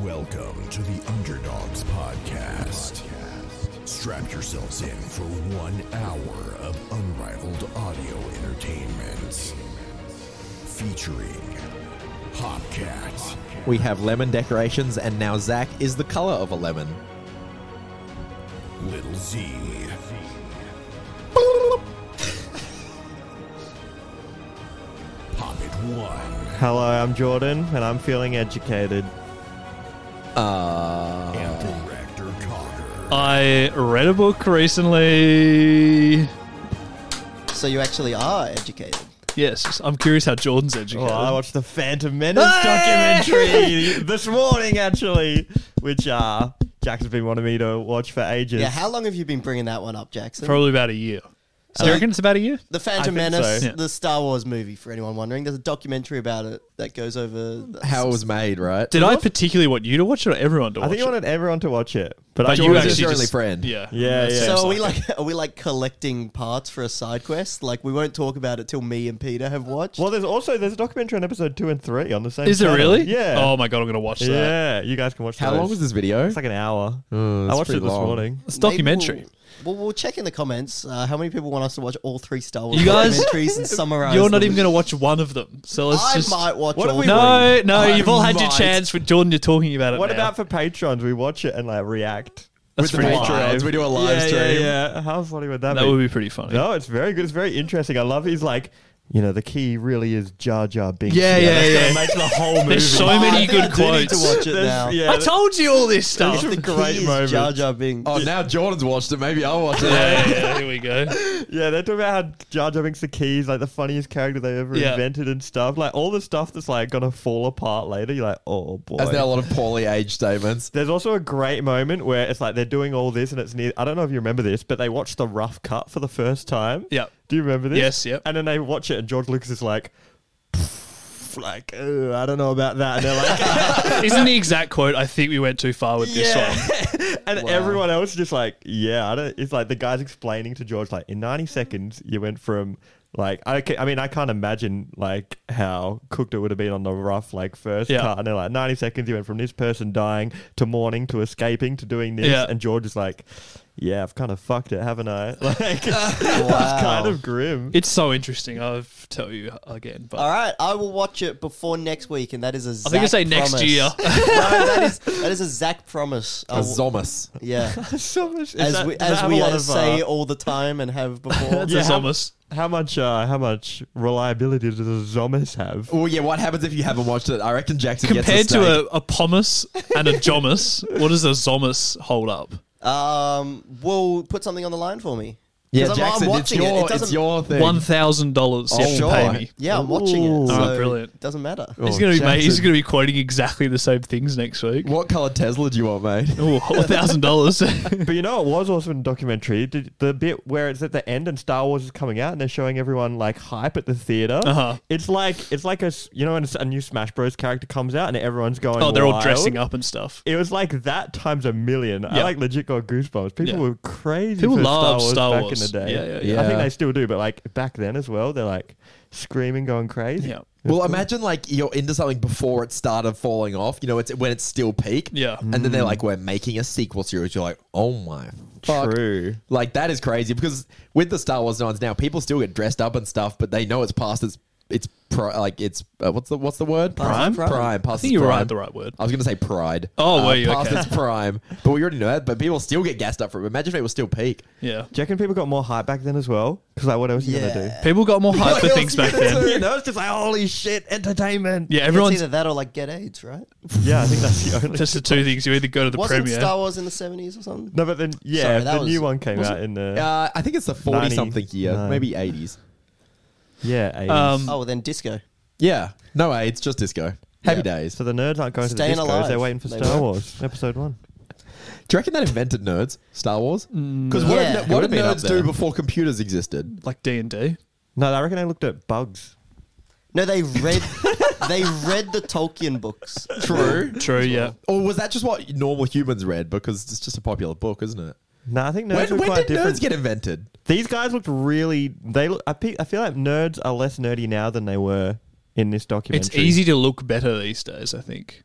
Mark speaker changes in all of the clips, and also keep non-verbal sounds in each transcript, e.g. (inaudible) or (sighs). Speaker 1: Welcome to the Underdogs Podcast. Strap yourselves in for one hour of unrivaled audio entertainment. Featuring Hopcat,
Speaker 2: We have lemon decorations, and now Zach is the color of a lemon.
Speaker 1: Little Z, Poppet One,
Speaker 3: Hello, I'm Jordan, and I'm feeling educated.
Speaker 1: and Director Cocker.
Speaker 4: I read a book recently.
Speaker 5: So you actually are educated.
Speaker 4: Yes, I'm curious how Jordan's
Speaker 3: Oh,
Speaker 4: educated.
Speaker 3: I watched the Phantom Menace documentary (laughs) this morning, actually, which uh, Jackson's been wanting me to watch for ages.
Speaker 5: Yeah, how long have you been bringing that one up, Jackson?
Speaker 4: Probably about a year. Uh, Do you reckon it's about a year?
Speaker 5: the Phantom
Speaker 3: I think
Speaker 5: Menace,
Speaker 3: so.
Speaker 4: Yeah.
Speaker 5: the Star Wars movie, for anyone wondering. There's a documentary about it that goes over. the-
Speaker 2: How it was made, right?
Speaker 4: Did I particularly want you to watch it or everyone to
Speaker 3: I
Speaker 4: watch
Speaker 3: think
Speaker 4: it?
Speaker 3: you wanted everyone to watch it, but, I
Speaker 4: but you
Speaker 3: Jordan's
Speaker 4: actually
Speaker 2: is your
Speaker 4: just-
Speaker 2: only
Speaker 4: (laughs)
Speaker 2: friend.
Speaker 4: Yeah.
Speaker 3: Yeah,
Speaker 4: That
Speaker 3: yeah.
Speaker 4: seems
Speaker 5: So are we like are we like collecting parts for a side quest? Like we won't talk about it till me and Peter have watched.
Speaker 3: Well, there's also there's a documentary on episode two and three on the same.
Speaker 4: Is it
Speaker 3: channel.
Speaker 4: really?
Speaker 3: Yeah.
Speaker 4: Oh my god, I'm gonna watch that.
Speaker 3: yeah. You guys can watch.
Speaker 2: How
Speaker 3: those.
Speaker 2: long was this video?
Speaker 3: It's like an hour.
Speaker 2: Mm,
Speaker 3: I
Speaker 2: it's
Speaker 3: watched it
Speaker 2: pretty
Speaker 3: this
Speaker 2: long.
Speaker 3: morning.
Speaker 4: It's a
Speaker 5: Maybe
Speaker 4: documentary.
Speaker 5: We'll, well, we'll check in the comments uh, how many people want us to watch all three Star Wars
Speaker 4: You guys- (laughs)
Speaker 5: documentaries and summarize.
Speaker 4: You're not
Speaker 5: them.
Speaker 4: even gonna watch one of them. So let's
Speaker 5: I
Speaker 4: just
Speaker 5: might watch
Speaker 3: What if
Speaker 5: all
Speaker 3: we-
Speaker 5: three.
Speaker 4: No, no,
Speaker 5: I
Speaker 4: you've all had your
Speaker 5: might.
Speaker 4: chance with Jordan, you're talking about it.
Speaker 3: What
Speaker 4: now.
Speaker 3: about for patrons? We watch it and like react.
Speaker 4: That's pretty
Speaker 2: Patreons,
Speaker 4: funny.
Speaker 2: we do a live
Speaker 3: yeah,
Speaker 2: stream.
Speaker 3: Yeah, yeah. How funny would that,
Speaker 4: That
Speaker 3: be?
Speaker 4: would be pretty funny.
Speaker 3: No, it's very good. It's very interesting. I love. He's like, you know, the key really is Jar Jar Binks.
Speaker 4: Yeah, yeah,
Speaker 3: that's gonna
Speaker 4: yeah.
Speaker 3: Make the whole movie.
Speaker 4: There's so
Speaker 5: Oh, I
Speaker 4: many
Speaker 5: think I
Speaker 4: good
Speaker 5: do need to
Speaker 4: quotes.
Speaker 5: watch it
Speaker 3: There's-
Speaker 5: now.
Speaker 3: yeah,
Speaker 4: I told you all this stuff.
Speaker 3: There's
Speaker 5: The
Speaker 3: some
Speaker 5: great
Speaker 3: great
Speaker 5: is
Speaker 3: moments.
Speaker 5: Jar Jar Binks.
Speaker 2: Oh, now Jordan's watched it. Maybe I'll watch it.
Speaker 4: yeah, yeah, here we go. (laughs)
Speaker 3: yeah, they're talking about how Jar Jar Binks the keys, like the funniest character they ever
Speaker 4: Yeah.
Speaker 3: invented and stuff. Like all the stuff that's like gonna fall apart later. You're like, oh boy.
Speaker 2: As now a lot of poorly aged statements.
Speaker 3: There's also a great moment where it's like they're doing all this and it's near. I don't know if you remember this, but they watch the rough cut for the first time.
Speaker 4: Yep.
Speaker 3: Do you remember this?
Speaker 4: Yes, yep.
Speaker 3: And then they watch it and George Lucas is like, "Pff, like, "Ugh, I don't know about that. And they're
Speaker 4: (laughs)
Speaker 3: like,
Speaker 4: Isn't the exact quote? I think we went too far with this one.
Speaker 3: (laughs) and everyone else is just like, yeah, I don't. It's like the guy's explaining to George, like, in 90 seconds, you went from. Like I, ca- I mean, I can't imagine like how cooked it would have been on the rough like first
Speaker 4: Yeah.
Speaker 3: cut. And they're like ninety seconds, you went from this person dying to mourning to escaping to doing this,
Speaker 4: Yeah.
Speaker 3: and George is like, "Yeah, I've kind of fucked it, haven't I?" (laughs)
Speaker 5: (laughs)
Speaker 3: Like,
Speaker 5: Wow.
Speaker 3: it's kind of grim.
Speaker 4: (laughs) It's so interesting. I'll tell you again. But
Speaker 5: All right, I will watch it before next week, and that is a.
Speaker 4: I think I
Speaker 5: Zach
Speaker 4: say next
Speaker 5: promise.
Speaker 4: year.
Speaker 5: (laughs) no, that is that is a Zach promise.
Speaker 2: A
Speaker 5: I will-
Speaker 2: zomus.
Speaker 4: (laughs)
Speaker 5: yeah,
Speaker 3: so much.
Speaker 5: as we as we uh, say
Speaker 3: uh,
Speaker 5: all the time and
Speaker 4: (laughs)
Speaker 5: have before.
Speaker 4: That's a
Speaker 3: how-
Speaker 4: zomus.
Speaker 3: how much uh, how much reliability does a zombis have?
Speaker 2: Well, yeah, what happens if you haven't watched it? I reckon Jackson
Speaker 4: Compared
Speaker 2: gets a
Speaker 4: to a, a pomus and a jomus, what does a zomus hold up?
Speaker 5: Um, we'll put something on the line for me. 'Cause
Speaker 2: Yeah,
Speaker 5: I'm- I'm
Speaker 2: Jackson, it's,
Speaker 5: watching it. It
Speaker 2: your,
Speaker 5: doesn't-
Speaker 2: it's your thing.
Speaker 4: One thousand dollars. You have to
Speaker 2: Oh,
Speaker 4: pay
Speaker 2: sure.
Speaker 4: me.
Speaker 5: Yeah, I'm watching it. So
Speaker 4: Oh, brilliant.
Speaker 5: It doesn't matter.
Speaker 2: Oh.
Speaker 4: He's gonna be mate, he's
Speaker 2: Jackson.
Speaker 4: gonna be quoting exactly the same things next week.
Speaker 2: What colour Tesla do you want, mate?
Speaker 4: thousand dollars.
Speaker 3: But you know what was awesome in the documentary? Did- The bit where it's at the end and Star Wars is coming out and they're showing everyone like hype at the theater.
Speaker 4: Uh-huh.
Speaker 3: It's like it's like a s- you know when a new Smash Bros character comes out and everyone's going.
Speaker 4: Oh, they're all
Speaker 3: wild.
Speaker 4: dressing up and stuff.
Speaker 3: It was like that times a million. I
Speaker 4: Yeah.
Speaker 3: like legit got goosebumps. People
Speaker 4: Yeah.
Speaker 3: were crazy.
Speaker 4: People
Speaker 3: for Star
Speaker 4: love
Speaker 3: Wars
Speaker 4: Star
Speaker 3: back
Speaker 4: Wars.
Speaker 3: in the day.
Speaker 4: Yeah, yeah,
Speaker 2: yeah.
Speaker 3: I think
Speaker 2: Yeah.
Speaker 3: they still do, but like back then as well, they're like screaming, going crazy.
Speaker 4: Yeah.
Speaker 2: Well, imagine like you're into something before it started falling off. You know, it's when it's still peak.
Speaker 4: Yeah.
Speaker 2: and then they're like, "We're making a sequel series." You're like, "Oh my fuck!"
Speaker 3: True.
Speaker 2: Like that is crazy because with the Star Wars ones now, people still get dressed up and stuff, but they know it's past its its pri- like it's uh, what's the what's the word
Speaker 4: Prime?
Speaker 2: prime. prime past
Speaker 4: I think
Speaker 2: its
Speaker 4: you were
Speaker 2: prime.
Speaker 4: right, the right word.
Speaker 2: I was going to say pride. Uh,
Speaker 4: Oh, were you?
Speaker 2: Past
Speaker 4: Okay.
Speaker 2: its
Speaker 4: (laughs)
Speaker 2: prime, but we already know that. But people still get gassed up for it. Imagine if it was still peak.
Speaker 4: Yeah.
Speaker 3: Do you reckon people got more hype back then as well? Because like, what else are you gonna do?
Speaker 5: Yeah.
Speaker 4: People got more hype for things
Speaker 3: (laughs)
Speaker 4: back then.
Speaker 3: know, it's just like holy shit, entertainment.
Speaker 4: Yeah,
Speaker 5: It's
Speaker 4: everyone's
Speaker 5: either that or like get AIDS, right?
Speaker 3: Yeah, I think that's the only.
Speaker 4: just the two things. You either go to the
Speaker 5: Wasn't
Speaker 4: premiere.
Speaker 5: Star Wars in the seventies or
Speaker 2: (laughs)
Speaker 5: something?
Speaker 3: No, but then yeah,
Speaker 5: Sorry, that
Speaker 3: the
Speaker 5: was-
Speaker 3: new one came out in the
Speaker 2: Uh, I think it's the forty
Speaker 3: 90,
Speaker 2: something year,
Speaker 3: no.
Speaker 2: maybe eighties.
Speaker 3: yeah. 80s.
Speaker 4: Um,
Speaker 5: Oh, then disco.
Speaker 2: Yeah. No way. It's just disco. Happy days.
Speaker 3: So the nerds aren't going
Speaker 5: Staying
Speaker 3: to the discos.
Speaker 5: alive.
Speaker 3: They're waiting for
Speaker 5: They
Speaker 3: Star
Speaker 5: were.
Speaker 3: Wars Episode One.
Speaker 2: Do you reckon that invented nerds? Star Wars? Because what,
Speaker 5: Yeah. It
Speaker 2: did-
Speaker 3: Mm,
Speaker 2: what
Speaker 3: would've
Speaker 2: did
Speaker 3: been up
Speaker 2: nerds
Speaker 3: there.
Speaker 2: do before computers existed?
Speaker 4: like D and D.
Speaker 3: No, I reckon they looked at bugs.
Speaker 5: No,
Speaker 4: (laughs)
Speaker 5: they read they read the Tolkien books.
Speaker 2: (laughs) True.
Speaker 4: True. Yeah.
Speaker 2: Or was that just what normal humans read? Because it's just a popular book, isn't it?
Speaker 3: No, I think nerds
Speaker 2: When,
Speaker 3: were
Speaker 2: when
Speaker 3: quite
Speaker 2: did
Speaker 3: different.
Speaker 2: nerds get invented?
Speaker 3: These guys looked really. They. look- I, pe- I feel like nerds are less nerdy now than they were in this documentary.
Speaker 4: It's easy to look better these days, I think.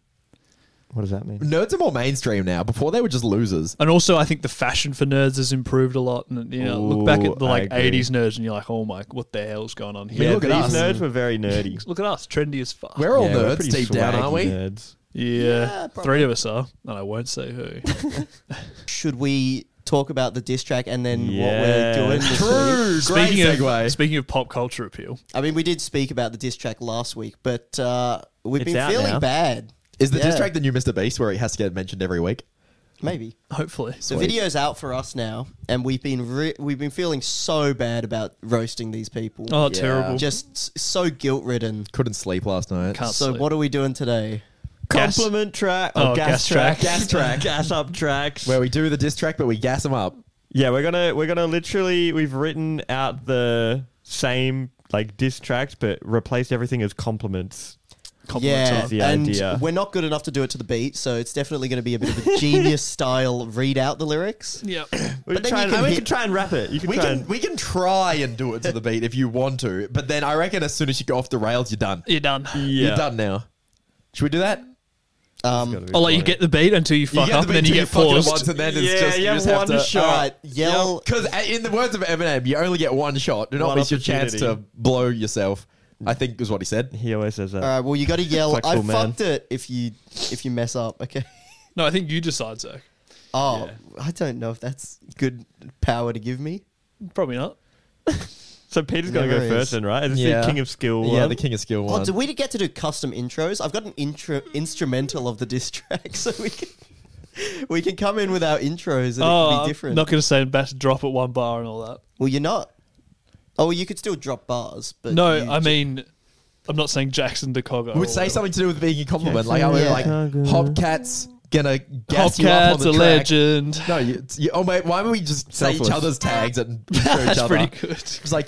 Speaker 3: What does that mean?
Speaker 2: Nerds are more mainstream now. Before they were just losers.
Speaker 4: And also, I think the fashion for nerds has improved a lot. And you know, look back at the
Speaker 3: Ooh, I
Speaker 4: like
Speaker 3: agree.
Speaker 4: '80s nerds, and you're like, "Oh my, what the hell's going on
Speaker 2: Yeah,
Speaker 4: here?"
Speaker 2: look at
Speaker 3: these
Speaker 2: us.
Speaker 3: nerds were very nerdy.
Speaker 4: Look at us, trendy as fuck.
Speaker 2: We're all
Speaker 3: Yeah, we're
Speaker 2: nerds
Speaker 3: pretty
Speaker 2: deep down, aren't
Speaker 3: swaggy
Speaker 2: we?
Speaker 3: Nerds.
Speaker 4: yeah, three of us are, and I won't say who.
Speaker 5: Should we talk about the diss track and then
Speaker 3: Yes.
Speaker 5: what we're doing? This week?
Speaker 2: Great
Speaker 4: speaking
Speaker 2: segue.
Speaker 4: of speaking of pop culture appeal,
Speaker 5: I mean, we did speak about the diss track last week, but uh, we've
Speaker 3: It's
Speaker 5: been
Speaker 3: out
Speaker 5: feeling
Speaker 3: now.
Speaker 5: bad.
Speaker 2: Is the
Speaker 5: Yeah,
Speaker 2: diss track the new Mr. Beast where it has to get mentioned every week?
Speaker 5: Maybe
Speaker 4: hopefully.
Speaker 5: the video's out for us now, and we've been re- we've been feeling so bad about roasting these people.
Speaker 4: Oh, terrible.
Speaker 5: Just s- so guilt ridden.
Speaker 2: Couldn't sleep last night.
Speaker 4: Can't
Speaker 5: So
Speaker 4: sleep.
Speaker 5: what are we doing today?
Speaker 4: Gas.
Speaker 3: Compliment
Speaker 2: Uh,
Speaker 3: track.
Speaker 4: Oh,
Speaker 3: Oh, gas,
Speaker 4: gas
Speaker 3: track.
Speaker 4: track.
Speaker 3: Gas track. (laughs) gas up tracks.
Speaker 2: Where we do the diss track, but we gas them up.
Speaker 3: Yeah, we're gonna we're gonna literally we've written out the same like diss tracks, but replaced everything as compliments.
Speaker 4: Compliment
Speaker 5: Yeah,
Speaker 4: time.
Speaker 3: the
Speaker 5: and
Speaker 3: idea.
Speaker 5: we're not good enough to do it to the beat, so it's definitely going to be a bit of a genius style read out the lyrics.
Speaker 4: yeah.
Speaker 3: We
Speaker 5: But
Speaker 3: can
Speaker 5: then
Speaker 3: try
Speaker 5: you
Speaker 3: and,
Speaker 5: can
Speaker 3: we
Speaker 5: hit-
Speaker 3: can try and wrap it. You can
Speaker 2: We
Speaker 3: try
Speaker 2: can
Speaker 3: and
Speaker 2: we can try and do it to the beat if you want to, but then I reckon as soon as you go off the rails, you're done.
Speaker 4: (coughs) You're done.
Speaker 2: You're done now. Should we do that?
Speaker 5: Um,
Speaker 4: I'll let you get the beat until you fuck
Speaker 2: get
Speaker 4: up,
Speaker 2: the
Speaker 4: and then
Speaker 2: beat
Speaker 4: you
Speaker 2: till
Speaker 4: get
Speaker 2: fuck it
Speaker 4: forced.
Speaker 2: once, and then it's
Speaker 3: Yeah,
Speaker 2: just,
Speaker 3: you
Speaker 2: you
Speaker 3: have
Speaker 2: just have
Speaker 3: one
Speaker 2: to,
Speaker 3: shot.
Speaker 5: all right, yell.
Speaker 2: Because in the words of Eminem, you only get one shot. Do not
Speaker 3: One
Speaker 2: miss your chance to
Speaker 3: opportunity.
Speaker 2: blow yourself. I think is what he said.
Speaker 3: He always says that.
Speaker 5: All right, well, you got to yell. I
Speaker 3: Flexible man.
Speaker 5: fucked it. If you if you mess up, okay.
Speaker 4: No, I think you decide, Zach.
Speaker 5: Oh, I don't know if that's good power to give me.
Speaker 4: Probably not.
Speaker 3: So Peter's gonna
Speaker 5: Never
Speaker 3: go
Speaker 5: is.
Speaker 3: first, then, right? Is this
Speaker 2: Yeah.
Speaker 3: the king of skill?
Speaker 2: Yeah,
Speaker 3: one?
Speaker 2: the king of skill one.
Speaker 5: Oh, do we get to do custom intros? I've got an intro instrumental of the diss track, (laughs) so we can we can come in with our intros and it
Speaker 4: Oh,
Speaker 5: can be
Speaker 4: I'm
Speaker 5: different.
Speaker 4: not going to say best drop at one bar and all that.
Speaker 5: well, you're not. Oh, well, you could still drop bars, but
Speaker 4: No,
Speaker 5: you
Speaker 4: I
Speaker 5: ju-
Speaker 4: mean, I'm not saying Jackson DeCogo.
Speaker 2: would say something to do with being a compliment. Like I was
Speaker 5: Yeah.
Speaker 2: like, Hobcat's gonna gas you up on
Speaker 4: Hopcat's
Speaker 2: the
Speaker 4: a
Speaker 2: track.
Speaker 4: legend.
Speaker 2: No, you, it's- you, oh mate, why don't we just say each
Speaker 3: Selfless.
Speaker 2: other's tags (laughs) and
Speaker 4: (laughs)
Speaker 2: intro each
Speaker 4: That's
Speaker 2: other?
Speaker 4: pretty good.
Speaker 2: It's like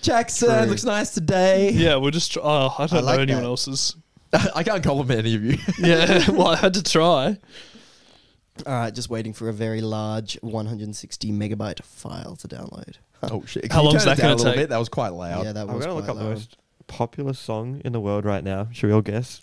Speaker 2: Jackson
Speaker 5: True.
Speaker 2: looks nice today. (laughs)
Speaker 4: Yeah, we're just. Try- oh, I don't
Speaker 5: I like
Speaker 4: know anyone
Speaker 5: that.
Speaker 4: else's.
Speaker 2: I can't compliment any of you.
Speaker 4: Yeah, (laughs) well, I had to try.
Speaker 5: All right, just waiting for a very large 160 megabyte file to download. (laughs)
Speaker 2: oh shit! Can
Speaker 4: How
Speaker 2: you
Speaker 4: long's
Speaker 2: turn
Speaker 4: that
Speaker 2: it down
Speaker 4: gonna
Speaker 2: a little
Speaker 4: take?
Speaker 2: Bit? That was quite loud.
Speaker 5: Yeah, that
Speaker 3: I'm
Speaker 5: was.
Speaker 3: gonna look
Speaker 5: quite
Speaker 3: up the
Speaker 5: loud.
Speaker 3: most popular song in the world right now. Should we all guess?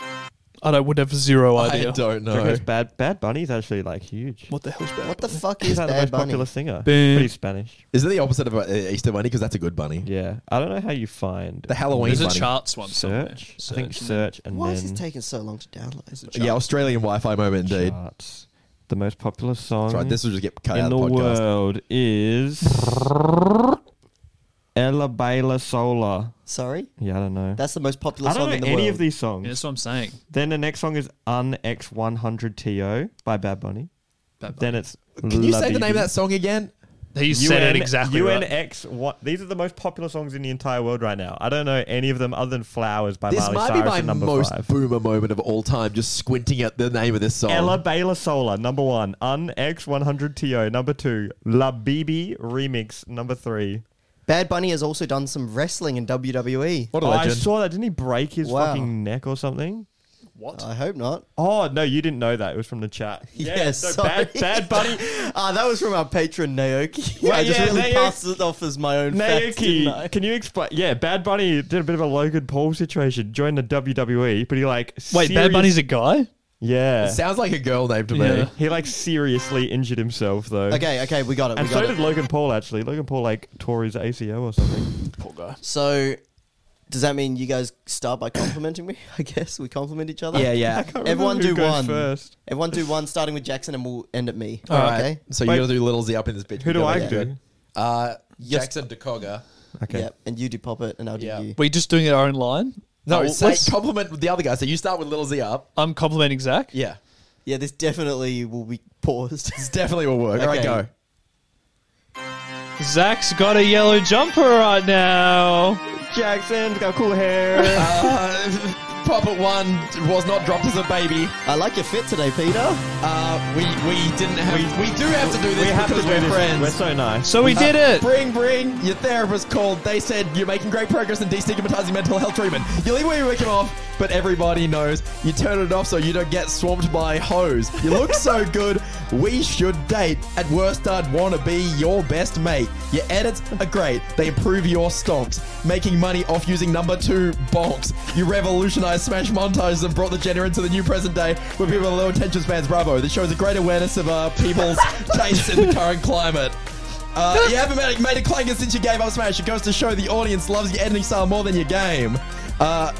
Speaker 4: I don't, would have zero
Speaker 2: I
Speaker 4: idea.
Speaker 2: don't
Speaker 3: I reckon
Speaker 2: know.
Speaker 3: it's Bad Bad Bunny's actually like huge.
Speaker 4: What the hell's bad?
Speaker 5: What the
Speaker 4: (laughs)
Speaker 5: fuck
Speaker 3: He's
Speaker 5: is
Speaker 3: like the
Speaker 5: Bad
Speaker 3: most
Speaker 5: Bunny?
Speaker 3: popular singer.
Speaker 4: Boo.
Speaker 3: Pretty Spanish.
Speaker 2: Is it the opposite of a Easter bunny? Because that's a good bunny.
Speaker 3: Yeah, I don't know how you find
Speaker 2: The Halloween
Speaker 4: There's a
Speaker 2: bunny.
Speaker 4: charts one somewhere.
Speaker 3: search. I think search and
Speaker 5: Why
Speaker 3: then
Speaker 5: is this taking so long to download?
Speaker 2: yeah, Australian Wi-Fi moment indeed.
Speaker 3: charts. The most popular song
Speaker 2: That's right. This will just get cut
Speaker 3: in
Speaker 2: out
Speaker 3: the
Speaker 2: of the podcast.
Speaker 3: world is Ella Baila Sola.
Speaker 5: Sorry,
Speaker 3: Yeah, I don't know.
Speaker 5: that's the most popular
Speaker 3: I don't
Speaker 5: song
Speaker 3: know
Speaker 5: in the
Speaker 3: any
Speaker 5: world.
Speaker 3: of these songs.
Speaker 4: Yeah, that's what I'm saying.
Speaker 3: Then the next song is Unx 100 To by Bad Bunny.
Speaker 4: Bad
Speaker 3: Then it's
Speaker 2: Can you say the name of that song again?
Speaker 4: He said it exactly right.
Speaker 3: UNX. What? These are the most popular songs in the entire world right now. I don't know any of them other than Flowers by
Speaker 2: This
Speaker 3: Miley
Speaker 2: might
Speaker 3: Cyrus
Speaker 2: be my
Speaker 3: and number
Speaker 2: most
Speaker 3: five.
Speaker 2: boomer moment of all time. Just squinting at the name of this song.
Speaker 3: Ella Baylor Sola, number one. Unx 100 To, number two. La Bibi Remix, number three.
Speaker 5: Bad Bunny has also done some wrestling in E. WWE.
Speaker 2: what a
Speaker 3: Oh, I
Speaker 2: legend!
Speaker 3: saw that. Didn't he break his
Speaker 5: Wow.
Speaker 3: fucking neck or something?
Speaker 4: What?
Speaker 5: I hope not.
Speaker 3: Oh, no, you didn't know that. It was from the
Speaker 2: (laughs)
Speaker 3: chat.
Speaker 5: Yeah,
Speaker 3: so
Speaker 5: sorry.
Speaker 3: bad, bad Bunny.
Speaker 5: Ah, that was from our patron Naoki.
Speaker 3: (laughs) Well,
Speaker 5: I just
Speaker 3: yeah,
Speaker 5: really
Speaker 3: Naoki-
Speaker 5: passed it off as my own fact, didn't I?
Speaker 3: Naoki, can you explain? Yeah, Bad Bunny did a bit of a Logan Paul situation. Joined the WWE, but he like
Speaker 4: Wait,
Speaker 3: serious-
Speaker 4: Bad Bunny's a guy?
Speaker 3: yeah.
Speaker 2: Sounds like a girl name to me.
Speaker 4: Yeah.
Speaker 3: He like seriously injured himself though.
Speaker 5: Okay, okay, we got it. We
Speaker 3: and
Speaker 5: got
Speaker 3: so
Speaker 5: it.
Speaker 3: did Logan Paul actually. Logan Paul like tore his ACL or something.
Speaker 4: Poor guy.
Speaker 5: So, does that mean you guys start by complimenting me? (laughs) I guess we compliment each other.
Speaker 2: Yeah,
Speaker 5: (laughs)
Speaker 2: yeah.
Speaker 5: I can't Everyone
Speaker 3: remember
Speaker 5: do
Speaker 3: who goes
Speaker 5: one.
Speaker 3: first.
Speaker 5: Everyone do one, starting with Jackson, and we'll end at me.
Speaker 2: All right.
Speaker 5: Okay.
Speaker 2: So
Speaker 3: Wait.
Speaker 2: you gotta do Little Z up in this bitch.
Speaker 3: Who do I
Speaker 2: Yeah.
Speaker 3: do?
Speaker 2: Uh,
Speaker 5: Yes.
Speaker 2: Jackson DeCoga.
Speaker 3: Okay.
Speaker 5: Yeah, and you do pop it, and I'll do
Speaker 2: Yeah.
Speaker 5: you.
Speaker 4: We're just doing our own line?
Speaker 2: No,
Speaker 4: Oh,
Speaker 2: say,
Speaker 4: let's-
Speaker 2: compliment the other guy. So you start with Little Z up.
Speaker 4: I'm complimenting Zach.
Speaker 2: Yeah,
Speaker 5: Yeah, this definitely will be paused. (laughs)
Speaker 2: this definitely will work. All right,
Speaker 5: Okay.
Speaker 2: go.
Speaker 4: Zach's got a yellow jumper right now.
Speaker 3: Jackson's got cool hair.
Speaker 2: Uh, (laughs) Puppet One was not dropped as a baby.
Speaker 5: I like your fit today, Peter.
Speaker 2: Uh, we we didn't have. We, do have to do this
Speaker 3: we have to
Speaker 2: because
Speaker 3: do
Speaker 2: we're
Speaker 3: this. (laughs)
Speaker 2: friends.
Speaker 3: We're so nice.
Speaker 4: So we did it.
Speaker 2: Bring, bring. Your therapist called. They said you're making great progress in destigmatizing mental health treatment. You leave where you're working off, but everybody knows. You turn it off so you don't get swamped by hoes. You
Speaker 4: (laughs)
Speaker 2: look so good. We should date. At worst, I'd want to be your best mate. Your edits are great. They improve your stonks. Making money off using number two bonks. You revolutionized Smash montages and brought the genre into the new present day where people with low attention spans. Bravo. This shows a great awareness of uh,
Speaker 4: (laughs)
Speaker 2: people's tastes in the current climate. Uh, you haven't made, made a clanger since you gave up Smash. It goes to show the audience loves your editing style more than your game. Uh,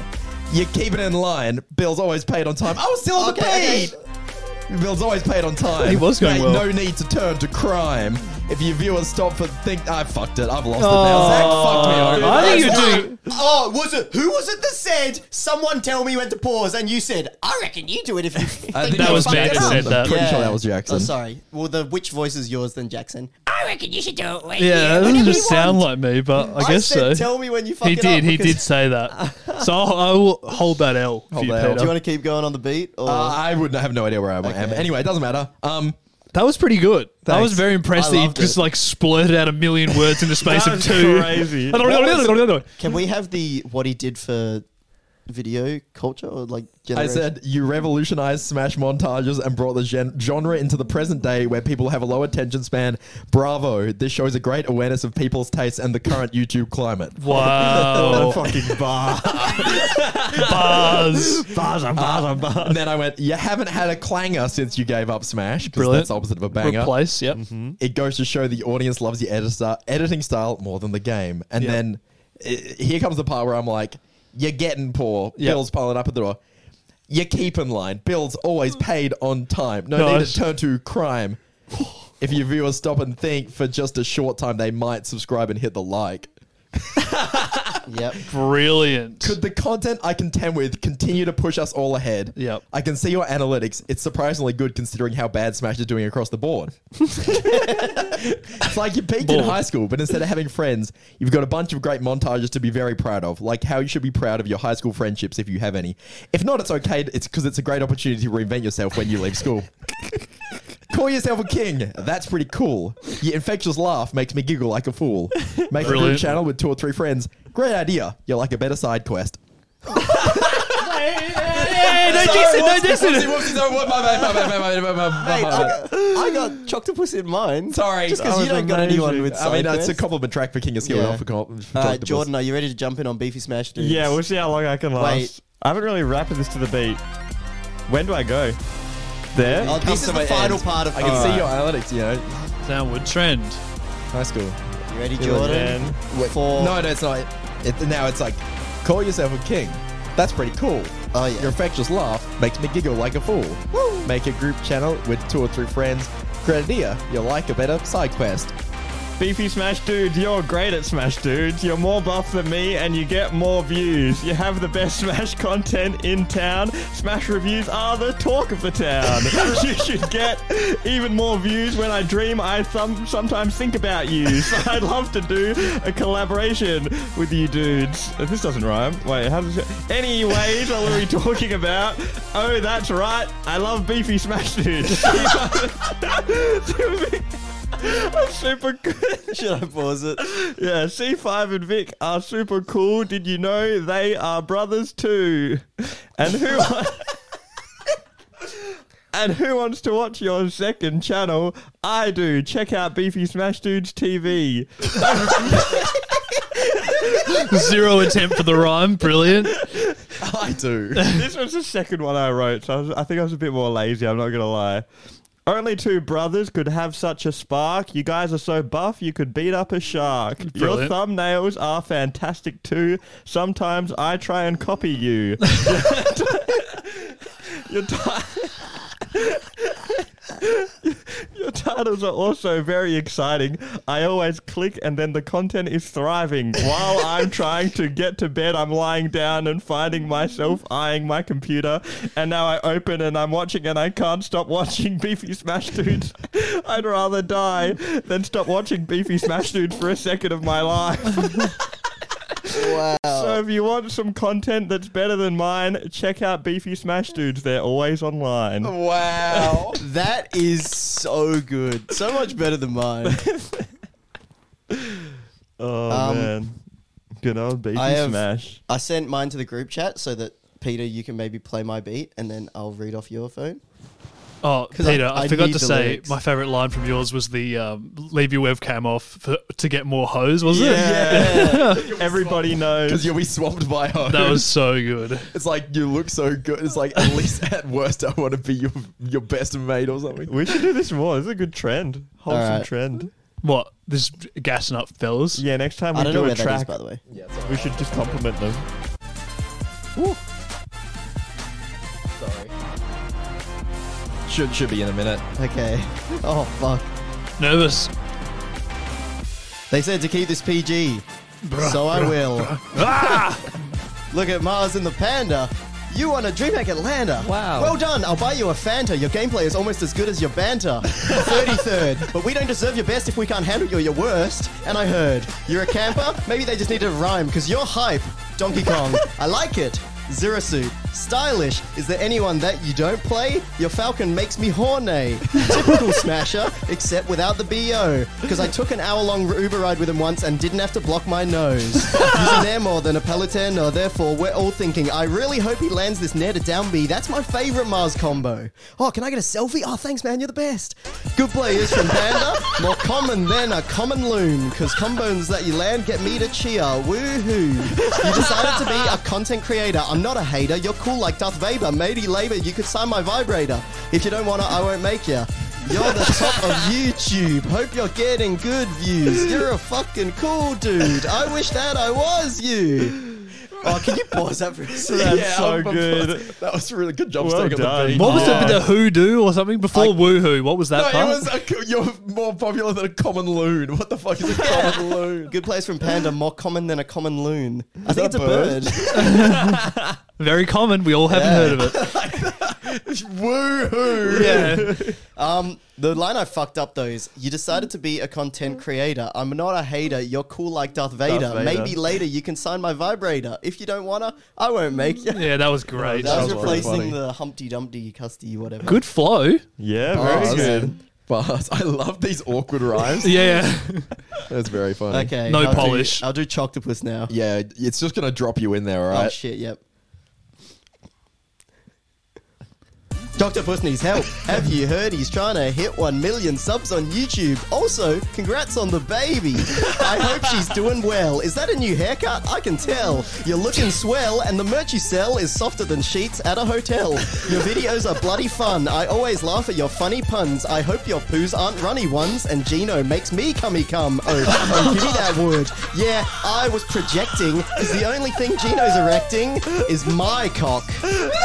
Speaker 2: you keep it in line. Bill's always paid on time. I was still on
Speaker 5: Okay,
Speaker 2: the beat. Bill's always paid on time.
Speaker 4: He was going
Speaker 2: Mate,
Speaker 4: well.
Speaker 2: No need to turn to crime. If your viewers stop for think, I fucked it. I've lost it now. Zach, fucked me over.
Speaker 4: I think you do.
Speaker 5: Oh, was it? Who was it that said? Someone tell me when to pause, and you said, "I reckon you do it if you." Think
Speaker 2: (laughs) I think
Speaker 4: That
Speaker 2: you
Speaker 4: was
Speaker 2: fucked
Speaker 4: Jack
Speaker 2: it
Speaker 4: that
Speaker 2: up.
Speaker 4: said that.
Speaker 2: I'm pretty sure that was Jackson.
Speaker 5: Oh, sorry. Well, the which voice is yours then, Jackson?
Speaker 6: I reckon you should do it when
Speaker 4: Yeah,
Speaker 6: you,
Speaker 4: it doesn't
Speaker 6: whenever you
Speaker 4: just sound like me, but I, guess
Speaker 5: said,
Speaker 4: so.
Speaker 5: Tell me when you fuck
Speaker 4: He
Speaker 5: it
Speaker 4: did.
Speaker 5: up,
Speaker 4: He
Speaker 5: because-
Speaker 4: did say that. So I'll, I will hold that L for you,
Speaker 2: that L.
Speaker 4: Peter.
Speaker 5: Do (laughs) you want to keep going on the beat? Or?
Speaker 2: Uh, I would not have no idea where I am. Anyway, it doesn't matter. Um,
Speaker 4: that was pretty good. I was
Speaker 2: Thanks.
Speaker 4: very impressed
Speaker 5: I
Speaker 4: that he
Speaker 5: loved
Speaker 4: just
Speaker 5: it.
Speaker 4: like splurted out a million words in the space of
Speaker 3: That's
Speaker 4: two. (laughs)
Speaker 3: crazy.
Speaker 4: I don't know, I don't know, I don't know.
Speaker 5: Can we have the what he did for video culture or like?
Speaker 2: I
Speaker 5: Generation?
Speaker 2: said you revolutionized Smash montages and brought the gen- genre into the present day where people have a low attention span. Bravo! This shows a great awareness of people's tastes and the current YouTube climate.
Speaker 4: (laughs)
Speaker 5: (laughs)
Speaker 4: Wow.
Speaker 3: fucking bar.
Speaker 4: Buzz.
Speaker 3: Bars on bars on bars.
Speaker 2: And then I went, you haven't had a clanger since you gave up Smash. 'cause
Speaker 4: Brilliant.
Speaker 2: That's opposite of a banger.
Speaker 4: Replace, yep.
Speaker 5: Mm-hmm.
Speaker 2: It goes to show the audience loves your edit sty- editing style more than the game. And
Speaker 4: Yeah.
Speaker 2: then i here comes the part where I'm like, you're getting poor.
Speaker 4: Yeah.
Speaker 2: Bill's piling up at the door. You keep in line. Bill's always paid on time. No need
Speaker 4: Nice.
Speaker 2: to turn to
Speaker 4: (sighs)
Speaker 2: crime. if your viewers stop and think for just a short time, they might subscribe and hit the like.
Speaker 5: Yep.
Speaker 4: Brilliant.
Speaker 2: Could the content I contend with continue to push us all ahead?
Speaker 4: Yep.
Speaker 2: I can see your analytics. It's surprisingly good considering how bad Smash is doing across the board. it's like you peaked in
Speaker 4: Bored.
Speaker 2: high school, but instead of having friends, you've got a bunch of great montages to be very proud of, like how you should be proud of your high school friendships if you have any. If not, it's okay. It's because it's a great opportunity to reinvent yourself when you leave school. Call yourself a king. That's pretty cool. Your infectious laugh makes me giggle like a fool. Make a group
Speaker 4: Brilliant.
Speaker 2: channel with two or three friends. Great idea. You're like a better side quest.
Speaker 4: Hey, no dissing, no dissing.
Speaker 5: Hey, I, got, I got chocolate puss in mine.
Speaker 2: (laughs) Sorry,
Speaker 5: just
Speaker 2: that
Speaker 5: because you
Speaker 2: was
Speaker 5: don't got anyone
Speaker 3: amazing.
Speaker 5: with.
Speaker 2: I mean,
Speaker 5: side
Speaker 2: that's a
Speaker 5: quests.
Speaker 2: compliment track for King of Skill.
Speaker 5: Yeah.
Speaker 2: not for co- for
Speaker 5: Uh,
Speaker 2: collectibles.
Speaker 5: Jordan, are you ready to jump in on beefy smash? Dudes?
Speaker 3: Yeah, we'll see how long I can last.
Speaker 5: Wait.
Speaker 3: I haven't really rapped this to the beat. When do I go? There?
Speaker 5: Oh, this is the final part of.
Speaker 2: I can
Speaker 5: All
Speaker 2: see
Speaker 5: right.
Speaker 2: your analytics, you know.
Speaker 4: Downward trend. (laughs)
Speaker 2: High school.
Speaker 5: You ready, Jordan?
Speaker 3: Then-
Speaker 5: For
Speaker 2: No, no, it's not. It, now it's like, call yourself a king. That's pretty cool.
Speaker 5: Oh, yeah.
Speaker 2: Your infectious laugh makes me giggle like a fool. Make a group channel with two or three friends. Great idea. You're like a better side quest.
Speaker 3: Beefy Smash Dudes, you're great at Smash Dudes. You're more buff than me and you get more views. You have the best (laughs) Smash content in town. Smash reviews are the talk of the town. you should get even more views when I dream I some, sometimes think about you. (laughs) So I'd love to do a collaboration with you dudes. Uh, This doesn't rhyme. Wait, how does it... Anyways, (laughs) what are we talking about? Oh, that's right. I love Beefy Smash Dudes. (laughs) I'm super good.
Speaker 5: should I pause it?
Speaker 3: (laughs) Yeah, C5 and Vic are super cool. Did you know they are brothers too? And who (laughs) And who wants to watch your second channel? I do. Check out Beefy Smash Dudes TV.
Speaker 4: Zero attempt for the rhyme. Brilliant.
Speaker 2: (laughs) I do.
Speaker 3: this was the second one I wrote, so I, was, I think I was a bit more lazy. I'm not gonna lie. Only two brothers could have such a spark. You guys are so buff, you could beat up a shark. Your
Speaker 4: Brilliant.
Speaker 3: thumbnails are fantastic too. Sometimes I try and copy you. (laughs) Your, ti- Your titles are also very exciting. I always click and then the content is thriving. While I'm trying to get to bed, I'm lying down and finding myself eyeing my computer. And now I open and I'm watching and I can't stop watching (laughs) Beefy Smash Dudes. I'd rather die than stop watching Beefy Smash Dudes for a second of my life.
Speaker 5: Wow.
Speaker 3: So if you want some content that's better than mine, check out Beefy Smash Dudes. They're always online.
Speaker 5: (laughs) Wow. that is so good. (laughs) So much better than mine.
Speaker 3: (laughs) Oh
Speaker 5: Um,
Speaker 3: man, good old Beefy
Speaker 5: I have- (laughs)
Speaker 3: Smash.
Speaker 5: I sent mine to the group chat so that Peter, you can maybe play my beat and then I'll read off your phone.
Speaker 4: Oh,
Speaker 5: 'Cause I-
Speaker 4: Peter, I,
Speaker 5: I
Speaker 4: forgot
Speaker 5: need
Speaker 4: to
Speaker 5: the
Speaker 4: say
Speaker 5: lyrics.
Speaker 4: my favorite line from yours was the um, "leave your webcam off for, to get more hoes," was it?
Speaker 3: Yeah, (laughs) everybody
Speaker 2: Because
Speaker 3: knows.
Speaker 2: you'll be swamped by hoes.
Speaker 4: That was so good.
Speaker 2: It's like you look so good. It's like at least at worst, I want to be your your best mate or something.
Speaker 3: We should do this more. This is a good trend, wholesome
Speaker 5: Alright.
Speaker 3: trend.
Speaker 4: What this gassing up fellas?
Speaker 3: Yeah, next time we
Speaker 5: I don't
Speaker 3: do
Speaker 5: know
Speaker 3: a
Speaker 5: where that is,
Speaker 3: track,
Speaker 5: by the way.
Speaker 3: we should just compliment them.
Speaker 5: Sorry.
Speaker 2: Should should be in a minute.
Speaker 5: Okay. (laughs) Oh, fuck.
Speaker 4: Nervous.
Speaker 5: They said to keep this PG. so I will. (laughs) Look at Mars and the Panda. You won a DreamHack Atlanta.
Speaker 2: Wow.
Speaker 5: Well done. I'll buy you a Fanta. Your gameplay is almost as good as your banter. 33rd. But we don't deserve your best if we can't handle your, your worst. And I heard. You're a camper? Maybe they just need to rhyme because you're hype. Donkey Kong. I like it. Zero suit. Stylish. Is there anyone that you don't play? Your Falcon makes me horny. Typical Smasher, except without the BO. Because I took an hour long Uber ride with him once and didn't have to block my nose. Using there more than a Peloton, or therefore we're all thinking, I really hope he lands this near to down B. That's my favorite Mars combo. Oh, can I get a selfie? Oh, thanks, man. You're the best. Good players from Panda. More common than a common loon. Because combos that you land get me to cheer. Woohoo. You decided to be a content creator. I'm not a hater. You're cool like Darth Vader. Matey Labor, you could sign my vibrator. If you don't want to, I won't make you. You're the top of YouTube. Hope you're getting good views. You're a fucking cool dude. I wish that I was you. Oh, can you pause that for a second?
Speaker 3: That's so good.
Speaker 2: (laughs) That was a really good job.
Speaker 3: Well
Speaker 2: sticking on
Speaker 3: done.
Speaker 4: (laughs)
Speaker 2: the beat.
Speaker 4: What was
Speaker 3: Oh.
Speaker 4: the the hoodoo or something before
Speaker 5: I-
Speaker 4: woohoo? What was that
Speaker 2: No,
Speaker 4: part?
Speaker 2: it was a, you're more popular than a common loon. What the fuck is
Speaker 5: (laughs)
Speaker 2: a common loon?
Speaker 5: Good place from Panda, more common than a common loon. I think it's a
Speaker 2: bird?
Speaker 5: bird.
Speaker 2: (laughs)
Speaker 4: Very common. We all haven't heard of it.
Speaker 5: (laughs)
Speaker 2: Woohoo!
Speaker 4: Yeah.
Speaker 5: Um, the line I fucked up though is you decided to be a content creator. I'm not a hater. You're cool like Darth Vader.
Speaker 3: Vader.
Speaker 5: Maybe later you can sign my vibrator. If you don't wanna, I won't make you. (laughs)
Speaker 4: Yeah, that was great.
Speaker 5: That was
Speaker 2: sounds pretty funny.
Speaker 5: replacing the Humpty Dumpty, Custy, whatever.
Speaker 4: good flow.
Speaker 3: Yeah, very
Speaker 5: that's
Speaker 3: Oh, good.
Speaker 2: But I love these awkward rhymes.
Speaker 5: (laughs)
Speaker 4: Yeah.
Speaker 2: That's very funny.
Speaker 5: Okay.
Speaker 4: No
Speaker 5: I'll do-
Speaker 4: polish.
Speaker 5: I'll do Choctopus now.
Speaker 2: Yeah, it's just gonna drop you in there, all
Speaker 5: Oh
Speaker 2: right?
Speaker 5: shit, yep. Dr. Puss needs help. Have you heard he's trying to hit 1 million subs on YouTube? Also, congrats on the baby. I hope she's doing well. Is that a new haircut? I can tell. You're looking swell, and the merch you sell is softer than sheets at a hotel. Your videos are bloody fun. I always laugh at your funny puns. I hope your poos aren't runny ones, and Gino makes me cummy cum. Oh, oh give me that wood. Yeah, I was projecting, because the only thing Gino's erecting is my cock.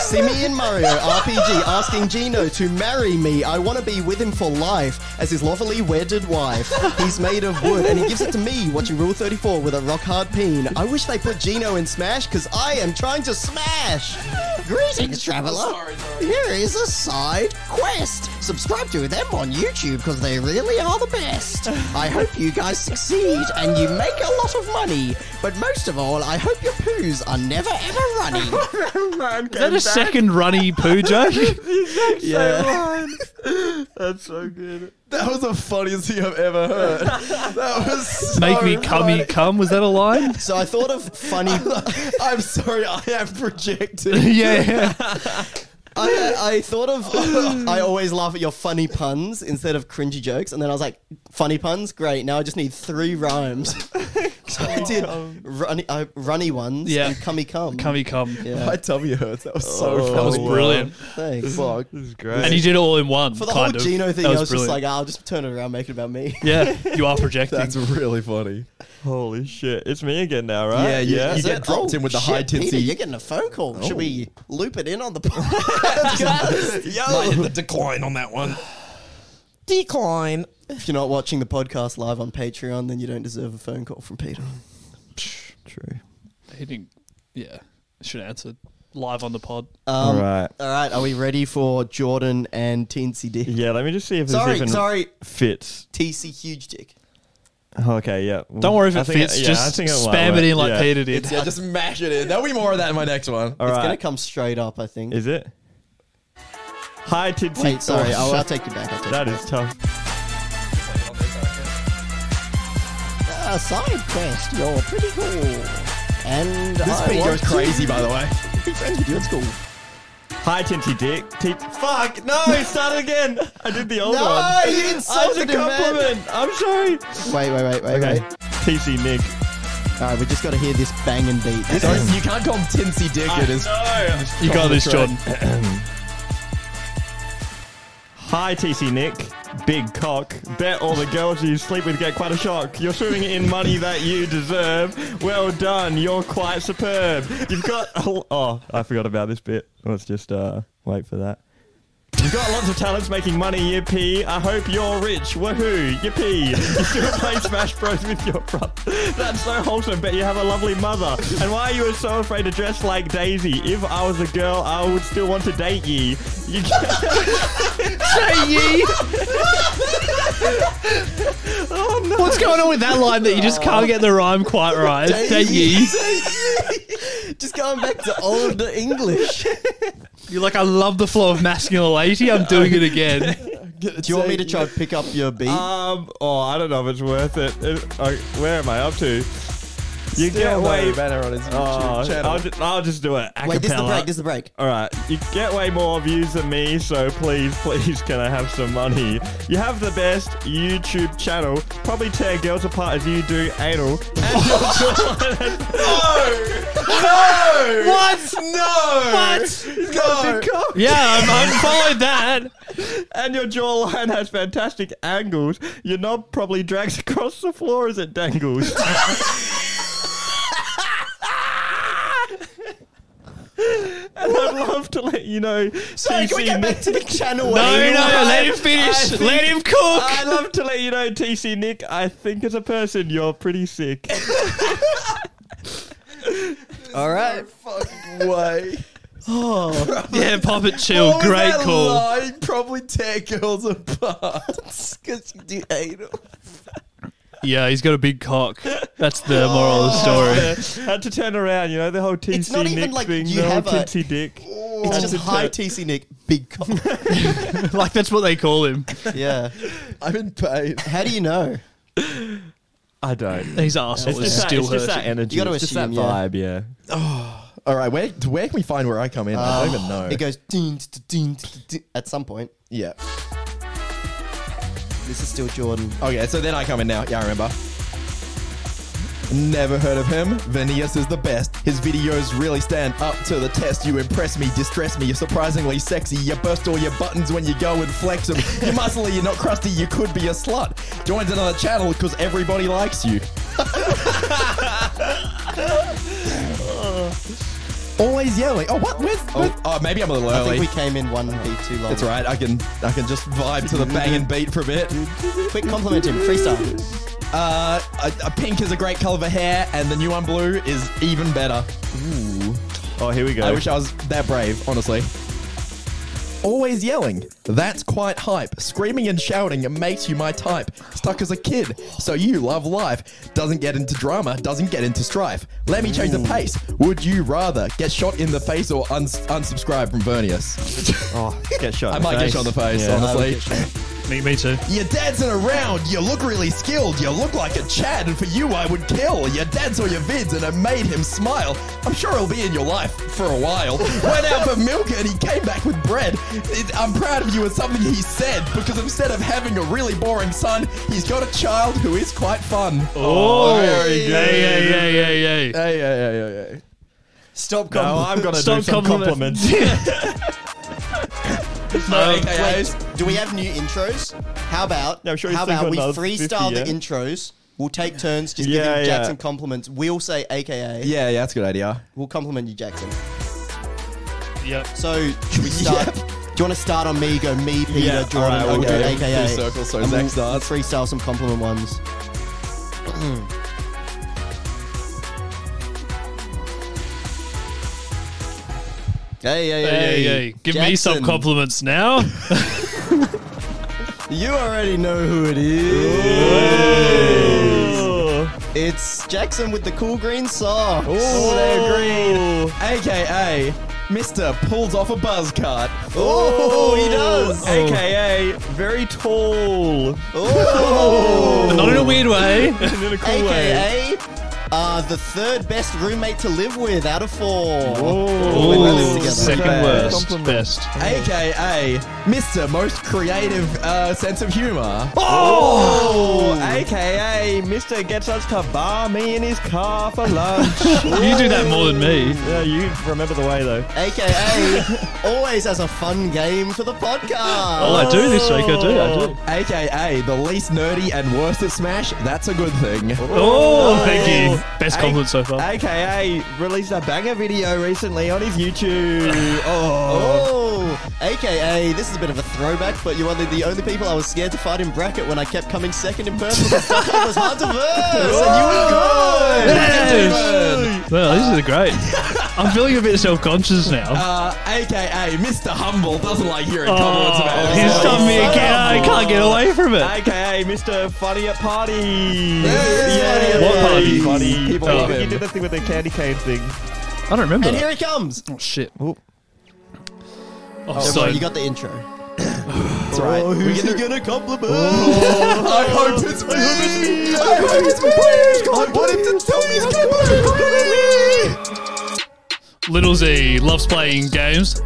Speaker 5: See me in Mario RPG asking Gino to marry me. I want to be with him for life as his lawfully wedded wife. He's made of wood and he gives it to me watching Rule 34 with a rock hard peen. I wish they put Gino in Smash because I am trying to smash. Greetings, traveler. Here is a side quest. Subscribe to them on YouTube because they really are the best. I hope you guys succeed and you make a lot of money. But most of all, I hope your poos are never ever running.
Speaker 4: Is that a second runny
Speaker 5: (laughs)
Speaker 4: poo joke?
Speaker 3: That's so good.
Speaker 2: That was the funniest thing I've ever heard. That was so
Speaker 4: Make me cummy cum. Was that a
Speaker 5: (laughs)
Speaker 4: line? (laughs)
Speaker 5: So I thought of funny. I,
Speaker 2: (laughs) I'm sorry, (laughs) I am projecting.
Speaker 4: yeah.
Speaker 5: I thought of.
Speaker 2: (laughs)
Speaker 5: I always laugh at your funny puns instead of cringy jokes, and then I was like, funny puns, great. Now I just need three rhymes. (laughs) so I did runny, uh, runny ones
Speaker 4: Yeah.
Speaker 5: and cummy cum.
Speaker 4: Cummy cum.
Speaker 5: Yeah. Oh,
Speaker 2: My tummy hurts. That was so funny.
Speaker 4: That was brilliant.
Speaker 5: Thanks.
Speaker 2: Fuck.
Speaker 3: This is great.
Speaker 4: And you did it all in one.
Speaker 5: For the
Speaker 4: kind of.
Speaker 5: whole Gino thing,
Speaker 4: That
Speaker 5: I was just like,
Speaker 4: brilliant.
Speaker 5: "Ah, I'll just turn it around, make it about me. (laughs)
Speaker 4: yeah, you are projecting.
Speaker 2: That's really funny.
Speaker 3: Holy shit! It's me again now, right?
Speaker 2: Yeah, you-
Speaker 3: yeah.
Speaker 2: you
Speaker 5: That's
Speaker 2: get
Speaker 5: it.
Speaker 2: dropped in with the
Speaker 5: shit,
Speaker 2: high
Speaker 5: Peter,
Speaker 2: tensy-
Speaker 5: You're getting a phone call. Should we loop it in on the podcast? (laughs)
Speaker 2: Yo. Might hit the decline on that one.
Speaker 6: Decline.
Speaker 5: If you're not watching the podcast live on Patreon, then you don't deserve a phone call from Peter.
Speaker 3: True.
Speaker 4: He didn't. Yeah, should have answered live on the pod.
Speaker 5: Um,
Speaker 3: All right.
Speaker 5: All right. Are we ready for Jordan and Teensy Dick?
Speaker 3: Yeah, let me just see if this
Speaker 5: Sorry,
Speaker 3: even
Speaker 5: sorry.
Speaker 3: fits.
Speaker 5: TC Huge Dick.
Speaker 3: Okay, yeah.
Speaker 4: Don't worry if
Speaker 3: I
Speaker 4: it
Speaker 3: think
Speaker 4: fits.
Speaker 3: yeah, I
Speaker 4: just
Speaker 3: think might
Speaker 4: spam
Speaker 3: work.
Speaker 4: it in like
Speaker 3: yeah.
Speaker 4: Peter did.
Speaker 2: It's, yeah, just mash it in. There'll be more of that in my next one.
Speaker 3: All
Speaker 5: it's
Speaker 3: right.
Speaker 5: going to come straight up, I think.
Speaker 3: Is it? Hi, Titsy.
Speaker 5: Wait, sorry.
Speaker 3: Oh,
Speaker 5: I'll, I'll take you back. I'll take
Speaker 3: that
Speaker 5: you
Speaker 3: is tough.
Speaker 5: back. Ah, side quest. You're pretty cool. And
Speaker 2: This
Speaker 5: I
Speaker 2: beat
Speaker 5: want
Speaker 2: goes
Speaker 5: to
Speaker 2: crazy, by the way.
Speaker 5: Be friends with you at school.
Speaker 3: Hi, Tinsy Dick. T- Fuck! No, start again. I did the old
Speaker 5: No,
Speaker 3: one.
Speaker 5: you insulted
Speaker 3: I did
Speaker 5: him,
Speaker 3: a
Speaker 5: man.
Speaker 3: compliment. I'm sorry.
Speaker 5: Wait, wait, wait, wait,
Speaker 3: Okay.
Speaker 5: wait.
Speaker 3: TC Nick.
Speaker 5: All right, we just got to hear this banging beat.
Speaker 2: Don't- you can't call him Tinsy Dick. It is.
Speaker 4: You got this,
Speaker 2: Concentrate.
Speaker 4: Jordan.
Speaker 3: Hi, TC Nick. Big cock. Bet all the girls you sleep with get quite a shock. You're swimming in money that you deserve. Well done. You're quite superb. You've got. Oh, oh, I forgot about this bit. Let's just uh, wait for that. You've got lots of talents making money, yippee. I hope you're rich. Woohoo, yippee. You still play Smash Bros with your brother. That's so wholesome, but you have a lovely mother. And why are you so afraid to dress like Daisy? If I was a girl, I would still want to date ye. You
Speaker 4: What's going on with that line that you just can't get the
Speaker 3: (laughs)
Speaker 4: rhyme quite right? Day ye.
Speaker 5: just going back to old English.
Speaker 4: You're like, I love the flow of masculinity. I'm doing
Speaker 3: (laughs)
Speaker 4: it again.
Speaker 5: Do you want me to try to pick up your beat?
Speaker 3: Um, oh, I don't know if it's worth it. It- uh, where am I up to? You get
Speaker 2: Still no
Speaker 3: way
Speaker 2: better on his
Speaker 3: Oh,
Speaker 2: YouTube channel.
Speaker 3: I'll, just, I'll just do it.
Speaker 5: Wait, this is the
Speaker 3: acapella.
Speaker 5: break. This is the break.
Speaker 3: All right, you get way more views than me, so please, (laughs) please, can I have some money? You have the best YouTube channel. Probably tear girls apart as you do anal. And your
Speaker 2: (laughs)
Speaker 3: children.
Speaker 4: what?
Speaker 2: No!
Speaker 4: What?
Speaker 2: He's got a big cock.
Speaker 4: Yeah, I'm, I'm following that.
Speaker 3: and your jawline has fantastic angles. Your knob probably drags (laughs) across the floor as it dangles. (laughs) and I'd love to let you know.
Speaker 5: Sorry, can we
Speaker 3: TC
Speaker 5: go back
Speaker 3: Nick-
Speaker 5: to the channel?
Speaker 3: Oh,
Speaker 4: No,
Speaker 5: where you
Speaker 4: no,
Speaker 5: were?
Speaker 4: let him finish. let him cook.
Speaker 3: (laughs) I'd love to let you know, TC Nick. I think as a person, you're pretty sick.
Speaker 5: All right.
Speaker 2: Fucking way.
Speaker 4: yeah, pop it chill.
Speaker 2: What was
Speaker 4: Oh, Great
Speaker 2: that
Speaker 4: call.
Speaker 2: Line? Probably tear girls apart. (laughs) Because you do hate them.
Speaker 4: Yeah, he's got a big cock. That's the moral of the
Speaker 3: (laughs)
Speaker 4: story.
Speaker 3: Had to turn around, you know, the whole TC
Speaker 5: It's not
Speaker 3: Nick
Speaker 5: even like
Speaker 3: thing,
Speaker 5: you
Speaker 3: the whole
Speaker 5: have a-
Speaker 3: Tinsy Dick.
Speaker 5: It's just high TC Nick, big cock.
Speaker 4: like that's what they call him.
Speaker 5: yeah.
Speaker 2: I'm in pain.
Speaker 5: How do you know?
Speaker 3: I don't.
Speaker 4: His arsehole
Speaker 3: It's
Speaker 4: is
Speaker 3: just, that,
Speaker 4: still
Speaker 3: it's just that
Speaker 4: hurting.
Speaker 3: energy.
Speaker 5: You gotta
Speaker 3: it's just that
Speaker 5: assume, yeah.
Speaker 3: vibe, yeah.
Speaker 2: All right, where, where can we find where I come in? I don't even know.
Speaker 5: It goes ding, ding, ding, ding, ding, at some point.
Speaker 2: yeah.
Speaker 5: This is still Jordan.
Speaker 2: Okay, so then I come in now. Yeah, I remember. Never heard of him. Venias is the best. His videos really stand up to the test. You impress me, distress me. You're surprisingly sexy. You burst all your buttons when you go and flex them. (laughs) You're muscly, you're not crusty, you could be a slut. Joins another channel because everybody likes you. (laughs) Always yelling. Oh, what? Where's, where's- oh, maybe I'm a little
Speaker 5: I
Speaker 2: early.
Speaker 5: think we came in one beat too long.
Speaker 2: That's right. I can I can just vibe to the bang and beat for a bit.
Speaker 5: Quick compliment him. Freestyle.
Speaker 2: Uh, a, a pink is a great color for hair, and the new one blue is even better. Ooh.
Speaker 3: Oh, here we go.
Speaker 2: I wish I was that brave, honestly. Always yelling. That's quite hype. Screaming and shouting makes you my type. Stuck as a kid, so you love life. Doesn't get into drama, doesn't get into strife. Let me change the pace. Would you rather get shot in the face or uns- unsubscribe from Vernius?
Speaker 3: (laughs) oh, get shot.
Speaker 2: (laughs) I
Speaker 3: in the
Speaker 2: might get
Speaker 3: face.
Speaker 2: shot in the face,
Speaker 3: Yeah.
Speaker 2: honestly.
Speaker 4: Me, me too.
Speaker 2: Your dad's in around, you look really skilled, you look like a Chad, and for you I would kill. Your dad saw your vids and it made him smile. I'm sure he'll be in your life for a (laughs) while. Went out for milk and he came back with bread. It- I'm proud of you is something he said, because instead of having a really boring son, he's got a child who is quite fun.
Speaker 4: Oh,
Speaker 2: very good.
Speaker 4: Hey, hey, hey, hey, hey.
Speaker 2: Hey, hey, hey, hey, hey.
Speaker 5: Stop
Speaker 3: No, I'm gonna
Speaker 4: Stop
Speaker 3: do some
Speaker 4: (laughs) compliments.
Speaker 3: compliments.
Speaker 4: Um,
Speaker 2: AKAs.
Speaker 5: Do we have new intros? How about
Speaker 3: Yeah, I'm sure he's
Speaker 5: how
Speaker 3: thinking
Speaker 5: about we
Speaker 3: another 50,
Speaker 5: freestyle the
Speaker 3: yeah.
Speaker 5: intros? We'll take turns just
Speaker 3: Yeah,
Speaker 5: giving
Speaker 3: yeah.
Speaker 5: Jackson compliments. We'll say AKA.
Speaker 2: Yeah, yeah, that's a good idea.
Speaker 5: We'll compliment you, Jackson.
Speaker 4: Yep.
Speaker 5: So should we start?
Speaker 2: (laughs) Yep.
Speaker 5: Should Do you want to start on me? Go me, Peter,
Speaker 2: Yeah,
Speaker 5: Jordan,
Speaker 2: alright, we'll
Speaker 5: Ogden,
Speaker 2: go
Speaker 5: aka.
Speaker 2: full circle, so
Speaker 5: and
Speaker 2: Zach
Speaker 5: we'll
Speaker 2: starts.
Speaker 5: Freestyle some compliment
Speaker 2: (clears throat)
Speaker 5: ones. hey,
Speaker 4: Hey,
Speaker 5: hey, hey,
Speaker 4: hey, give me some
Speaker 5: Jackson,
Speaker 4: compliments now.
Speaker 5: You already know who it is. It's Jackson with the cool green socks.
Speaker 2: Oh, they're green. AKA Mr. Pulls Off a Buzz Cut.
Speaker 5: Oh, he does.
Speaker 2: AKA Very Tall.
Speaker 4: But not in a weird way.
Speaker 3: in a cool way.
Speaker 5: AKA uh, the third best roommate to live with out of four.
Speaker 3: Oh.
Speaker 5: We live
Speaker 4: Ooh,
Speaker 5: together.
Speaker 4: second
Speaker 2: Best.
Speaker 4: worst. Best.
Speaker 2: AKA Mr. Most Creative uh, Sense of Humor.
Speaker 3: Oh, AKA Mr. Gets Us to Bar Me in his car for
Speaker 5: (laughs)
Speaker 3: lunch.
Speaker 4: You do that more than me.
Speaker 3: yeah, you remember the way though.
Speaker 4: (laughs)
Speaker 5: AKA always has a fun game for the podcast.
Speaker 4: Well, Oh, I do this week. I do. I do.
Speaker 2: AKA the least nerdy and worst at Smash. That's a good thing.
Speaker 4: Oh, thank you. Best
Speaker 3: A-
Speaker 4: compliment so far.
Speaker 3: AKA released a banger video recently on his YouTube. (laughs) Oh.
Speaker 5: Oh, AKA, this is a bit of a throwback, but you're one of the only people I was scared to fight in bracket when I kept coming second in person. because (laughs) it was hard to verse, and you were good.
Speaker 4: Yes. Well, these are great. I'm feeling a bit self-conscious now.
Speaker 2: Uh, AKA Mr. Humble doesn't like hearing compliments about
Speaker 4: Oh,
Speaker 2: himself.
Speaker 4: he's done me again. I can't get away from it.
Speaker 3: AKA Mr. Funny at Parties.
Speaker 5: Yes.
Speaker 3: Yeah,
Speaker 4: What
Speaker 3: parties?
Speaker 4: parties?
Speaker 3: Funny. People
Speaker 4: Oh.
Speaker 3: love him. He did the thing with the candy cane thing.
Speaker 4: I don't remember.
Speaker 5: And
Speaker 4: that.
Speaker 5: here he comes.
Speaker 4: Oh shit. Oh, so Oh,
Speaker 5: So you got the intro.
Speaker 2: (coughs) That's right.
Speaker 5: Oh,
Speaker 2: We
Speaker 5: who's
Speaker 2: get
Speaker 5: he
Speaker 2: the-
Speaker 5: gonna compliment? (laughs)
Speaker 2: I hope it's me.
Speaker 5: I hope it's me.
Speaker 2: I want him to tell me it's compliment me.
Speaker 4: Little Z loves playing games.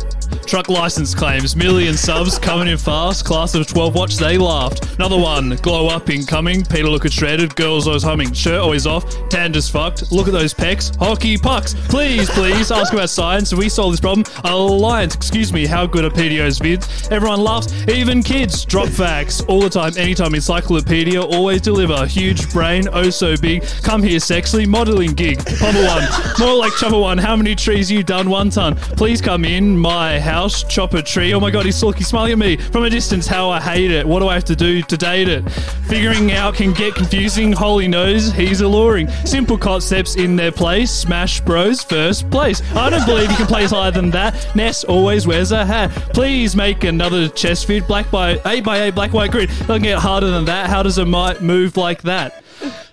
Speaker 4: Truck license claims, million subs coming in fast. Class of 12 watch, they laughed. Another one, glow up incoming. Peter look at shredded, girls always humming. Shirt always off, Tanda's fucked. Look at those pecs, hockey pucks. Please, please, ask about science. We solve this problem. Alliance, excuse me, how good are PDO's vids? Everyone laughs, even kids. Drop facts all the time, anytime. Encyclopedia, always deliver. Huge brain, oh so big. Come here, sexily, modeling gig. Pumper one, more like chopper one. How many trees you done? One ton. Please come in my house, chop a tree. Oh my god, he's sulky, smiling at me from a distance. How I hate it. What do I have to do to date it? Figuring out can get confusing. Holy knows, he's alluring. Simple concepts in their place. Smash Bros. First place. I don't believe you can place higher than that. Ness always wears a hat. Please make another chest fit. Black by eight by eight black white grid. Doesn't get harder than that. How does a might move like that?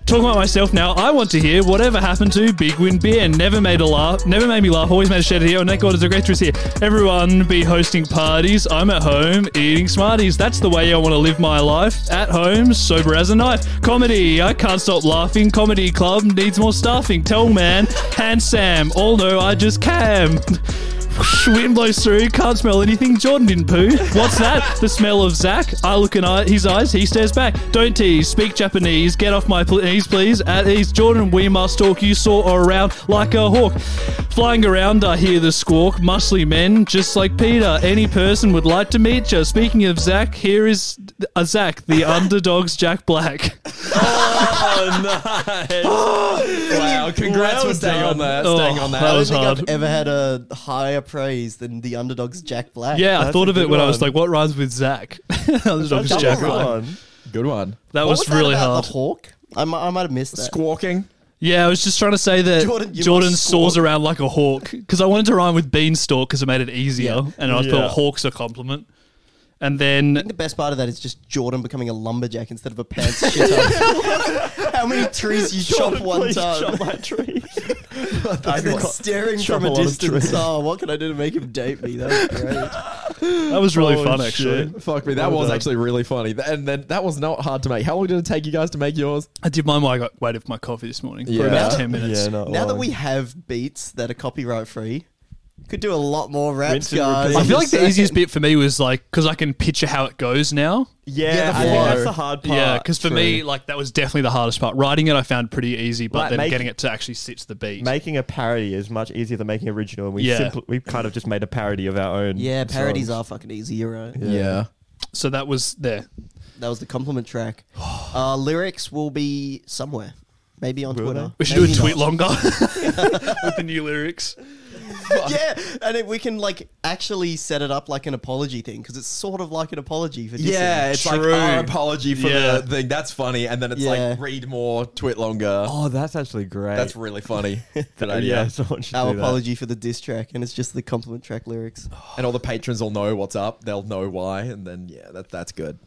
Speaker 4: Talking about myself now, I want to hear whatever happened to Big Win Beer. Never made a laugh, never made me laugh, always made a shed here, and thank God it's a great dress here. Everyone be hosting parties. I'm at home eating Smarties. That's the way I want to live my life. At home, sober as a knife. Comedy, I can't stop laughing. Comedy club needs more staffing. Tell man, hand Sam, all know I just cam. (laughs) Wind blows through, can't smell anything. Jordan didn't poo. What's that? the smell of Zach. I look in eye, his eyes, he stares back. Don't tease, speak Japanese, get off my pl- knees, please. At ease, Jordan, we must talk. You saw around like a hawk. Flying around, I hear the squawk. Muscly men, just like Peter. Any person would like to meet you. Speaking of Zach, here is a Zach,
Speaker 3: (laughs)
Speaker 4: the underdog's Jack Black.
Speaker 3: Oh,
Speaker 2: Wow, congrats
Speaker 3: Well
Speaker 2: for staying on that.
Speaker 4: Oh,
Speaker 2: staying on that.
Speaker 4: that
Speaker 5: I don't
Speaker 4: was
Speaker 5: think
Speaker 4: hard.
Speaker 5: I've ever had a higher praise than the underdog's Jack Black.
Speaker 4: Yeah, I
Speaker 3: That's
Speaker 4: thought
Speaker 3: a
Speaker 4: of it
Speaker 3: good
Speaker 4: when I was
Speaker 3: one.
Speaker 4: like, what rhymes with Zach? (laughs) underdog's
Speaker 3: That's
Speaker 4: Jack
Speaker 3: a good
Speaker 4: Black.
Speaker 3: one.
Speaker 2: Good one.
Speaker 4: That
Speaker 5: What
Speaker 4: was,
Speaker 5: was that
Speaker 4: really
Speaker 5: about
Speaker 4: hard.
Speaker 5: The hawk. I mi- I might have missed that.
Speaker 2: Squawking.
Speaker 4: Yeah, I was just trying to say that
Speaker 5: Jordan,
Speaker 4: Jordan,
Speaker 5: you must
Speaker 4: soars
Speaker 5: squawk.
Speaker 4: around like a hawk because I wanted to rhyme with beanstalk because it made it easier,
Speaker 5: Yeah.
Speaker 4: and I
Speaker 3: Yeah.
Speaker 4: thought hawks a compliment. And
Speaker 5: I think
Speaker 4: then
Speaker 5: the best part of that is just Jordan becoming a lumberjack instead of a pants shitter.
Speaker 3: (laughs)
Speaker 5: How many trees you chop one
Speaker 3: Please
Speaker 5: time?
Speaker 3: chop
Speaker 5: (laughs)
Speaker 3: my tree.
Speaker 5: And then staring
Speaker 3: chop
Speaker 5: from
Speaker 3: a
Speaker 5: a,
Speaker 3: lot of
Speaker 5: distance.
Speaker 3: trees.
Speaker 5: Oh, what can I do to make him date me? That was
Speaker 4: (laughs)
Speaker 5: great.
Speaker 4: that was really
Speaker 3: Holy
Speaker 4: fun,
Speaker 3: Oh, shit.
Speaker 4: actually.
Speaker 2: Fuck me, that was
Speaker 3: done.
Speaker 2: actually really funny. Th- And then that was not hard to make. How long did it take you guys to make yours?
Speaker 4: I did mine while I got waited for my coffee this morning for about
Speaker 2: Yeah.
Speaker 4: ten minutes.
Speaker 3: Yeah, not
Speaker 5: now that
Speaker 3: long.
Speaker 5: we have beats that are copyright free, could do a lot more raps,
Speaker 3: Rinse and
Speaker 5: guys.
Speaker 3: repeat.
Speaker 4: I
Speaker 5: I'm
Speaker 4: feel like
Speaker 3: (laughs)
Speaker 5: just
Speaker 4: the
Speaker 5: saying.
Speaker 4: easiest bit for me was like because I can picture how it goes now.
Speaker 3: yeah,
Speaker 2: Yeah, the
Speaker 3: I think
Speaker 2: flow.
Speaker 3: that's the hard part.
Speaker 4: yeah, because for me, like that was definitely the hardest part. Writing it, I found pretty easy, but
Speaker 3: Like,
Speaker 4: then
Speaker 3: make-
Speaker 4: getting it to actually sit to the beat.
Speaker 3: making a parody is much easier than making original, and we
Speaker 4: Yeah.
Speaker 3: simpl- we kind of just made a parody of our own.
Speaker 5: Yeah, parodies
Speaker 3: songs.
Speaker 5: are fucking easy, you're right.
Speaker 2: Yeah.
Speaker 4: so that was there.
Speaker 5: That was the compliment track. (sighs) Uh, lyrics will be somewhere. Maybe on Twitter.
Speaker 4: (laughs) We should do a
Speaker 5: maybe
Speaker 4: tweet
Speaker 5: not.
Speaker 4: longer with the new lyrics.
Speaker 2: fuck?
Speaker 5: yeah, and it, we can like actually set it up like an apology thing because it's sort of like an apology for dissing.
Speaker 2: Yeah, it's
Speaker 4: True.
Speaker 2: like our apology for
Speaker 4: Yeah.
Speaker 2: the thing. That's funny, and then it's
Speaker 5: Yeah.
Speaker 2: like read more, twit longer.
Speaker 3: Oh, that's actually great.
Speaker 2: That's really funny. Good
Speaker 3: Uh,
Speaker 2: idea.
Speaker 3: Yeah, (laughs) someone should
Speaker 5: our
Speaker 3: do that.
Speaker 5: apology for the diss track, and it's just the compliment track lyrics.
Speaker 4: Oh,
Speaker 2: And all the patrons will know what's up. They'll know why, and then yeah, that that's good.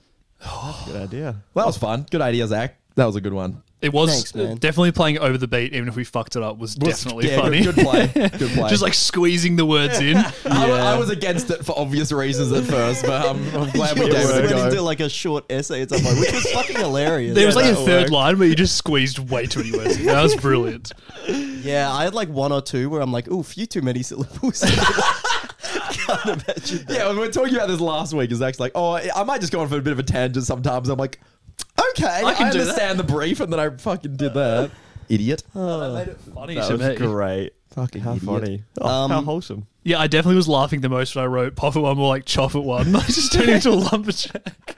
Speaker 3: Good idea.
Speaker 2: Well, that was fun. Good idea, Zach. That was a good one.
Speaker 4: It was
Speaker 5: Thanks, man.
Speaker 4: definitely playing over the beat, even if we fucked it up, was definitely
Speaker 2: yeah,
Speaker 4: funny. (laughs)
Speaker 2: Good, good play. Good play.
Speaker 4: Just like squeezing the words in.
Speaker 2: I, wa- I was against it for obvious reasons at first, but I'm, I'm glad we
Speaker 5: You
Speaker 2: gave
Speaker 5: just
Speaker 2: it a
Speaker 5: went
Speaker 2: go.
Speaker 5: into like a short essay at some point,
Speaker 4: (laughs)
Speaker 5: which was fucking hilarious.
Speaker 4: There was like a
Speaker 2: that'll
Speaker 4: third
Speaker 2: work.
Speaker 4: line where you just squeezed way too many words in. That was brilliant.
Speaker 5: yeah, I had like one or two where I'm like, ooh, few too many syllables. (laughs) Can't imagine.
Speaker 2: Yeah, we were talking about this last week. Is Zach's like, oh, I I might just go on for a bit of a tangent sometimes. I'm like, okay, I,
Speaker 4: can do
Speaker 2: understand the brief, and then I fucking did that. Idiot.
Speaker 4: Funny
Speaker 3: That
Speaker 4: to
Speaker 3: was
Speaker 4: me.
Speaker 3: great. Fucking how
Speaker 2: idiot.
Speaker 3: funny. Oh, how
Speaker 5: Um,
Speaker 3: wholesome.
Speaker 4: Yeah, I definitely was laughing the most when I wrote Poffet one more like Choffet one. (laughs) I just turned into a lumberjack.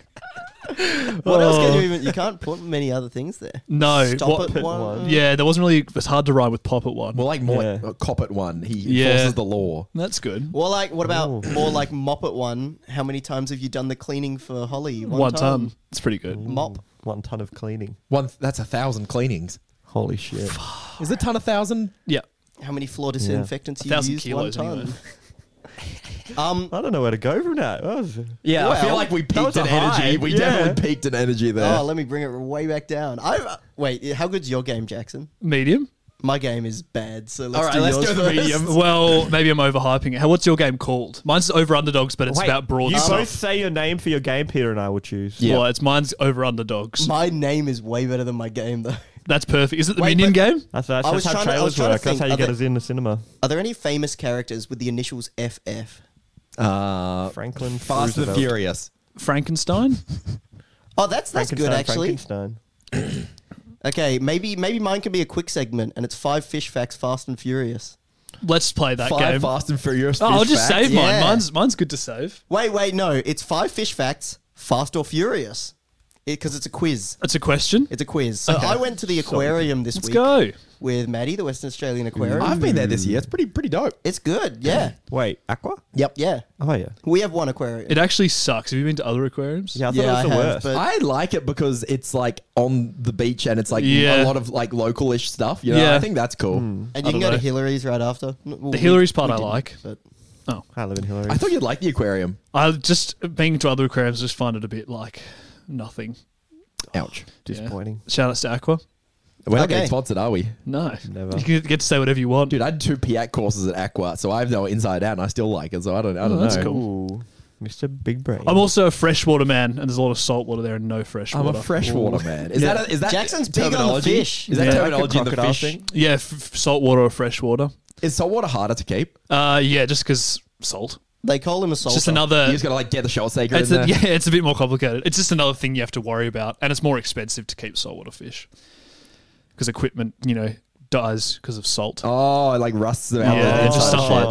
Speaker 5: What else can you even? You can't put many other things there.
Speaker 4: Oh. No.
Speaker 5: Stop
Speaker 4: what-
Speaker 5: it one.
Speaker 4: Yeah, there wasn't really. It's hard to rhyme with Poppet one.
Speaker 2: Well, like more like
Speaker 3: Yeah.
Speaker 2: a cop at one. He
Speaker 4: Yeah.
Speaker 2: enforces the law.
Speaker 4: that's good.
Speaker 5: Well, like, what about
Speaker 4: Oh.
Speaker 5: more like mop at one? How many times have you done the cleaning for Holly? One,
Speaker 4: One ton. It's pretty good.
Speaker 5: Mop.
Speaker 3: One ton of cleaning.
Speaker 2: One. That's a thousand cleanings.
Speaker 3: Holy shit.
Speaker 2: Is it ton a thousand?
Speaker 4: Yeah.
Speaker 5: How many floor disinfectants you
Speaker 4: thousand
Speaker 5: used
Speaker 4: kilos
Speaker 5: one
Speaker 4: anyway.
Speaker 5: time? um,
Speaker 3: I don't know where to go from that. That was-
Speaker 2: Yeah, I
Speaker 5: Well,
Speaker 2: feel like we
Speaker 3: that was
Speaker 2: peaked in
Speaker 3: a high.
Speaker 2: energy. We
Speaker 3: Yeah.
Speaker 2: definitely peaked in energy there.
Speaker 5: oh, let me bring it way back down. I uh, wait. How good's your game, Jackson?
Speaker 4: Medium.
Speaker 5: My game is bad, so let's
Speaker 2: All right,
Speaker 5: do
Speaker 2: let's
Speaker 5: yours
Speaker 2: go the
Speaker 5: first.
Speaker 2: medium.
Speaker 4: Well, maybe I'm overhyping it. How? What's your game called? Mine's over underdogs, but it's
Speaker 3: Wait,
Speaker 4: about broad
Speaker 3: You
Speaker 4: stuff.
Speaker 3: both say your name for your game, Peter, and I will choose.
Speaker 4: Well, it's mine's over underdogs.
Speaker 5: (laughs) My name is way better than my game, though.
Speaker 4: That's perfect. Is it the
Speaker 5: Wait,
Speaker 4: Minion
Speaker 5: but-
Speaker 4: game?
Speaker 3: That's, that's
Speaker 5: I was
Speaker 3: just how
Speaker 5: trying to- I
Speaker 3: trailers
Speaker 5: was trying to
Speaker 3: work.
Speaker 5: think,
Speaker 3: That's how
Speaker 5: are
Speaker 3: you get
Speaker 5: they-
Speaker 3: us in the cinema.
Speaker 5: Are there any famous characters with the initials FF?
Speaker 2: Uh,
Speaker 3: Franklin
Speaker 2: Fast and
Speaker 3: Roosevelt.
Speaker 2: Furious.
Speaker 4: Frankenstein.
Speaker 5: Oh, that's that's
Speaker 3: Frankenstein,
Speaker 5: good actually.
Speaker 3: Frankenstein.
Speaker 5: Okay, maybe maybe mine can be a quick segment, and it's five fish facts, fast and furious.
Speaker 4: Let's play that
Speaker 2: Five
Speaker 4: game.
Speaker 2: Fast and Furious.
Speaker 4: Oh,
Speaker 2: fish
Speaker 4: I'll just
Speaker 2: facts.
Speaker 4: save mine.
Speaker 5: Yeah.
Speaker 4: Mine's mine's good to save.
Speaker 5: Wait, wait, no, it's five fish facts, fast or furious, because it's a quiz.
Speaker 4: That's a question.
Speaker 5: It's a quiz. So I went to the aquarium this
Speaker 4: Let's
Speaker 5: week
Speaker 4: go.
Speaker 5: with Maddie, the Western Australian Aquarium.
Speaker 2: Mm-hmm. I've been there this year. It's pretty pretty dope.
Speaker 5: It's good, yeah,
Speaker 3: Wait, Aqua?
Speaker 2: Yep.
Speaker 5: yeah.
Speaker 3: Oh, yeah.
Speaker 5: We have one aquarium.
Speaker 4: It actually sucks. Have you been to other aquariums?
Speaker 3: Yeah, I thought
Speaker 5: yeah,
Speaker 3: it was the
Speaker 5: I have,
Speaker 3: worst.
Speaker 5: but
Speaker 2: I like it because it's like on the beach and it's like
Speaker 4: Yeah.
Speaker 2: a lot of like localish stuff. You know,
Speaker 4: Yeah.
Speaker 2: I think that's cool.
Speaker 5: and you can
Speaker 4: don't
Speaker 5: go to
Speaker 4: know.
Speaker 5: Hillary's right after. N- well, we-
Speaker 4: Hillary's part I
Speaker 5: didn't,
Speaker 4: like.
Speaker 5: but
Speaker 4: Oh,
Speaker 3: I live in Hillary.
Speaker 2: I thought you'd like the aquarium.
Speaker 4: I just being to other aquariums just find it a bit like nothing.
Speaker 2: Ouch.
Speaker 3: Disappointing.
Speaker 4: Shout outs to Aqua.
Speaker 2: We're not
Speaker 5: Okay.
Speaker 2: getting sponsored, are we?
Speaker 4: No,
Speaker 3: Never.
Speaker 4: You can get to say whatever you want.
Speaker 2: Dude, I did two PAC courses at Aqua, so I know inside out, and I still like it. So I don't, I don't
Speaker 4: Oh, that's
Speaker 2: know.
Speaker 4: cool.
Speaker 3: Ooh, Mr. Big Brain.
Speaker 4: I'm also a freshwater man, and there's a lot of saltwater there and no
Speaker 2: I'm
Speaker 4: freshwater.
Speaker 2: a freshwater man. Is
Speaker 4: Yeah.
Speaker 2: that a, is that
Speaker 5: Jackson's big on the
Speaker 2: terminology?
Speaker 5: fish.
Speaker 2: Is that
Speaker 4: Yeah.
Speaker 2: terminology in the
Speaker 3: crocodile
Speaker 2: fish?
Speaker 3: thing?
Speaker 4: Yeah, f- f- saltwater or freshwater.
Speaker 2: Is saltwater harder to keep?
Speaker 4: Uh, yeah, just because salt.
Speaker 5: they call him a soldier.
Speaker 4: It's just another.
Speaker 2: you just gotta like get the shell shaker
Speaker 4: It's
Speaker 2: in
Speaker 4: a,
Speaker 2: there.
Speaker 4: yeah, it's a bit more complicated. It's just another thing you have to worry about, and it's more expensive to keep saltwater fish because equipment, you know, dies because of salt.
Speaker 2: Oh, like rusts them out.
Speaker 4: yeah,
Speaker 2: the
Speaker 4: just
Speaker 2: inside
Speaker 4: stuff
Speaker 2: shell.
Speaker 4: like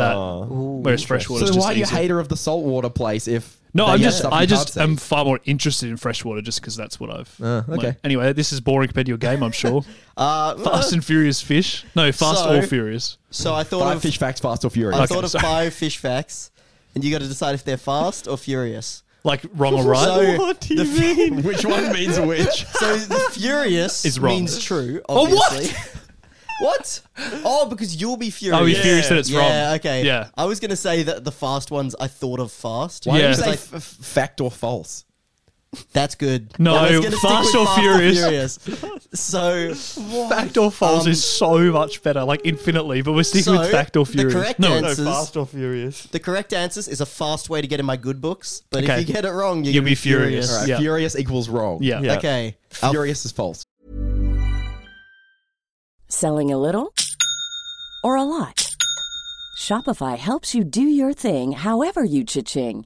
Speaker 4: that. Whereas freshwater
Speaker 2: So
Speaker 4: is
Speaker 2: why
Speaker 4: just
Speaker 2: are you
Speaker 4: easy.
Speaker 2: hater of the saltwater place? If
Speaker 4: No,
Speaker 2: they
Speaker 4: I'm
Speaker 2: have eh?
Speaker 4: just
Speaker 2: stuff
Speaker 4: I
Speaker 2: you can't
Speaker 4: just
Speaker 2: see?
Speaker 4: am far more interested in freshwater just because that's what I've.
Speaker 2: Uh, okay.
Speaker 4: learned. Anyway, this is boring compared to your game, I'm sure.
Speaker 5: Uh,
Speaker 4: fast and furious fish. No, fast
Speaker 5: So-
Speaker 4: or furious.
Speaker 5: so I thought
Speaker 2: five
Speaker 5: of
Speaker 2: fish facts fast or furious.
Speaker 5: I thought of five fish facts, and you got to decide if they're fast or furious.
Speaker 4: Like
Speaker 5: (laughs)
Speaker 4: wrong or right.
Speaker 5: So-
Speaker 3: What do you mean?
Speaker 2: Which (laughs) one means which?
Speaker 4: (laughs)
Speaker 5: So the furious
Speaker 4: Is wrong.
Speaker 5: means true.
Speaker 4: Oh, what?
Speaker 5: Obviously. (laughs) what? Oh, because you'll be furious.
Speaker 4: I'll be furious that it's
Speaker 5: yeah,
Speaker 4: wrong.
Speaker 5: okay.
Speaker 4: Yeah.
Speaker 5: I was gonna say that the fast ones I thought of fast.
Speaker 2: Why
Speaker 4: Yeah.
Speaker 2: do you say
Speaker 5: Like-
Speaker 2: f- f- fact or false?
Speaker 5: That's good.
Speaker 4: No,
Speaker 5: Now let's get a stick
Speaker 4: fast
Speaker 5: with
Speaker 4: or furious.
Speaker 5: furious. So
Speaker 4: Fact or false
Speaker 5: Um,
Speaker 4: is so much better, like infinitely, but we're sticking
Speaker 5: so
Speaker 4: with fact or
Speaker 5: the
Speaker 4: furious.
Speaker 5: correct
Speaker 4: no,
Speaker 3: No,
Speaker 5: answer- This is-
Speaker 3: fast or furious.
Speaker 5: the correct answers is a fast way to get in my good books. But
Speaker 4: Okay.
Speaker 5: if you get it wrong, you're
Speaker 4: You'll
Speaker 5: gonna
Speaker 4: be furious.
Speaker 2: All right,
Speaker 4: Yeah.
Speaker 2: furious equals wrong.
Speaker 4: yeah.
Speaker 3: Yeah.
Speaker 5: Okay. I'll-
Speaker 2: Furious is false.
Speaker 6: Selling a little or a lot? Shopify helps you do your thing however you cha-ching.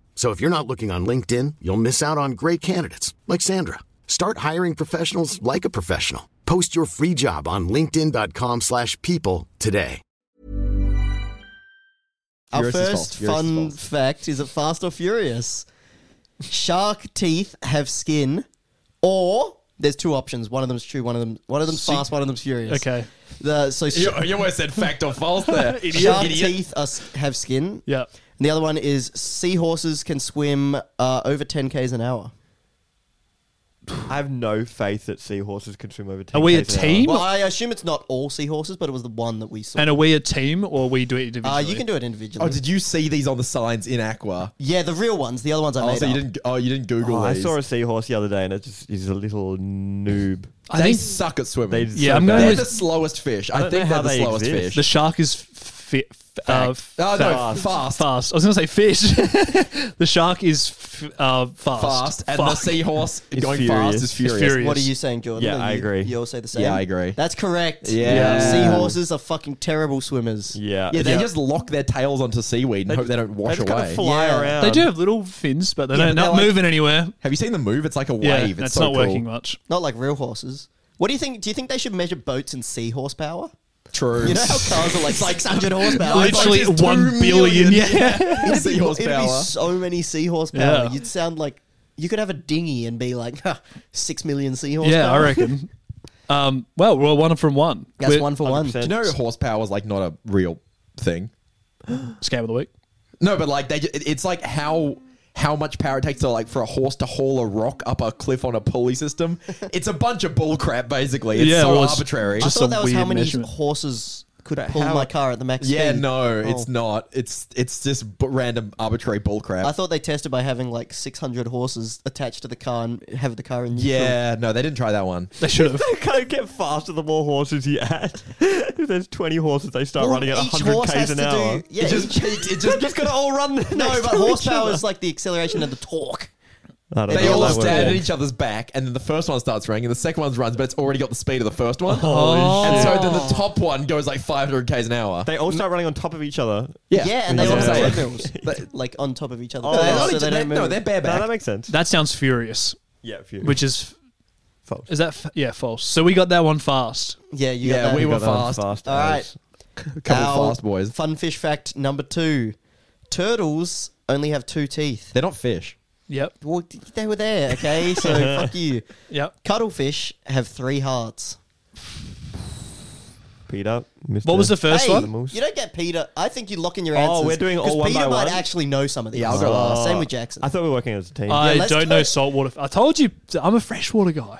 Speaker 7: So if you're not looking on LinkedIn, you'll miss out on great candidates like Sandra. Start hiring professionals like a professional. Post your free job on linkedin.com/people slash people today.
Speaker 5: Our
Speaker 2: Yours is
Speaker 5: first
Speaker 2: false. Yours is
Speaker 5: fun
Speaker 2: false.
Speaker 5: fact is a Fast or Furious. Shark teeth have skin, or there's two options. One of them's true. One of them. One of them's fast. One of them's furious.
Speaker 4: Okay.
Speaker 5: The, so sh-
Speaker 2: You, you almost said fact or false there.
Speaker 5: shark
Speaker 2: Idiot.
Speaker 5: teeth are, s- have skin.
Speaker 4: Yeah.
Speaker 5: And the other one is seahorses can swim uh, over 10 k's an hour.
Speaker 3: I have no faith that seahorses can swim over. 10
Speaker 4: Are we a
Speaker 3: k's an hour.
Speaker 4: team?
Speaker 5: Well, I assume it's not all seahorses, but it was the one that we saw.
Speaker 4: and are we a team or we do it individually?
Speaker 5: uh, you can do it individually.
Speaker 2: Oh, did you see these on the signs in Aqua?
Speaker 5: yeah, the real ones. The other ones I
Speaker 2: Oh,
Speaker 5: made
Speaker 2: so you
Speaker 5: up.
Speaker 2: didn't. Oh, you didn't Google
Speaker 3: Oh, I
Speaker 2: these.
Speaker 3: saw a seahorse the other day, and it just he's a little noob.
Speaker 4: I
Speaker 2: They
Speaker 4: think
Speaker 2: suck at swimming.
Speaker 3: They
Speaker 4: Yeah,
Speaker 3: so
Speaker 4: I'm going
Speaker 3: bad.
Speaker 2: They're
Speaker 4: with-
Speaker 2: the slowest fish. I,
Speaker 3: don't
Speaker 2: think
Speaker 3: know
Speaker 2: they're
Speaker 3: how
Speaker 2: the
Speaker 3: they
Speaker 2: slowest
Speaker 3: exist.
Speaker 2: fish.
Speaker 4: the shark is fi- f- uh,
Speaker 2: Oh, no,
Speaker 4: fa-
Speaker 2: fast.
Speaker 4: Fast. I was going to say fish. (laughs) the shark is f- uh, fast.
Speaker 2: fast, and the
Speaker 4: Fuck.
Speaker 2: seahorse
Speaker 3: It's
Speaker 2: going
Speaker 3: furious.
Speaker 2: fast is
Speaker 3: It's
Speaker 2: furious.
Speaker 4: furious.
Speaker 5: What are you saying, Jordan?
Speaker 3: Yeah,
Speaker 5: Are
Speaker 3: I
Speaker 5: you-
Speaker 3: agree.
Speaker 5: You all say the same.
Speaker 2: Yeah, I agree.
Speaker 5: That's correct.
Speaker 2: Yeah. Yeah.
Speaker 5: Seahorses are fucking terrible swimmers.
Speaker 3: Yeah,
Speaker 2: Yeah, they
Speaker 3: Yeah.
Speaker 2: just lock their tails onto seaweed and hope they don't
Speaker 3: They
Speaker 2: wash
Speaker 3: just
Speaker 2: away.
Speaker 3: kind of fly
Speaker 5: Yeah.
Speaker 3: around.
Speaker 4: They do have little fins, but they're
Speaker 2: Yeah, but
Speaker 4: not
Speaker 2: they're like-
Speaker 4: moving anywhere.
Speaker 2: Have you seen the move? It's like a wave.
Speaker 4: Yeah,
Speaker 2: it's
Speaker 4: that's
Speaker 2: so
Speaker 4: not
Speaker 2: cool.
Speaker 4: working much.
Speaker 5: Not like real horses. What do you think? Do you think they should measure boats in seahorse power? (laughs)
Speaker 2: True. (laughs)
Speaker 5: You know how cars are like 600 horsepower?
Speaker 4: Literally
Speaker 2: it's two
Speaker 4: one
Speaker 2: million.
Speaker 4: billion. (laughs) Yeah.
Speaker 5: It'd be,
Speaker 2: Seahorse
Speaker 5: it'd be
Speaker 2: power.
Speaker 5: so many seahorse power.
Speaker 4: Yeah.
Speaker 5: You'd sound like you could have a dinghy and be like (laughs) "Huh, six million seahorse.
Speaker 4: yeah, I
Speaker 5: power."
Speaker 4: reckon. Um, well, we're one from one.
Speaker 5: That's
Speaker 4: We're-
Speaker 5: one for one.
Speaker 3: 100%.
Speaker 2: Do you know horsepower is like not a real thing?
Speaker 4: Scam of the week.
Speaker 2: No, but like they, ju- it- it's like how how much power it takes to like for a horse to haul a rock up a cliff on a
Speaker 5: (laughs)
Speaker 2: pulley system. it's a bunch of bull crap, basically. It's
Speaker 4: Yeah,
Speaker 2: so
Speaker 4: well, it's
Speaker 2: arbitrary.
Speaker 5: I
Speaker 4: just
Speaker 5: thought
Speaker 4: some
Speaker 5: that was how
Speaker 4: weird
Speaker 5: many
Speaker 4: measurement.
Speaker 5: horses could
Speaker 2: But
Speaker 5: pull
Speaker 2: how-
Speaker 5: my car at the max
Speaker 2: yeah,
Speaker 5: speed.
Speaker 2: no, it's
Speaker 5: Oh.
Speaker 2: not. It's it's just b- random arbitrary bull crap.
Speaker 5: I thought they tested by having like 600 horses attached to the car and have the car in neutral. (laughs)
Speaker 2: yeah, no, they didn't try that one.
Speaker 4: They should have.
Speaker 3: They can't get faster the more horses you add. (laughs) if there's 20 horses, they start
Speaker 5: Well,
Speaker 3: running at
Speaker 5: each
Speaker 3: 100
Speaker 5: horse
Speaker 3: k's
Speaker 5: has
Speaker 3: an
Speaker 5: to do-
Speaker 3: hour.
Speaker 5: yeah,
Speaker 2: it just
Speaker 5: each-
Speaker 2: peaked. It just
Speaker 3: Just gonna all run. next
Speaker 5: No,
Speaker 3: to
Speaker 5: but
Speaker 3: each
Speaker 5: horsepower
Speaker 3: other.
Speaker 5: is like the acceleration and the torque.
Speaker 3: I don't
Speaker 2: They
Speaker 3: know
Speaker 2: all
Speaker 3: how that
Speaker 2: stand at
Speaker 3: works.
Speaker 2: each other's back, and then the first one starts running, and the second one runs, but it's already got the speed of the first one.
Speaker 4: Holy
Speaker 2: Oh, and
Speaker 4: shit.
Speaker 2: so then the top one goes like 500 k's an hour.
Speaker 3: They all start running on top of each other.
Speaker 5: Yeah, and they
Speaker 2: that's
Speaker 5: all
Speaker 2: what I'm
Speaker 5: have
Speaker 2: saying.
Speaker 5: treadmills, like on top of each other.
Speaker 3: Oh,
Speaker 2: No,
Speaker 3: they
Speaker 2: they're
Speaker 3: don't
Speaker 2: not
Speaker 5: so
Speaker 2: each-
Speaker 5: they
Speaker 2: they-
Speaker 5: don't move.
Speaker 2: no, they're
Speaker 3: No,
Speaker 2: bareback.
Speaker 3: that makes sense.
Speaker 4: That sounds furious,
Speaker 3: yeah, if you-
Speaker 4: which is
Speaker 3: False.
Speaker 4: Is that f- yeah false? So we got that one fast.
Speaker 5: yeah, you
Speaker 2: yeah,
Speaker 5: got that.
Speaker 2: we were
Speaker 3: Got that one
Speaker 2: fast.
Speaker 3: fast
Speaker 5: All
Speaker 3: as-
Speaker 5: right.
Speaker 2: Couple
Speaker 5: Our
Speaker 2: fast boys.
Speaker 5: Fun fish fact number two: turtles only have two teeth.
Speaker 2: They're not fish.
Speaker 4: Yep.
Speaker 5: Well, d- they were there, okay? So fuck you.
Speaker 4: Yep.
Speaker 5: Cuttlefish have three hearts.
Speaker 3: Peter, Mr.
Speaker 4: What was the first
Speaker 5: hey,
Speaker 4: one?
Speaker 5: you don't get Peter. I think you're locking your
Speaker 3: Oh,
Speaker 5: answers.
Speaker 3: we're doing all
Speaker 5: 'cause
Speaker 3: one
Speaker 5: Peter
Speaker 3: by
Speaker 5: might
Speaker 3: one?
Speaker 5: actually know some of these. Oh.
Speaker 2: Yeah, I'll go last.
Speaker 5: Same with Jackson.
Speaker 3: I thought we were working as a team.
Speaker 4: I
Speaker 5: Yeah, let's
Speaker 4: don't
Speaker 5: go-
Speaker 4: know saltwater. F- I told you I'm a freshwater guy.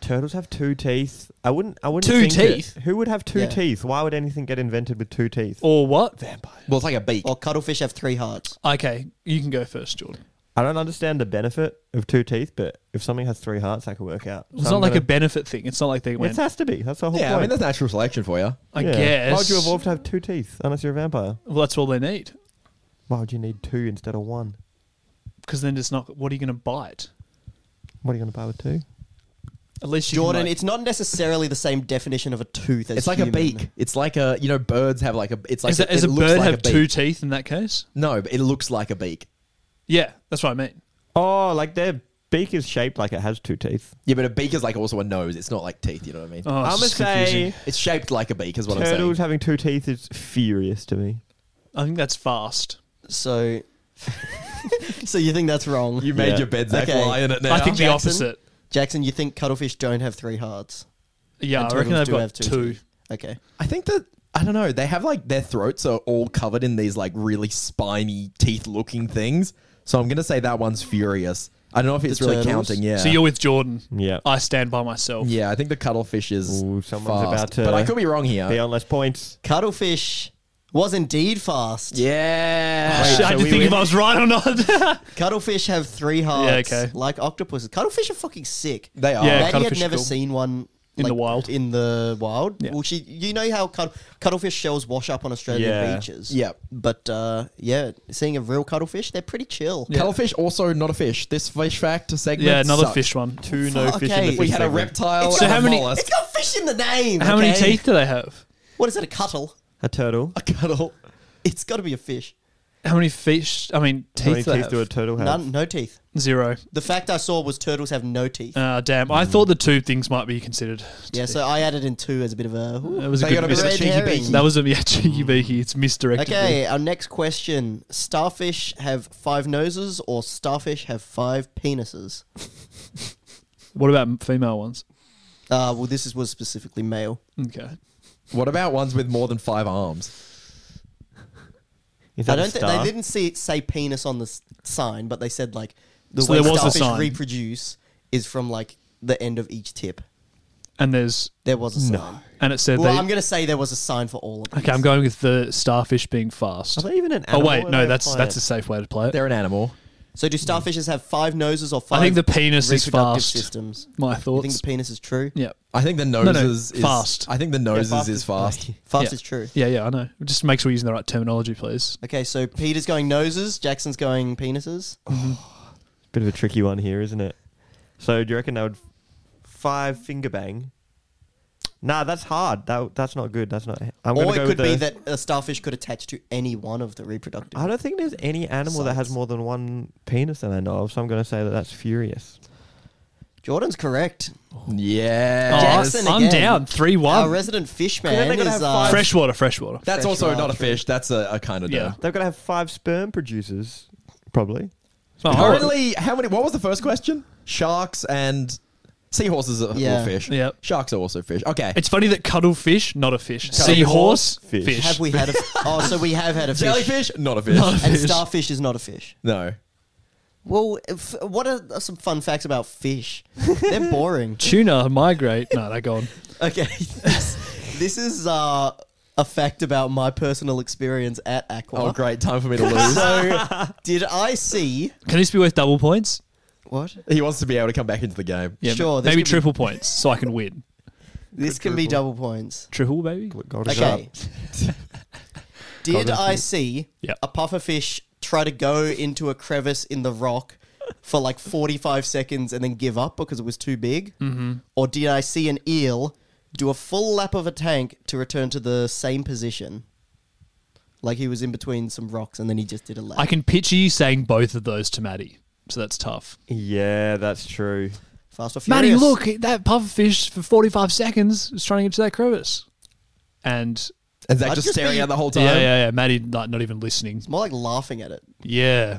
Speaker 3: Turtles have two teeth. I wouldn't. I wouldn't.
Speaker 4: Two
Speaker 3: think it.
Speaker 4: teeth?
Speaker 3: Who would have two
Speaker 5: Yeah.
Speaker 3: teeth? Why would anything get invented with two teeth?
Speaker 4: Or what? Vampire.
Speaker 2: Well, it's like a beak.
Speaker 5: or cuttlefish have three hearts.
Speaker 4: Okay, you can go first, Jordan.
Speaker 3: I don't understand the benefit of two teeth, but if something has three hearts, that could work out.
Speaker 4: It's
Speaker 3: So
Speaker 4: not
Speaker 3: I'm
Speaker 4: like a
Speaker 3: gonna-
Speaker 4: benefit thing. It's not like they
Speaker 3: It
Speaker 4: went.
Speaker 3: has to be. That's the whole
Speaker 2: yeah, I
Speaker 3: point.
Speaker 2: mean, that's natural selection for you.
Speaker 4: I
Speaker 3: Yeah.
Speaker 4: guess.
Speaker 3: Why would you evolve to have two teeth unless you're a vampire?
Speaker 4: Well, that's all they need.
Speaker 3: Why would you need two instead of one?
Speaker 4: Because then it's not. What are you going to bite?
Speaker 3: What are you going to buy with two?
Speaker 4: At least you
Speaker 5: Jordan,
Speaker 4: Can, like,
Speaker 5: it's not necessarily the same definition of a tooth as
Speaker 2: It's like
Speaker 5: human.
Speaker 2: a beak. It's like a, you know, birds have like a, it's like,
Speaker 4: Is, that, is
Speaker 2: it
Speaker 4: a
Speaker 2: looks
Speaker 4: bird
Speaker 2: like
Speaker 4: have
Speaker 2: a beak.
Speaker 4: two teeth in that case?
Speaker 2: No, but it looks like a beak.
Speaker 4: Yeah, that's what I mean.
Speaker 3: Oh, like their beak is shaped like it has two teeth.
Speaker 2: Yeah, but a beak is like also a nose. It's not like teeth, you know what I mean?
Speaker 4: Oh,
Speaker 3: I'm
Speaker 4: I'm
Speaker 3: gonna say
Speaker 4: confusing.
Speaker 2: It's shaped like a beak, is what
Speaker 3: turtles
Speaker 2: I'm saying.
Speaker 3: having two teeth is furious to me.
Speaker 4: I think that's fast.
Speaker 5: So, (laughs) so you think that's wrong?
Speaker 2: You made
Speaker 3: Yeah.
Speaker 2: your bed, Zach.
Speaker 5: Okay.
Speaker 2: Lie in it now.
Speaker 4: I think the
Speaker 5: Jackson?
Speaker 4: opposite.
Speaker 5: Jackson, you think cuttlefish don't have three hearts?
Speaker 4: Yeah,
Speaker 5: And
Speaker 4: I reckon
Speaker 5: turtles
Speaker 4: they've
Speaker 5: do
Speaker 4: got
Speaker 5: have
Speaker 4: two.
Speaker 5: teeth. Okay.
Speaker 2: I think that I don't know. They have like their throats are all covered in these like really spiny teeth-looking things. So I'm gonna say that one's furious. I don't know if it's really
Speaker 5: turtles?
Speaker 2: counting. Yeah.
Speaker 4: So you're with Jordan.
Speaker 3: Yeah.
Speaker 4: I stand by myself.
Speaker 2: yeah, I think the cuttlefish is
Speaker 3: Ooh, someone's
Speaker 2: fast.
Speaker 3: about to
Speaker 2: But I could be wrong here.
Speaker 3: Be on less points.
Speaker 5: Cuttlefish was indeed fast.
Speaker 8: Yeah.
Speaker 4: Oh, I had to think if I was right or not.
Speaker 5: Cuttlefish have three hearts.
Speaker 4: okay.
Speaker 5: Like octopuses. Cuttlefish are fucking sick.
Speaker 8: They are.
Speaker 4: Yeah,
Speaker 5: Maddie had
Speaker 4: cuttlefish are
Speaker 5: never
Speaker 4: cool.
Speaker 5: seen one
Speaker 4: In the
Speaker 5: like,
Speaker 4: wild.
Speaker 5: In the wild.
Speaker 4: Yeah.
Speaker 5: Well, she, you know how cut, cuttlefish shells wash up on Australian
Speaker 3: Yeah.
Speaker 5: beaches.
Speaker 8: Yep.
Speaker 5: But uh, yeah, seeing a real cuttlefish, they're pretty chill.
Speaker 2: Cuttlefish also not a fish. This fish fact segment.
Speaker 4: yeah, another
Speaker 2: sucked.
Speaker 4: fish one.
Speaker 3: Two no
Speaker 5: Fuck,
Speaker 3: fish
Speaker 5: okay.
Speaker 3: in the fish
Speaker 2: We had a
Speaker 3: segment.
Speaker 2: reptile.
Speaker 5: It's
Speaker 2: and
Speaker 4: got-
Speaker 2: a
Speaker 4: how many-
Speaker 2: mollusk.
Speaker 5: It's got fish in the name.
Speaker 4: How many
Speaker 5: okay?
Speaker 4: teeth do they have?
Speaker 5: What is it? A cuttle?
Speaker 3: A turtle.
Speaker 5: A cuttle? It's got to be a fish.
Speaker 4: How many fish? I mean, teeth.
Speaker 3: How many
Speaker 4: do they
Speaker 3: teeth do a
Speaker 4: have?
Speaker 3: turtle have?
Speaker 5: None. No teeth.
Speaker 4: Zero.
Speaker 5: The fact I saw was turtles have no teeth.
Speaker 4: Ah, damn. I thought the two things might be considered.
Speaker 5: yeah, so I added in two as a bit of a. ooh.
Speaker 4: That was a
Speaker 2: They
Speaker 4: good
Speaker 2: got a bit of a
Speaker 5: Red
Speaker 4: miss.
Speaker 2: cheeky
Speaker 5: herring.
Speaker 2: beaky.
Speaker 4: That was a yeah, (laughs) cheeky beaky. It's misdirected.
Speaker 5: Okay, our next question. Starfish have five noses or starfish have five penises?
Speaker 4: What about m- female ones?
Speaker 5: Uh, well, this is, was specifically male.
Speaker 4: Okay.
Speaker 2: What about ones with more than five arms?
Speaker 3: Is
Speaker 5: I
Speaker 3: that a
Speaker 5: don't think they
Speaker 3: star?
Speaker 5: didn't see it say penis on the s- sign, but they said like the
Speaker 4: So
Speaker 5: way
Speaker 4: there was a
Speaker 5: starfish
Speaker 4: sign.
Speaker 5: reproduce is from like the end of each tip.
Speaker 4: And there's
Speaker 5: There was a sign.
Speaker 4: and it said
Speaker 5: Well,
Speaker 4: they.
Speaker 5: I'm gonna say there was a sign for all of them.
Speaker 4: okay, I'm going with the starfish being fast.
Speaker 3: Are they even an
Speaker 4: oh
Speaker 3: animal
Speaker 4: wait,
Speaker 3: or
Speaker 4: no.
Speaker 3: they a
Speaker 4: That's that's
Speaker 3: plant?
Speaker 4: a safe way to play it.
Speaker 2: They're an animal.
Speaker 5: So, do starfishes have five noses or five?
Speaker 4: I think the penis is
Speaker 5: reproductive
Speaker 4: fast.
Speaker 5: Systems.
Speaker 4: My
Speaker 5: You think
Speaker 4: thoughts.
Speaker 5: the penis is true?
Speaker 4: yeah.
Speaker 2: I think the
Speaker 4: no,
Speaker 2: noses is
Speaker 4: fast.
Speaker 2: I think the noses
Speaker 3: fast
Speaker 2: is
Speaker 3: is-
Speaker 2: fast.
Speaker 5: Fast
Speaker 4: Yeah.
Speaker 5: is true.
Speaker 4: Yeah, yeah, I know. Just make sure you're using the right terminology, please.
Speaker 5: Okay, so Peter's going noses, Jackson's going penises.
Speaker 3: Bit of a tricky one here, isn't it? So do you reckon they would five finger bang? Nah, that's hard. That that's not good. That's not. I'm gonna
Speaker 5: or
Speaker 3: go
Speaker 5: it could
Speaker 3: with
Speaker 5: be
Speaker 3: the-
Speaker 5: that a starfish could attach to any one of the reproductive.
Speaker 3: I don't think there's any animal that has
Speaker 5: Size.
Speaker 3: more than one penis that I know of. So I'm gonna say that that's furious.
Speaker 5: Jordan's correct.
Speaker 2: Yeah.
Speaker 4: Oh.
Speaker 5: Jackson
Speaker 4: I'm
Speaker 5: again.
Speaker 4: down. 3
Speaker 5: Our
Speaker 4: 1.
Speaker 5: resident fish
Speaker 3: then
Speaker 5: man
Speaker 3: they're gonna
Speaker 5: is
Speaker 3: have
Speaker 5: uh,
Speaker 3: five-
Speaker 4: freshwater, freshwater.
Speaker 2: That's
Speaker 5: Fresh
Speaker 2: also not a
Speaker 5: raft.
Speaker 2: fish. That's a, a kind of
Speaker 4: Yeah.
Speaker 2: yeah.
Speaker 3: They've got to have five sperm producers, probably.
Speaker 4: Oh,
Speaker 2: Currently, how many? What was the first question? Sharks and seahorses are
Speaker 5: Yeah.
Speaker 2: all fish.
Speaker 4: Yep.
Speaker 2: Sharks are also fish. Okay.
Speaker 4: It's funny that cuttlefish, not a fish.
Speaker 2: Cuttlefish,
Speaker 4: Seahorse,
Speaker 3: fish.
Speaker 4: fish.
Speaker 5: Have we had a? Oh, so we have had a fish.
Speaker 2: jellyfish, not a fish.
Speaker 5: And starfish is not a fish.
Speaker 2: no.
Speaker 5: Well, if, what are are some fun facts about fish? (laughs) They're boring.
Speaker 4: Tuna migrate. No, they're gone.
Speaker 5: Okay, (laughs) this, this is uh, a fact about my personal experience at Aqua.
Speaker 2: Oh, great time for me to
Speaker 3: (laughs)
Speaker 2: lose.
Speaker 5: So, did I see
Speaker 4: Can this be worth double points?
Speaker 5: what?
Speaker 2: he wants to be able to come back into the game.
Speaker 4: Yeah,
Speaker 5: Sure, this
Speaker 4: Maybe
Speaker 5: could be-
Speaker 4: triple points so I can win.
Speaker 5: This can be double points.
Speaker 4: Triple, baby?
Speaker 3: Gold is
Speaker 5: Okay.
Speaker 3: up.
Speaker 5: (laughs) Did I see
Speaker 4: Yep.
Speaker 5: a pufferfish try to go into a crevice in the rock for like 45 seconds and then give up because it was too big? Mm-hmm. Or did I see an eel do a full lap of a tank to return to the same position? Like he was in between some rocks and then he just did a lap.
Speaker 4: I can picture you saying both of those to Maddie. So that's tough.
Speaker 3: Yeah, that's true.
Speaker 5: Fast or furious.
Speaker 4: Maddie, look, that pufferfish for 45 seconds was trying to get to that crevice. And
Speaker 2: Is that
Speaker 5: I'd
Speaker 2: just
Speaker 5: just
Speaker 2: staring
Speaker 5: be-
Speaker 2: at the whole time?
Speaker 4: yeah, yeah, yeah. Maddie not, not even listening.
Speaker 5: More like laughing at it.
Speaker 4: Yeah.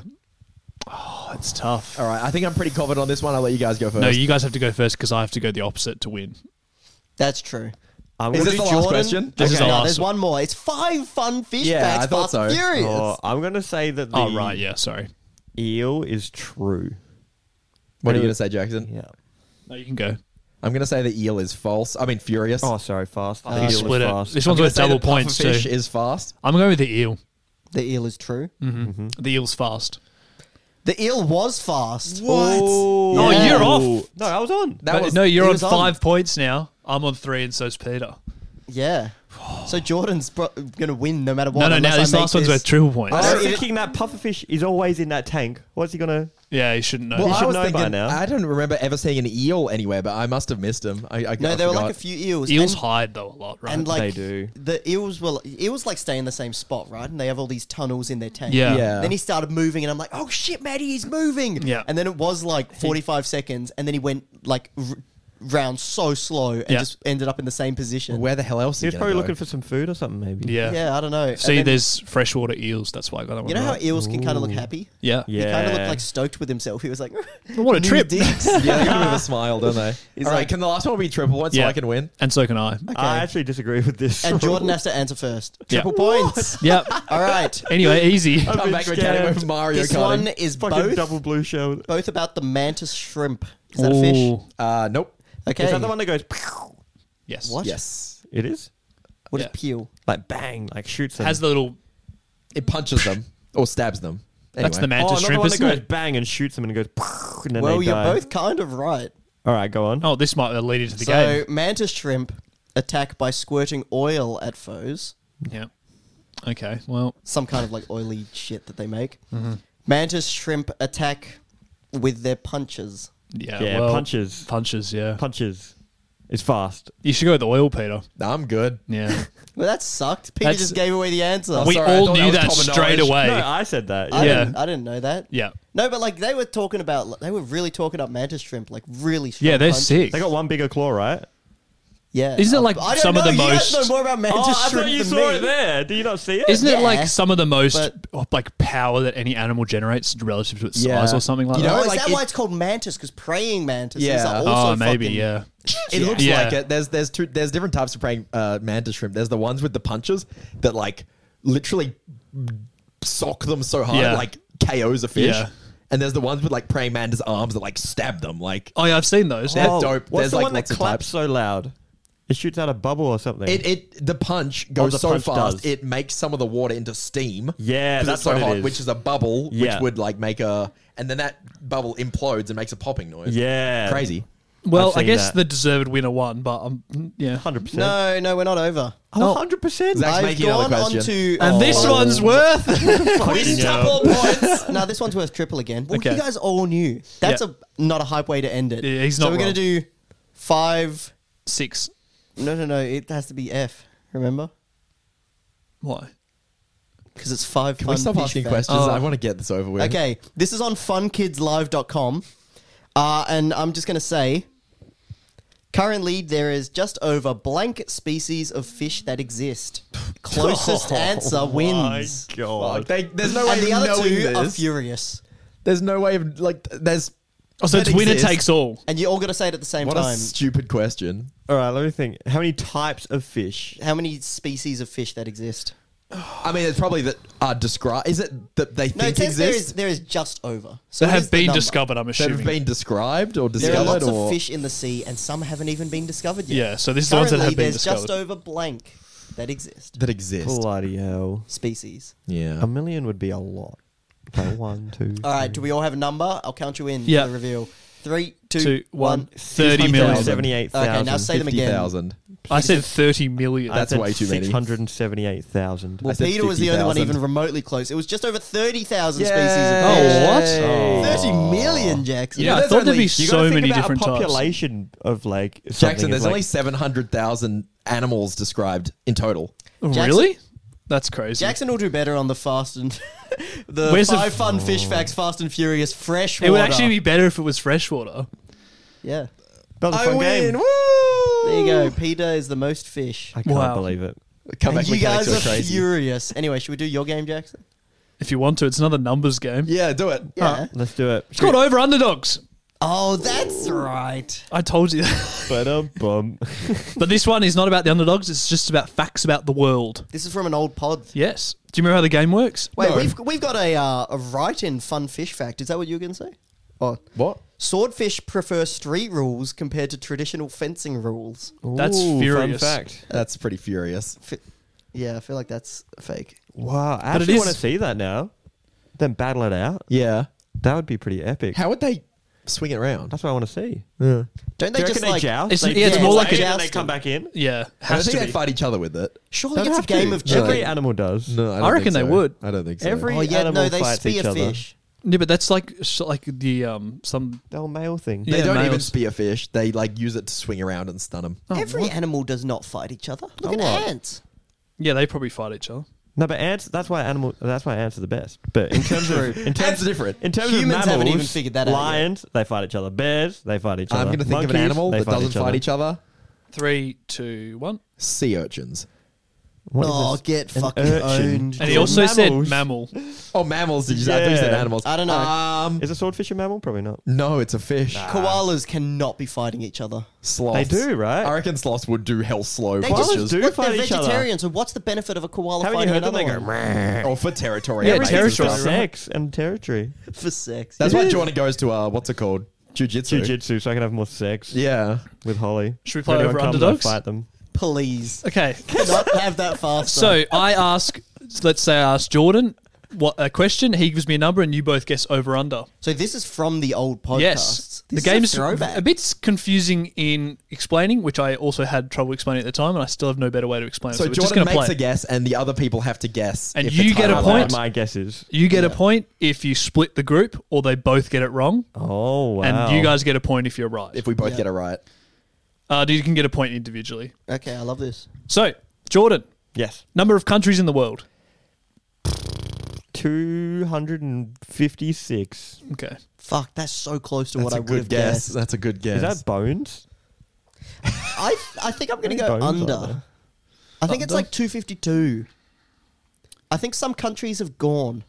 Speaker 4: Oh, it's tough.
Speaker 2: All right. I think I'm pretty confident on this one. I'll let you guys go first.
Speaker 4: No, you guys have to go first because I have to go the opposite to win.
Speaker 5: That's true.
Speaker 3: I'm
Speaker 2: Is
Speaker 3: gonna
Speaker 2: this
Speaker 3: do
Speaker 2: the last question?
Speaker 4: This is
Speaker 5: no,
Speaker 4: our last
Speaker 5: there's one more. It's five fun fish
Speaker 2: Yeah,
Speaker 5: facts.
Speaker 2: I thought
Speaker 5: Fast and
Speaker 2: so.
Speaker 5: Furious.
Speaker 3: Oh, I'm gonna say that the
Speaker 4: Oh, right. Yeah, sorry.
Speaker 3: eel is true.
Speaker 2: What are you going to say, Jackson?
Speaker 3: Yeah.
Speaker 4: No, you can go.
Speaker 2: I'm going to say the eel is false. I mean, furious.
Speaker 3: Oh, sorry, fast. The
Speaker 4: you
Speaker 3: eel
Speaker 4: split
Speaker 3: is
Speaker 4: it.
Speaker 3: fast.
Speaker 4: This
Speaker 2: I'm
Speaker 4: one's
Speaker 2: gonna
Speaker 4: worth
Speaker 2: say
Speaker 4: double
Speaker 2: the
Speaker 4: points too.
Speaker 2: pufferfish is fast.
Speaker 4: I'm going with the eel.
Speaker 5: The eel is true.
Speaker 4: The eel's fast.
Speaker 5: The eel was fast.
Speaker 2: What?
Speaker 4: Oh,
Speaker 5: Yeah.
Speaker 4: you're off.
Speaker 3: Ooh, No, I was on.
Speaker 2: That
Speaker 4: But
Speaker 2: was
Speaker 4: no,
Speaker 5: he
Speaker 4: you're on
Speaker 5: was on.
Speaker 4: five points now. I'm on three, and so's Peter.
Speaker 5: Yeah. So Jordan's bro- going to win no matter what.
Speaker 4: no, no,
Speaker 5: unless
Speaker 4: now
Speaker 5: I
Speaker 4: this
Speaker 5: make
Speaker 4: last one's worth triple points.
Speaker 3: I
Speaker 5: don't
Speaker 3: was
Speaker 5: even-
Speaker 3: thinking that pufferfish is always in that tank. What's he gonna?
Speaker 4: yeah, you shouldn't know.
Speaker 2: Well,
Speaker 3: You
Speaker 2: I
Speaker 3: should
Speaker 2: was
Speaker 3: know by
Speaker 2: thinking,
Speaker 3: now.
Speaker 2: I don't remember ever seeing an eel anywhere, but I must have missed him. I, I
Speaker 5: No,
Speaker 2: I
Speaker 5: there were like a
Speaker 2: forgot.
Speaker 5: few eels.
Speaker 4: Eels
Speaker 5: and,
Speaker 4: hide though a lot, right?
Speaker 5: and like
Speaker 3: They do.
Speaker 5: the eels were eels like stay in the same spot, right? And they have all these tunnels in their tank.
Speaker 4: yeah.
Speaker 2: Yeah.
Speaker 5: Then he started moving, and I'm like, "Oh shit, Maddie, he's moving!"
Speaker 4: Yeah.
Speaker 5: And then it was like 45 seconds, and then he went like r- round so slow and
Speaker 4: Yeah.
Speaker 5: just ended up in the same position.
Speaker 2: Where the hell else?
Speaker 3: He was probably looking for some food or something, maybe.
Speaker 4: yeah,
Speaker 5: yeah, I don't know. And
Speaker 4: See,
Speaker 5: then-
Speaker 4: there's freshwater eels. That's why I got that one.
Speaker 5: you know how
Speaker 4: right.
Speaker 5: eels can kind of look happy.
Speaker 4: yeah,
Speaker 3: Yeah.
Speaker 5: He kind of looked like stoked with himself. He was like, (laughs)
Speaker 4: What a
Speaker 5: "New
Speaker 4: trip." (laughs)
Speaker 3: (laughs)
Speaker 5: dicks."
Speaker 2: Yeah, they give him a smile, don't they? All right,
Speaker 5: like-
Speaker 2: can the last one be triple one so
Speaker 4: Yeah.
Speaker 2: I can win?
Speaker 4: And so can I.
Speaker 3: I actually disagree with this. (laughs)
Speaker 5: and Jordan has to answer first.
Speaker 4: Yeah.
Speaker 5: Triple
Speaker 4: (laughs)
Speaker 5: points.
Speaker 4: Yep. (laughs)
Speaker 5: All right.
Speaker 4: Anyway, easy.
Speaker 2: Come
Speaker 3: been
Speaker 2: back with Candy
Speaker 3: scared.
Speaker 2: with Mario
Speaker 5: This
Speaker 2: Kart.
Speaker 5: one is
Speaker 3: fucking
Speaker 5: both
Speaker 3: double blue shell.
Speaker 5: both about the mantis shrimp. Is that a fish?
Speaker 4: Ooh.
Speaker 2: Uh, nope.
Speaker 5: Okay.
Speaker 3: Is that the one that goes?
Speaker 4: Yes.
Speaker 5: What?
Speaker 2: Yes.
Speaker 3: (laughs) It is.
Speaker 5: What
Speaker 4: Yeah.
Speaker 5: does peel?
Speaker 3: Like bang, like shoots them.
Speaker 4: Has the little.
Speaker 2: It punches them or stabs them.
Speaker 4: That's the
Speaker 2: Anyway.
Speaker 3: oh,
Speaker 4: mantis
Speaker 3: another
Speaker 4: shrimp,
Speaker 3: one that
Speaker 4: isn't
Speaker 3: goes
Speaker 4: it?
Speaker 3: bang and shoots them and goes. (laughs) And then
Speaker 5: Well,
Speaker 3: they
Speaker 5: you're
Speaker 3: die.
Speaker 5: both kind of right.
Speaker 3: All right, go on.
Speaker 4: (laughs) Oh, this might lead into the
Speaker 5: So mantis shrimp attack by squirting oil at foes.
Speaker 4: game. Yeah. Okay. Well,
Speaker 5: some kind of like oily shit that they make.
Speaker 4: Mm-hmm.
Speaker 5: Mantis shrimp attack with their punches.
Speaker 4: yeah.
Speaker 3: yeah,
Speaker 4: well,
Speaker 3: punches,
Speaker 4: Punches. Yeah.
Speaker 3: punches. It's fast.
Speaker 4: You should go with the oil, Peter.
Speaker 2: I'm good.
Speaker 4: Yeah.
Speaker 5: Well, that sucked. Peter
Speaker 4: That's-
Speaker 5: just gave away the answer.
Speaker 4: we
Speaker 2: sorry, I
Speaker 4: all
Speaker 2: thought
Speaker 4: knew
Speaker 2: that
Speaker 4: that,
Speaker 2: was common
Speaker 4: straight
Speaker 2: knowledge.
Speaker 4: away.
Speaker 3: No, I said that.
Speaker 5: I
Speaker 3: yeah.
Speaker 5: didn't,
Speaker 4: yeah.
Speaker 5: I didn't know that.
Speaker 4: yeah.
Speaker 5: No, but like they were talking about, like, they were really talking up mantis shrimp, like really. Strong
Speaker 4: Yeah, they're
Speaker 5: punches.
Speaker 4: sick.
Speaker 3: They got one bigger claw, right?
Speaker 5: Yeah,
Speaker 4: Isn't it,
Speaker 5: I-
Speaker 4: like,
Speaker 5: I don't
Speaker 4: some
Speaker 5: know.
Speaker 4: of the
Speaker 5: you
Speaker 4: most-
Speaker 5: guys know more about mantis
Speaker 3: oh, I
Speaker 5: shrimp
Speaker 3: thought you
Speaker 5: than
Speaker 3: saw
Speaker 5: me.
Speaker 3: it there. Do you not see it?
Speaker 4: Isn't it
Speaker 5: Yeah,
Speaker 4: like some of the most oh,
Speaker 5: but-
Speaker 4: like power that any animal generates relative to its
Speaker 2: Yeah.
Speaker 4: size or something like
Speaker 2: You
Speaker 4: that?
Speaker 2: know,
Speaker 5: Oh, is
Speaker 2: like,
Speaker 5: that
Speaker 2: it-
Speaker 5: why it's called mantis? Because praying mantis.
Speaker 2: Yeah.
Speaker 5: Are also
Speaker 4: oh, maybe
Speaker 5: fucking-
Speaker 4: yeah.
Speaker 2: It looks
Speaker 4: Yeah.
Speaker 2: like it. There's there's two there's different types of praying uh, mantis shrimp. There's the ones with the punches that like literally sock them so hard
Speaker 4: Yeah.
Speaker 2: it, like KOs a fish.
Speaker 4: Yeah.
Speaker 2: And there's the ones with like praying mantis arms that like stab them. Like
Speaker 4: Oh yeah, I've seen those.
Speaker 2: they're
Speaker 4: Oh,
Speaker 2: dope.
Speaker 3: What's
Speaker 2: there's
Speaker 3: the
Speaker 2: like
Speaker 3: one that
Speaker 2: lots of
Speaker 3: claps
Speaker 2: types.
Speaker 3: so loud? It shoots out a bubble or something.
Speaker 2: It, it the punch goes
Speaker 3: Oh, the
Speaker 2: so
Speaker 3: punch
Speaker 2: fast
Speaker 3: does.
Speaker 2: it makes some of the water into steam.
Speaker 3: Yeah,
Speaker 2: 'cause
Speaker 3: that's
Speaker 2: it's so
Speaker 3: what it
Speaker 2: hot,
Speaker 3: is.
Speaker 2: which is a bubble,
Speaker 3: Yeah.
Speaker 2: which would like make a, and then that bubble implodes and makes a popping noise.
Speaker 3: yeah.
Speaker 2: crazy.
Speaker 4: well,
Speaker 3: I've
Speaker 4: I
Speaker 3: seen
Speaker 4: guess
Speaker 3: that.
Speaker 4: the deserved winner won, but um, yeah.
Speaker 3: 100%.
Speaker 5: No, no, we're not over.
Speaker 3: Oh, 100%.
Speaker 2: Zach's
Speaker 5: I've
Speaker 2: making another
Speaker 5: gone on
Speaker 2: question.
Speaker 5: to
Speaker 4: And this
Speaker 5: Oh. (laughs)
Speaker 4: one's worth. (laughs)
Speaker 5: Quintuple points. (laughs) no, this one's worth triple again. Well,
Speaker 4: Okay.
Speaker 5: you guys all knew. That's
Speaker 4: Yeah.
Speaker 5: a not a hype way to end it.
Speaker 4: Yeah, he's
Speaker 5: so
Speaker 4: not
Speaker 5: we're
Speaker 4: wrong.
Speaker 5: gonna do five.
Speaker 4: Six.
Speaker 5: No, no, no. It has to be F. Remember,
Speaker 4: Why?
Speaker 5: because it's five.
Speaker 2: Can
Speaker 5: fun
Speaker 2: we stop
Speaker 5: fish
Speaker 2: asking
Speaker 5: facts.
Speaker 2: questions?
Speaker 3: Oh.
Speaker 2: I want to get this over with.
Speaker 5: Okay, this is on funkidslive.com. Uh, and I'm just going to say currently there is just over blank species of fish
Speaker 4: (laughs)
Speaker 5: that exist. Closest
Speaker 4: Oh
Speaker 5: answer wins.
Speaker 3: My God.
Speaker 2: They- there's no
Speaker 5: And
Speaker 2: way
Speaker 5: the
Speaker 2: of
Speaker 5: other
Speaker 2: knowing
Speaker 5: two are
Speaker 2: this.
Speaker 5: furious.
Speaker 2: there's no way of like. There's
Speaker 4: Oh, so
Speaker 2: That
Speaker 4: it's winner
Speaker 2: exists.
Speaker 4: takes all.
Speaker 5: And you all got to say it at the same
Speaker 2: what a
Speaker 5: time.
Speaker 2: stupid question.
Speaker 3: All right, let me think. How many types of fish?
Speaker 5: How many species of fish that exist?
Speaker 2: I mean, it's probably that are described. Is it that they
Speaker 5: No, it
Speaker 2: think
Speaker 5: says there is,
Speaker 2: exist
Speaker 5: there is just over. So
Speaker 4: That
Speaker 5: what
Speaker 4: have
Speaker 5: is the
Speaker 4: been
Speaker 5: number?
Speaker 4: discovered. I'm
Speaker 2: that have
Speaker 4: assuming.
Speaker 2: been described or
Speaker 5: There are
Speaker 2: discovered
Speaker 5: lots
Speaker 2: or
Speaker 5: of fish in the sea, and some haven't even been discovered yet.
Speaker 4: Yeah, so this is the ones that
Speaker 5: Currently,
Speaker 4: have been
Speaker 5: there's just
Speaker 4: discovered.
Speaker 5: over blank that exist.
Speaker 2: that exist?
Speaker 3: Bloody hell.
Speaker 5: Species.
Speaker 2: Yeah.
Speaker 3: A million would be a lot. Like (laughs) one, two.
Speaker 5: All right, do we all have a number? I'll count you in
Speaker 4: Hmm. Yeah.
Speaker 5: for the reveal. Three, two,
Speaker 4: Two,
Speaker 5: one.
Speaker 4: one, 30 million.
Speaker 3: 678,000.
Speaker 5: Okay, now say them again.
Speaker 2: 50,000.
Speaker 4: I said 30 million.
Speaker 2: That's
Speaker 3: I said
Speaker 2: way too many.
Speaker 3: 678,000.
Speaker 5: Well,
Speaker 2: I said
Speaker 5: Peter was the only one
Speaker 2: 50,000.
Speaker 5: even remotely close. It was just over 30,000
Speaker 4: Oh,
Speaker 5: species
Speaker 4: what?
Speaker 5: of fish. 30 million, Jackson.
Speaker 4: Yeah, I
Speaker 2: there's
Speaker 4: thought there'd
Speaker 2: only-
Speaker 4: be
Speaker 2: you
Speaker 3: You gotta
Speaker 4: so
Speaker 3: think
Speaker 4: many
Speaker 3: about
Speaker 4: different
Speaker 3: a
Speaker 4: types.
Speaker 3: population of like something
Speaker 2: Jackson,
Speaker 3: is
Speaker 2: there's
Speaker 3: like-
Speaker 2: only 700,000 animals described in total.
Speaker 4: Oh, Really? That's crazy.
Speaker 5: Jackson will do better on the fast and (laughs) the
Speaker 4: Where's the
Speaker 5: five
Speaker 4: f-
Speaker 5: fun fish facts, fast and furious, fresh
Speaker 4: it would actually be better if it was freshwater.
Speaker 5: yeah.
Speaker 3: That was a
Speaker 2: I
Speaker 3: fun
Speaker 2: win.
Speaker 3: game.
Speaker 5: There you go. Peter is the most fish.
Speaker 3: I can't
Speaker 4: Wow.
Speaker 3: believe it.
Speaker 2: Come
Speaker 5: And
Speaker 2: back,
Speaker 5: you guys are
Speaker 2: crazy.
Speaker 5: furious. Anyway, should we do your game, Jackson?
Speaker 4: If you want to, it's another numbers game.
Speaker 2: Yeah, do it.
Speaker 5: Yeah.
Speaker 4: Uh,
Speaker 3: Let's do it.
Speaker 2: (laughs)
Speaker 4: It's called Over Underdogs.
Speaker 5: Oh, that's right.
Speaker 4: I told (laughs) you that.
Speaker 3: Ba-dum bum.
Speaker 4: But this one is not about the underdogs, it's just about facts about the world.
Speaker 5: This is from an old pod.
Speaker 4: Yes. Do you remember how the game works?
Speaker 5: Wait, we've we've got a uh, a write-in fun fish fact. Is that what you were going to say? Oh,
Speaker 2: What?
Speaker 5: swordfish prefer street rules compared to traditional fencing rules.
Speaker 4: That's
Speaker 3: Ooh,
Speaker 4: furious.
Speaker 3: Fun fact.
Speaker 2: That's pretty furious.
Speaker 5: F- yeah, I feel like that's fake.
Speaker 3: Wow. I
Speaker 4: But it
Speaker 3: actually want to
Speaker 4: is-
Speaker 3: see that now. Then battle it out.
Speaker 2: Yeah.
Speaker 3: That would be pretty epic.
Speaker 2: How would they swing it around?
Speaker 3: That's what I want to see.
Speaker 5: Don't they
Speaker 3: Do you
Speaker 5: just
Speaker 3: reckon they
Speaker 5: like?
Speaker 3: joust?
Speaker 4: It's-
Speaker 3: They
Speaker 4: yeah, it's
Speaker 3: just
Speaker 4: more
Speaker 3: play
Speaker 4: like a
Speaker 3: it and they
Speaker 5: jousting.
Speaker 3: come back in.
Speaker 4: Yeah.
Speaker 2: I don't
Speaker 4: Has
Speaker 2: think
Speaker 4: to
Speaker 2: they
Speaker 4: be.
Speaker 2: fight each other with it.
Speaker 5: Surely
Speaker 3: Don't
Speaker 5: it's a
Speaker 3: have to.
Speaker 5: game of chicken.
Speaker 3: Every animal does.
Speaker 2: No, I, don't
Speaker 4: I reckon
Speaker 2: think
Speaker 4: they
Speaker 2: so.
Speaker 4: would.
Speaker 2: I don't think so.
Speaker 3: Every
Speaker 5: Oh yeah,
Speaker 3: animal
Speaker 5: no, they
Speaker 3: fights each
Speaker 5: spear
Speaker 3: other.
Speaker 5: fish.
Speaker 4: Yeah, but that's like sh- like the um some
Speaker 3: The whole male thing.
Speaker 2: they
Speaker 4: Yeah,
Speaker 2: don't even
Speaker 4: males.
Speaker 2: spear fish. They like use it to swing around and stun them.
Speaker 3: Oh,
Speaker 2: (laughs)
Speaker 5: Every animal does not fight each other. Look at ants.
Speaker 4: Yeah, they probably fight each other.
Speaker 3: No, but ants. That's why animal. That's why ants are the best. But in terms of in terms
Speaker 2: Ants are different.
Speaker 3: In terms of
Speaker 5: Humans
Speaker 3: mammals,
Speaker 5: haven't even figured that out yet.
Speaker 3: Lions, they fight each other. Bears, they fight each other.
Speaker 2: I'm going to think of
Speaker 3: Monkeys,
Speaker 2: an animal
Speaker 3: they
Speaker 2: that doesn't fight each other.
Speaker 4: Three, two, one.
Speaker 2: Sea urchins.
Speaker 3: What is
Speaker 5: Oh,
Speaker 3: this?
Speaker 5: get
Speaker 3: An
Speaker 5: fucking
Speaker 3: urchin.
Speaker 5: owned.
Speaker 4: And he
Speaker 3: Well,
Speaker 4: also
Speaker 3: mammals.
Speaker 4: said mammal.
Speaker 2: Oh, mammals. Did you say? I thought you said
Speaker 3: Yeah.
Speaker 2: animals.
Speaker 5: I don't know.
Speaker 2: Um,
Speaker 3: Is a swordfish a mammal? Probably not.
Speaker 2: no, it's a fish.
Speaker 5: Koalas cannot be fighting each other.
Speaker 2: Sloths.
Speaker 3: They do, right?
Speaker 2: I reckon sloths would do hell slow.
Speaker 5: They
Speaker 3: Koalas
Speaker 5: just
Speaker 3: do
Speaker 5: look,
Speaker 3: fight
Speaker 5: they're
Speaker 3: each other.
Speaker 5: vegetarian. So what's the benefit of a koala
Speaker 3: Haven't you
Speaker 5: fighting
Speaker 3: heard them?
Speaker 5: another
Speaker 3: They go.
Speaker 5: one
Speaker 3: "Meh."
Speaker 2: or for territory.
Speaker 4: Yeah,
Speaker 2: and
Speaker 4: territory.
Speaker 2: stuff.
Speaker 3: Sex and territory.
Speaker 5: for sex?
Speaker 2: That's why Johnny goes to uh, what's it called? Jiu-jitsu.
Speaker 3: Jiu-jitsu, so I can have more sex
Speaker 2: Yeah.
Speaker 3: with Holly.
Speaker 4: Should we play
Speaker 3: If anyone
Speaker 4: over
Speaker 3: comes, I
Speaker 4: underdogs?
Speaker 3: Fight them. (laughs)
Speaker 5: Please.
Speaker 4: Okay.
Speaker 5: Not have that faster.
Speaker 4: So I ask, let's say I ask Jordan what a question. He gives me a number, and you both guess over under.
Speaker 5: So this is from the old podcast.
Speaker 4: Yes,
Speaker 5: This
Speaker 4: the game is
Speaker 5: a throwback.
Speaker 4: a bit confusing in explaining, which I also had trouble explaining at the time, and I still have no better way to explain it.
Speaker 2: So
Speaker 4: we're just
Speaker 2: Jordan
Speaker 4: going to
Speaker 2: makes
Speaker 4: play.
Speaker 2: a guess, and the other people have to guess.
Speaker 4: And
Speaker 2: if
Speaker 4: you
Speaker 2: it's
Speaker 4: get a
Speaker 2: hard or
Speaker 4: point.
Speaker 2: not.
Speaker 3: Uh, My guess is.
Speaker 4: You get a point if you split the group, or they both get it wrong,
Speaker 3: Oh wow.
Speaker 4: and you guys get a point if you're right.
Speaker 2: If we both get it right,
Speaker 4: uh, you can get a point individually.
Speaker 5: Okay, I love this.
Speaker 4: So Jordan,
Speaker 3: Yes.
Speaker 4: number of countries in the world.
Speaker 3: Two hundred and fifty-six.
Speaker 4: Okay.
Speaker 5: Fuck, that's so close to
Speaker 2: that's
Speaker 5: what
Speaker 2: a
Speaker 5: I would
Speaker 2: good
Speaker 5: have
Speaker 2: guess.
Speaker 5: guessed.
Speaker 2: That's a good
Speaker 3: Is
Speaker 2: guess.
Speaker 3: that bones?
Speaker 5: I I think I'm going to
Speaker 3: I
Speaker 5: go
Speaker 3: think bones are
Speaker 5: under. I think it's
Speaker 4: Under?
Speaker 5: like 252. I think some countries have gone.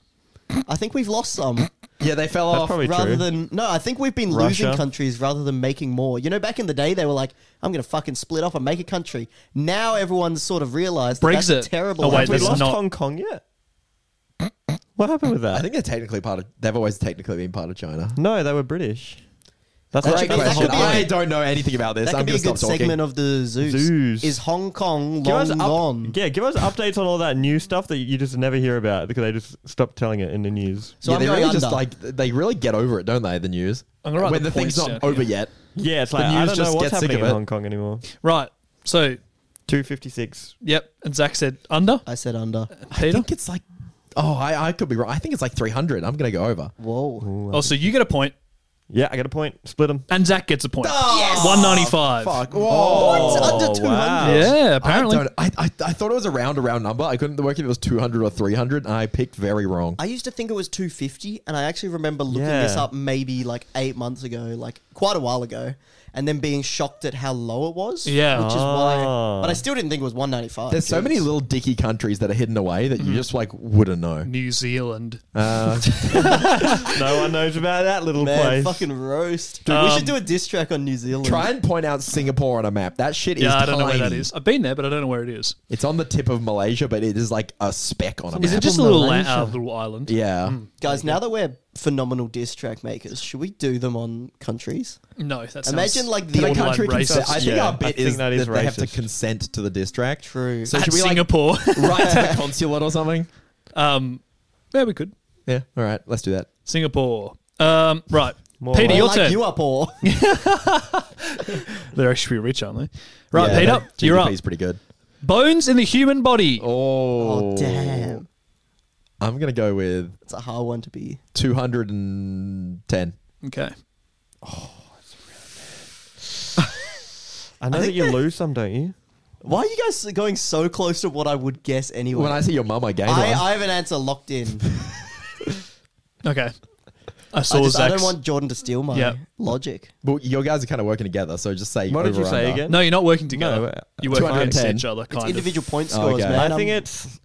Speaker 5: I think we've lost some
Speaker 2: yeah, they fell
Speaker 3: That's
Speaker 2: off.
Speaker 3: probably
Speaker 5: rather
Speaker 3: true.
Speaker 5: than no. I think we've been losing
Speaker 3: Russia?
Speaker 5: countries rather than making more. You know, back in the day they were like, "I'm going to fucking split up and make a country." Now everyone's sort of realised that that's a
Speaker 4: Brexit.
Speaker 5: terrible.
Speaker 4: Oh, wait,
Speaker 3: Have we
Speaker 4: that's
Speaker 5: idea.
Speaker 3: lost
Speaker 4: not-
Speaker 3: Hong Kong yet? What happened with that?
Speaker 2: I think they're technically part of. They've always technically been part of China.
Speaker 3: no, they were British. That's
Speaker 5: That
Speaker 3: what I
Speaker 5: should be-
Speaker 3: got.
Speaker 5: that could be
Speaker 2: I
Speaker 5: a-
Speaker 2: don't know anything about this.
Speaker 5: that
Speaker 2: I'm
Speaker 5: could be
Speaker 2: going
Speaker 5: a
Speaker 2: to stop
Speaker 5: good
Speaker 2: talking.
Speaker 5: segment of the zoos.
Speaker 3: Zoos.
Speaker 5: Is Hong Kong
Speaker 3: Give
Speaker 5: long
Speaker 3: us up-
Speaker 5: gone?
Speaker 3: yeah, give us updates on all that new stuff that you just never hear about because they just stop telling it in the news.
Speaker 5: So
Speaker 2: yeah,
Speaker 5: I'm
Speaker 2: they
Speaker 5: going
Speaker 2: really
Speaker 5: under.
Speaker 2: just like they really get over it, don't they? The news
Speaker 4: I'm gonna write
Speaker 2: when
Speaker 4: the
Speaker 2: the, thing's
Speaker 4: points
Speaker 2: not
Speaker 4: down
Speaker 2: over
Speaker 4: here.
Speaker 2: yet.
Speaker 3: Yeah, it's
Speaker 2: The
Speaker 3: like I
Speaker 2: news
Speaker 3: don't know
Speaker 2: just
Speaker 3: what's
Speaker 2: gets sick
Speaker 3: happening
Speaker 2: of
Speaker 3: in
Speaker 2: it.
Speaker 3: Hong Kong anymore.
Speaker 4: Right. So
Speaker 3: Two fifty-six.
Speaker 4: yep, and Zach said under.
Speaker 5: I said
Speaker 2: (laughs)
Speaker 5: under.
Speaker 2: I
Speaker 4: Peter.
Speaker 2: think it's like. Oh, I, I could be wrong. I think it's like 300. I'm going to go over.
Speaker 5: Whoa.
Speaker 4: Oh, so you get a point,
Speaker 3: Yeah, I got a point. Split them.
Speaker 4: and Zach gets a point. One ninety five.
Speaker 2: Oh, Fuck. Whoa.
Speaker 5: It's under
Speaker 3: Oh,
Speaker 5: 200.
Speaker 3: wow.
Speaker 4: Yeah,
Speaker 2: Oh, I,
Speaker 4: apparently.
Speaker 2: don't, I, I, I thought it was a round around number. I couldn't work if it was 200 or 300, and I picked very wrong.
Speaker 5: I used to think it was 250, and I actually remember looking
Speaker 3: Yeah.
Speaker 5: this up maybe like eight months ago, like quite a while ago, and then being shocked at how low it was.
Speaker 4: Yeah.
Speaker 5: Which is why. But I still didn't think it was 195.
Speaker 2: There's so
Speaker 5: Jeez.
Speaker 2: many little dicky countries that are hidden away that you
Speaker 4: Mm-hmm.
Speaker 2: just like wouldn't
Speaker 5: Mm-hmm.
Speaker 2: know.
Speaker 4: New Zealand.
Speaker 3: No one knows about that little
Speaker 5: Man,
Speaker 3: place.
Speaker 5: fucking roast. Dude, we should do a diss track on New Zealand.
Speaker 2: Try and point out Singapore on a map. That shit is
Speaker 4: Yeah, I don't know where that
Speaker 2: tiny.
Speaker 4: is. I've been there, but I don't know where it is.
Speaker 2: It's on the tip of Malaysia, but it is like a speck on a
Speaker 4: Is
Speaker 2: map.
Speaker 4: it just a little la- uh, little island?
Speaker 2: yeah.
Speaker 3: Hmm.
Speaker 5: Guys, now that we're phenomenal diss track makers, should we do them on countries?
Speaker 4: No, that sounds
Speaker 5: Imagine like the
Speaker 2: Can a
Speaker 4: borderline
Speaker 2: country
Speaker 4: racist.
Speaker 2: consent? I think
Speaker 3: Yeah,
Speaker 4: (laughs)
Speaker 2: our bit
Speaker 3: I think
Speaker 2: is that,
Speaker 3: that is
Speaker 2: they have to
Speaker 3: racist.
Speaker 2: consent to the diss track.
Speaker 5: True.
Speaker 2: So
Speaker 4: At
Speaker 2: should we like
Speaker 4: Singapore. (laughs)
Speaker 2: (laughs) write to the consulate or something?
Speaker 4: um, yeah, we could.
Speaker 2: Yeah. All right. Let's do that.
Speaker 4: Singapore. Um, right. Peter,
Speaker 3: like-
Speaker 4: your
Speaker 5: like
Speaker 4: turn.
Speaker 5: you up
Speaker 2: (laughs)
Speaker 5: or
Speaker 4: They're actually rich, aren't they? Right,
Speaker 2: Yeah,
Speaker 4: Peter,
Speaker 2: that
Speaker 4: you're up.
Speaker 2: GDP is pretty good.
Speaker 4: Bones in the human body.
Speaker 2: Oh,
Speaker 5: oh damn,
Speaker 2: I'm gonna go with
Speaker 5: it's a hard one to be.
Speaker 2: 210.
Speaker 4: Okay.
Speaker 3: I know that you lose some, don't you?
Speaker 5: Why are you guys going so close to what I would guess anyway?
Speaker 2: When I see your mum, I gain
Speaker 5: I,
Speaker 2: one.
Speaker 5: I have an answer locked in.
Speaker 4: Okay. I saw
Speaker 5: I, just, I
Speaker 4: Zach's.
Speaker 5: don't want Jordan to steal my
Speaker 4: Yeah.
Speaker 5: logic.
Speaker 2: Well, your guys are kind of working together, so just say.
Speaker 3: What did
Speaker 2: over
Speaker 3: you say
Speaker 2: under.
Speaker 3: again?
Speaker 4: No, you're not working together.
Speaker 3: No, uh,
Speaker 4: you work against
Speaker 2: 210.
Speaker 4: each other, kind
Speaker 5: It's
Speaker 4: of.
Speaker 5: individual point scores,
Speaker 2: okay.
Speaker 5: man.
Speaker 3: I think
Speaker 5: I'm-
Speaker 3: it's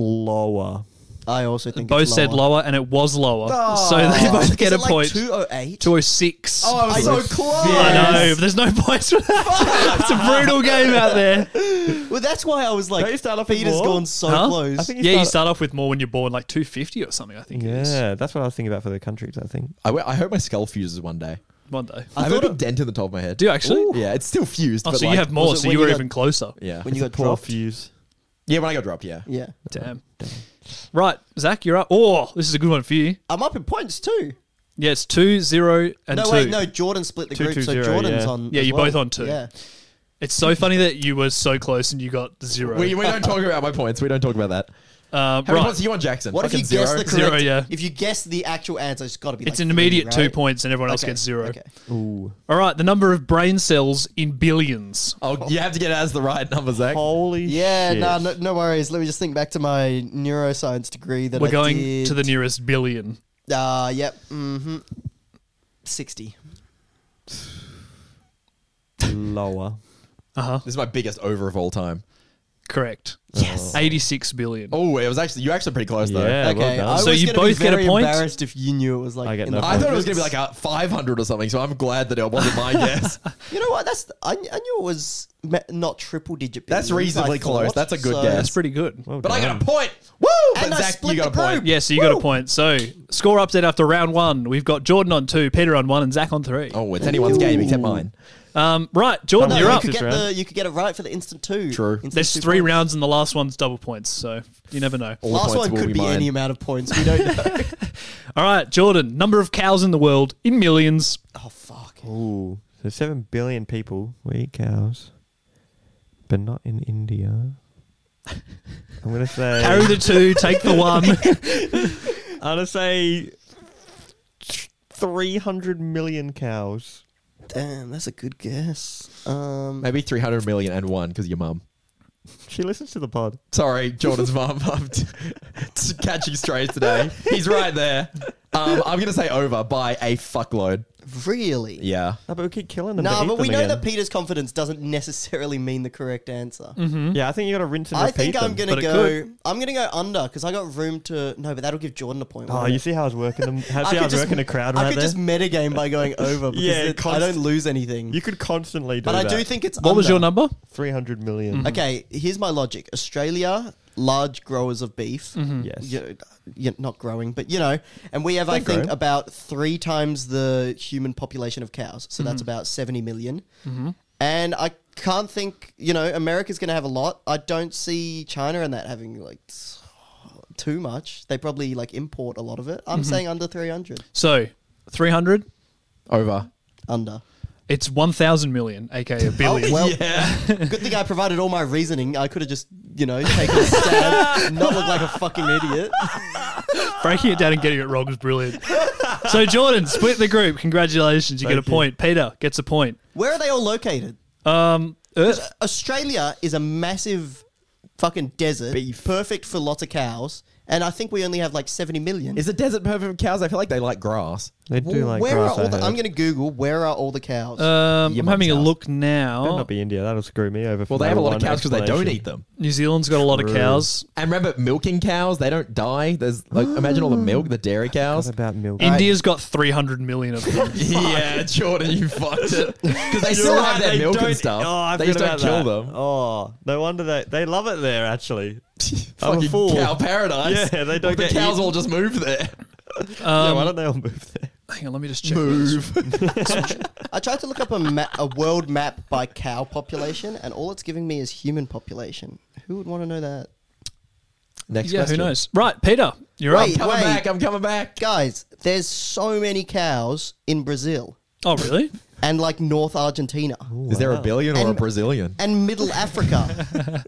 Speaker 3: lower.
Speaker 5: I also think
Speaker 4: Both
Speaker 5: it's
Speaker 4: said lower, and it was lower. So
Speaker 5: (laughs)
Speaker 4: they
Speaker 5: Oh,
Speaker 4: both get
Speaker 5: is
Speaker 4: a
Speaker 5: it like
Speaker 4: point.
Speaker 5: 208.
Speaker 4: 206.
Speaker 2: Oh, I was so close.
Speaker 4: I know, but there's no points for that. it's a brutal game out there.
Speaker 5: Well, that's why I was like,
Speaker 3: Don't you start off with
Speaker 5: Peter's
Speaker 3: more?
Speaker 5: gone so
Speaker 4: Huh?
Speaker 5: close.
Speaker 3: I think
Speaker 4: yeah, you start off with more when you're born, like 250 or something, I think it is.
Speaker 3: Yeah, that's what I was thinking about for the countries. I think.
Speaker 2: I, w- I hope my skull fuses one day.
Speaker 4: One day.
Speaker 2: I, have a
Speaker 5: thought
Speaker 2: big
Speaker 5: it-
Speaker 2: dent in the top of my head.
Speaker 4: Do you actually?
Speaker 2: Yeah, it's still fused.
Speaker 4: Oh,
Speaker 2: but
Speaker 4: so
Speaker 2: like-
Speaker 4: you have more,
Speaker 5: was it
Speaker 4: so
Speaker 5: when
Speaker 4: you were
Speaker 5: you got-
Speaker 4: even closer.
Speaker 2: Yeah.
Speaker 5: when you got
Speaker 3: Poor
Speaker 5: dropped.
Speaker 3: fuse.
Speaker 2: yeah, when I got dropped, yeah.
Speaker 5: Yeah.
Speaker 4: Damn. Right, Zach, you're up. Oh, this is a good one for you.
Speaker 5: I'm up in points too.
Speaker 4: Yeah, it's two, zero, and
Speaker 5: no,
Speaker 4: two.
Speaker 5: wait, no. Jordan split the
Speaker 3: Two,
Speaker 5: group,
Speaker 3: two,
Speaker 5: so
Speaker 3: zero,
Speaker 5: Jordan's
Speaker 3: yeah.
Speaker 5: on.
Speaker 4: Yeah,
Speaker 5: as
Speaker 4: you're
Speaker 5: well.
Speaker 4: both on two.
Speaker 5: Yeah.
Speaker 4: It's so funny that you were so close and you got zero.
Speaker 2: We, we don't talk about my points. We don't talk about that.
Speaker 4: um,
Speaker 2: How many
Speaker 4: right.
Speaker 2: points do you want, Jackson?
Speaker 5: What if
Speaker 2: Fucking
Speaker 5: you guess (laughs) the correct?
Speaker 4: Zero, yeah.
Speaker 5: If you guess the actual answer, it's got to be.
Speaker 4: It's
Speaker 5: like
Speaker 4: an
Speaker 5: three,
Speaker 4: immediate two
Speaker 5: right?
Speaker 4: points and everyone else
Speaker 5: Okay,
Speaker 4: gets zero.
Speaker 5: Okay.
Speaker 4: All right, the number of brain cells in billions.
Speaker 2: Oh, you have to get it as the right number, Zach.
Speaker 3: Holy
Speaker 5: Yeah,
Speaker 3: shit.
Speaker 5: no, no, no worries. Let me just think back to my neuroscience degree that
Speaker 4: We're
Speaker 5: I
Speaker 4: going
Speaker 5: did.
Speaker 4: to the nearest billion.
Speaker 5: Uh, yep. Mm-hmm. 60.
Speaker 3: lower.
Speaker 2: This is my biggest over of all time.
Speaker 4: Correct. Yes. 86 billion.
Speaker 2: Oh, it was actually you were actually pretty close though.
Speaker 3: Yeah,
Speaker 5: Okay.
Speaker 3: well done.
Speaker 5: I
Speaker 4: So
Speaker 5: was
Speaker 4: you
Speaker 5: gonna
Speaker 4: both
Speaker 5: be
Speaker 4: get a
Speaker 5: very
Speaker 4: point?
Speaker 5: embarrassed if you knew it was like.
Speaker 3: I get
Speaker 5: in the
Speaker 3: no
Speaker 2: I thought it was
Speaker 5: hundreds.
Speaker 2: gonna be like a 500 or something, so I'm glad that it wasn't my guess.
Speaker 5: You know what? That's I, I knew it was me- not triple digit.
Speaker 2: That's
Speaker 5: billions, I
Speaker 2: reasonably close.
Speaker 5: thought,
Speaker 2: That's a good
Speaker 5: so-
Speaker 2: guess.
Speaker 4: That's pretty good.
Speaker 2: But I got a point. Woo!
Speaker 5: And
Speaker 2: but
Speaker 5: I
Speaker 2: Zach,
Speaker 5: split
Speaker 2: you got
Speaker 5: the
Speaker 2: a point.
Speaker 5: group.
Speaker 4: Yeah, so you got a point. So score update after round one. We've got Jordan on two, Peter on one, and Zach on three.
Speaker 2: Oh, it's anyone's game except mine.
Speaker 4: Um, right, Jordan,
Speaker 3: No,
Speaker 4: you're
Speaker 5: you
Speaker 4: up.
Speaker 5: Could get
Speaker 3: This round.
Speaker 5: the, you could get it right for the instant two.
Speaker 2: True.
Speaker 5: Instant
Speaker 4: There's
Speaker 5: two
Speaker 4: three
Speaker 5: points.
Speaker 4: rounds and the last one's double points, so you never know.
Speaker 2: All the
Speaker 5: Last
Speaker 2: points
Speaker 5: one
Speaker 2: will
Speaker 5: could be,
Speaker 2: mine.
Speaker 5: any amount of points. We don't know.
Speaker 4: All right, Jordan, number of cows in the world in millions.
Speaker 5: oh fuck.
Speaker 3: Ooh, so seven billion people we eat cows, but not in India. I'm gonna
Speaker 5: (laughs)
Speaker 3: say.
Speaker 4: Carry the two, take the one.
Speaker 3: I'm gonna say three hundred million cows.
Speaker 5: Damn, that's a good guess. Um,
Speaker 2: Maybe 300 million and one because your mum.
Speaker 3: She listens to the pod.
Speaker 2: Sorry, Jordan's mum. (laughs) I'm t- t- catching strays today. He's right there. Um, I'm going to say over by a fuckload.
Speaker 5: really?
Speaker 2: Yeah.
Speaker 3: No, Ah, but we keep killing them.
Speaker 5: Nah,
Speaker 3: eat
Speaker 5: but we
Speaker 3: them
Speaker 5: know
Speaker 3: again.
Speaker 5: that Peter's confidence doesn't (laughs) necessarily mean the correct answer.
Speaker 2: Mm-hmm.
Speaker 3: Yeah, I think you got to rinse and
Speaker 5: I
Speaker 3: repeat.
Speaker 5: think I'm
Speaker 3: Mm-hmm. them.
Speaker 5: gonna
Speaker 4: but it
Speaker 5: go. I'm gonna go under because I got room to. No, but that'll give Jordan a point.
Speaker 3: Oh,
Speaker 5: won't
Speaker 3: you
Speaker 5: it?
Speaker 3: see how I was working them? How,
Speaker 5: I
Speaker 3: see how I
Speaker 5: could
Speaker 3: was
Speaker 5: just-
Speaker 3: working a crowd
Speaker 5: I
Speaker 3: right
Speaker 5: could
Speaker 3: there?
Speaker 5: just metagame
Speaker 3: (laughs)
Speaker 5: by going over because
Speaker 3: Yeah,
Speaker 5: it- I
Speaker 3: const-
Speaker 5: don't lose anything.
Speaker 3: you could constantly do
Speaker 5: but I
Speaker 3: that.
Speaker 5: do think it's.
Speaker 4: What was
Speaker 5: under.
Speaker 4: your number?
Speaker 3: 300 million.
Speaker 5: Okay, here's my logic. Australia, large growers of beef.
Speaker 3: Yes.
Speaker 5: You- you're not growing, but you know, and we have, I think,
Speaker 3: grow.
Speaker 5: about three times the human population of cows. So that's about 70 million. And I can't think, you know, America's going to have a lot. I don't see China and that having like s- too much. They probably like import a lot of it. I'm saying under 300.
Speaker 4: So, 300,
Speaker 2: Over.
Speaker 5: Under.
Speaker 4: it's 1,000 million, aka a billion.
Speaker 5: Well, good thing I provided all my reasoning. I could have just, you know, taken a stab, not look like a fucking idiot.
Speaker 4: Breaking it down and getting it wrong was brilliant. So, Jordan, split the group. Congratulations, you get a point. Peter gets a point.
Speaker 5: Where are they all located?
Speaker 4: Um, uh,
Speaker 5: Australia is a massive fucking desert, perfect for lots of cows, and I think we only have like 70 million.
Speaker 2: Is the desert perfect for cows? I feel like they like grass.
Speaker 3: They do like
Speaker 5: where
Speaker 3: grass.
Speaker 5: are all
Speaker 3: I
Speaker 5: the, I'm
Speaker 3: heard.
Speaker 5: going to Google where are all the cows?
Speaker 4: um,
Speaker 2: Your
Speaker 4: I'm
Speaker 2: mum's
Speaker 4: having a
Speaker 2: house.
Speaker 4: look
Speaker 3: Better
Speaker 5: Oh.
Speaker 4: now.
Speaker 3: not be India. That'll screw me over.
Speaker 2: Well, they have a lot of cows because they don't eat them.
Speaker 4: New Zealand's got a lot of cows.
Speaker 2: And remember, milking cows, they don't die. There's like, imagine all the milk,
Speaker 3: (gasps)
Speaker 2: the dairy cows.
Speaker 3: What about milk?
Speaker 4: India's got 300 million of them.
Speaker 2: (laughs) Yeah, Jordan, you
Speaker 3: (laughs)
Speaker 2: fucked it. Because they
Speaker 3: You're
Speaker 2: still have
Speaker 3: right,
Speaker 2: their
Speaker 3: they
Speaker 2: milk
Speaker 3: don't-
Speaker 2: and stuff.
Speaker 3: Oh, I
Speaker 2: they just don't
Speaker 3: forgot
Speaker 2: kill
Speaker 3: about that.
Speaker 2: them.
Speaker 3: Oh, no wonder they they love it there. Actually, I'm a
Speaker 2: Fucking
Speaker 3: fool.
Speaker 2: cow paradise.
Speaker 3: Yeah, they don't
Speaker 2: The
Speaker 3: get
Speaker 2: cows
Speaker 3: eaten.
Speaker 2: all just move there.
Speaker 3: yeah, why don't they all move there?
Speaker 4: (laughs) Hang on, let me just check.
Speaker 2: Move.
Speaker 5: (laughs) I tried to look up a, ma- a world map by cow population, and all it's giving me is human population. Who would want to know that?
Speaker 2: Next
Speaker 4: Yeah, who
Speaker 2: question.
Speaker 4: knows? Right, Peter, you're up.
Speaker 5: Wait.
Speaker 2: Coming back. I'm coming back.
Speaker 5: Guys, there's so many cows in Brazil
Speaker 4: Oh, really?
Speaker 5: and like North Argentina
Speaker 2: Is there a billion or a
Speaker 5: And-
Speaker 2: Brazilian?
Speaker 5: and Middle Africa.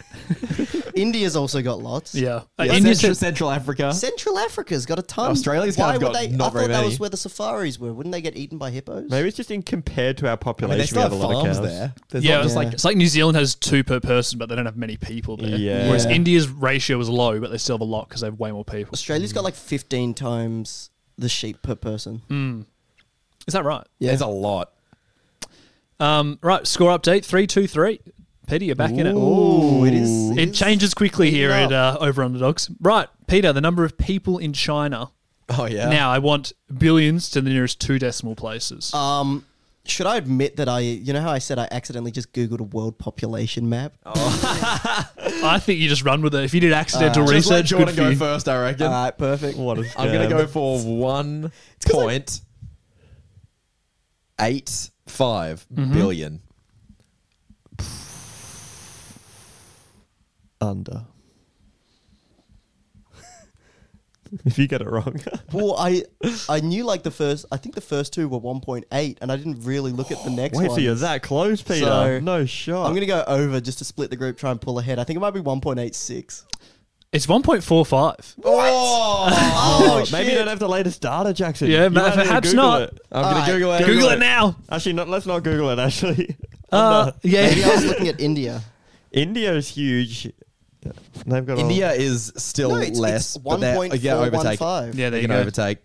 Speaker 5: (laughs) India's also got lots.
Speaker 4: Yeah. Uh,
Speaker 2: Yeah,
Speaker 4: India
Speaker 2: Central,
Speaker 4: said-
Speaker 2: Central Africa.
Speaker 5: Central Africa's got a ton.
Speaker 2: Australia's
Speaker 5: Why
Speaker 2: kind of
Speaker 5: would
Speaker 2: got
Speaker 5: they, I
Speaker 2: not
Speaker 5: thought
Speaker 2: very
Speaker 5: that
Speaker 2: many.
Speaker 5: was where the safaris were. Wouldn't they get eaten by hippos?
Speaker 3: Maybe it's just in compared to our
Speaker 2: I mean,
Speaker 3: population,
Speaker 2: they still
Speaker 3: we
Speaker 2: have
Speaker 3: have a lot of
Speaker 2: farms
Speaker 3: cows.
Speaker 2: there. There's
Speaker 4: yeah,
Speaker 2: not
Speaker 4: it's
Speaker 2: just
Speaker 4: like it's like New Zealand has two per person, but they don't have many people there.
Speaker 3: Yeah.
Speaker 4: Whereas
Speaker 5: Yeah.
Speaker 4: India's ratio is low, but they still have a lot because they have way more people.
Speaker 5: Australia's
Speaker 2: Mm.
Speaker 5: got like 15 times the sheep per person.
Speaker 4: Mm. Is that right?
Speaker 2: there's a lot.
Speaker 4: Um, right, score update three two three. Peter, you're back in it.
Speaker 5: Oh, it is.
Speaker 4: It changes quickly here
Speaker 5: Heating
Speaker 4: at uh, Over Under Dogs. Right, Peter, the number of people in China.
Speaker 2: Oh yeah.
Speaker 4: Now, I want billions to the nearest two decimal places.
Speaker 5: Um, should I admit that I, you know how I said I accidentally just Googled a world population map?
Speaker 2: Oh.
Speaker 4: I think you just run with it. If you did accidental
Speaker 2: Uh, just let
Speaker 4: research,
Speaker 2: Jordan
Speaker 4: good for
Speaker 2: go
Speaker 4: you.
Speaker 2: first. I reckon.
Speaker 5: All right, perfect.
Speaker 3: What is?
Speaker 2: I'm gonna go for one point eight five
Speaker 4: Mm-hmm.
Speaker 2: billion.
Speaker 3: under. (laughs) if you get it wrong,
Speaker 5: (laughs) Well, I I knew like the first, I think the first two were 1.8, and I didn't really look
Speaker 2: (gasps)
Speaker 5: at the
Speaker 3: (laughs)
Speaker 5: next
Speaker 3: wait,
Speaker 5: one.
Speaker 3: so you're that close, Peter?
Speaker 5: So-
Speaker 3: no shot.
Speaker 5: I'm going to go over just to split the group, try and pull ahead. I think it might
Speaker 4: (laughs)
Speaker 5: be 1.86.
Speaker 4: It's 1.45.
Speaker 3: (laughs)
Speaker 5: Oh,
Speaker 3: Maybe you
Speaker 5: shit.
Speaker 3: don't have the latest data, Jackson.
Speaker 4: Yeah,
Speaker 3: You
Speaker 4: ma-
Speaker 3: might need to
Speaker 4: perhaps
Speaker 3: Google
Speaker 4: not.
Speaker 3: it.
Speaker 2: I'm gonna
Speaker 5: Alright.
Speaker 2: Google it.
Speaker 4: Google it now.
Speaker 3: Actually, not, let's not Google it. Actually,
Speaker 4: Uh,
Speaker 2: (laughs)
Speaker 5: Maybe I
Speaker 4: yeah.
Speaker 5: was looking at India.
Speaker 3: India is huge. They've got
Speaker 2: India is still
Speaker 5: No, it's-
Speaker 2: less.
Speaker 5: it's
Speaker 2: but they're- yeah, overtake.
Speaker 5: 1.415.
Speaker 4: Yeah, there
Speaker 2: They
Speaker 4: you
Speaker 2: can
Speaker 4: go.
Speaker 2: overtake.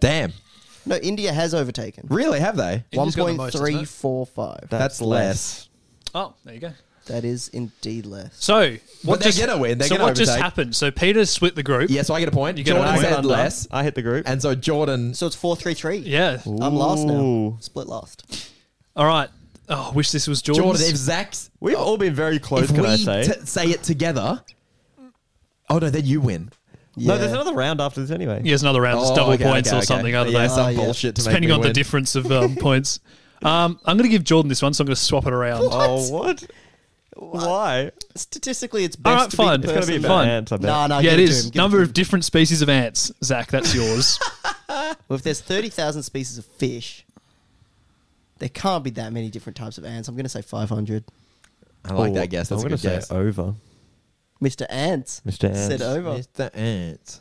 Speaker 2: Damn.
Speaker 5: No, India has overtaken.
Speaker 2: Really? Have they?
Speaker 4: India's got the most, isn't it?
Speaker 5: 1.345.
Speaker 2: That's less.
Speaker 4: Oh, there you go.
Speaker 5: that is indeed less.
Speaker 4: So, what
Speaker 2: they're
Speaker 4: just,
Speaker 2: gonna win. They're
Speaker 4: so
Speaker 2: gonna
Speaker 4: what just
Speaker 2: overtake.
Speaker 4: happened? So, Peter split the group.
Speaker 2: Yeah, so I get a point.
Speaker 4: You get a
Speaker 2: Jordan
Speaker 4: point.
Speaker 2: said
Speaker 3: Under.
Speaker 2: less,
Speaker 3: I hit the group.
Speaker 2: and so Jordan.
Speaker 5: So it's 433.
Speaker 4: Yeah. Um,
Speaker 5: I'm last now.
Speaker 3: Ooh.
Speaker 5: Split last.
Speaker 4: All right. Oh, I wish this was Jordan's.
Speaker 2: Jordan, if Zach's
Speaker 3: We've all been very close.
Speaker 2: oh, if
Speaker 3: Can I
Speaker 2: we
Speaker 3: say?
Speaker 2: t- say it together, oh no, then you win.
Speaker 3: No, there's another round after this anyway.
Speaker 4: He has another round. It's
Speaker 2: Oh,
Speaker 4: double
Speaker 2: okay,
Speaker 4: points
Speaker 2: okay,
Speaker 4: or
Speaker 2: okay.
Speaker 4: something. I don't
Speaker 2: yeah,
Speaker 4: know.
Speaker 2: Some
Speaker 5: yeah.
Speaker 2: bullshit. To
Speaker 4: Depending
Speaker 2: make me
Speaker 4: on the
Speaker 2: (laughs) win.
Speaker 4: difference of um, points. Um, I'm going to give Jordan this one, so I'm going to swap it around.
Speaker 3: Oh, what? Why?
Speaker 5: Statistically, it's best
Speaker 4: All right,
Speaker 5: to
Speaker 4: fine.
Speaker 5: be
Speaker 4: It's
Speaker 3: It's going to
Speaker 4: gonna
Speaker 5: person.
Speaker 3: be about
Speaker 4: Fun.
Speaker 3: ants, I bet.
Speaker 5: no, no,
Speaker 4: yeah,
Speaker 5: give
Speaker 4: it
Speaker 5: to him,
Speaker 4: is.
Speaker 5: give it
Speaker 4: Number
Speaker 5: to
Speaker 4: of
Speaker 5: him.
Speaker 4: different species of ants, Zach. That's
Speaker 2: (laughs)
Speaker 4: yours.
Speaker 5: Well, if there's thirty thousand species of fish, there can't be that many different types of ants. I'm going to say five hundred.
Speaker 2: I like
Speaker 3: Oh,
Speaker 2: that guess. That's
Speaker 3: I'm
Speaker 2: a
Speaker 3: gonna
Speaker 2: good guess.
Speaker 3: say over.
Speaker 5: Mr. Ants.
Speaker 3: Mr. Ants.
Speaker 5: Said over.
Speaker 2: Mr. Ant.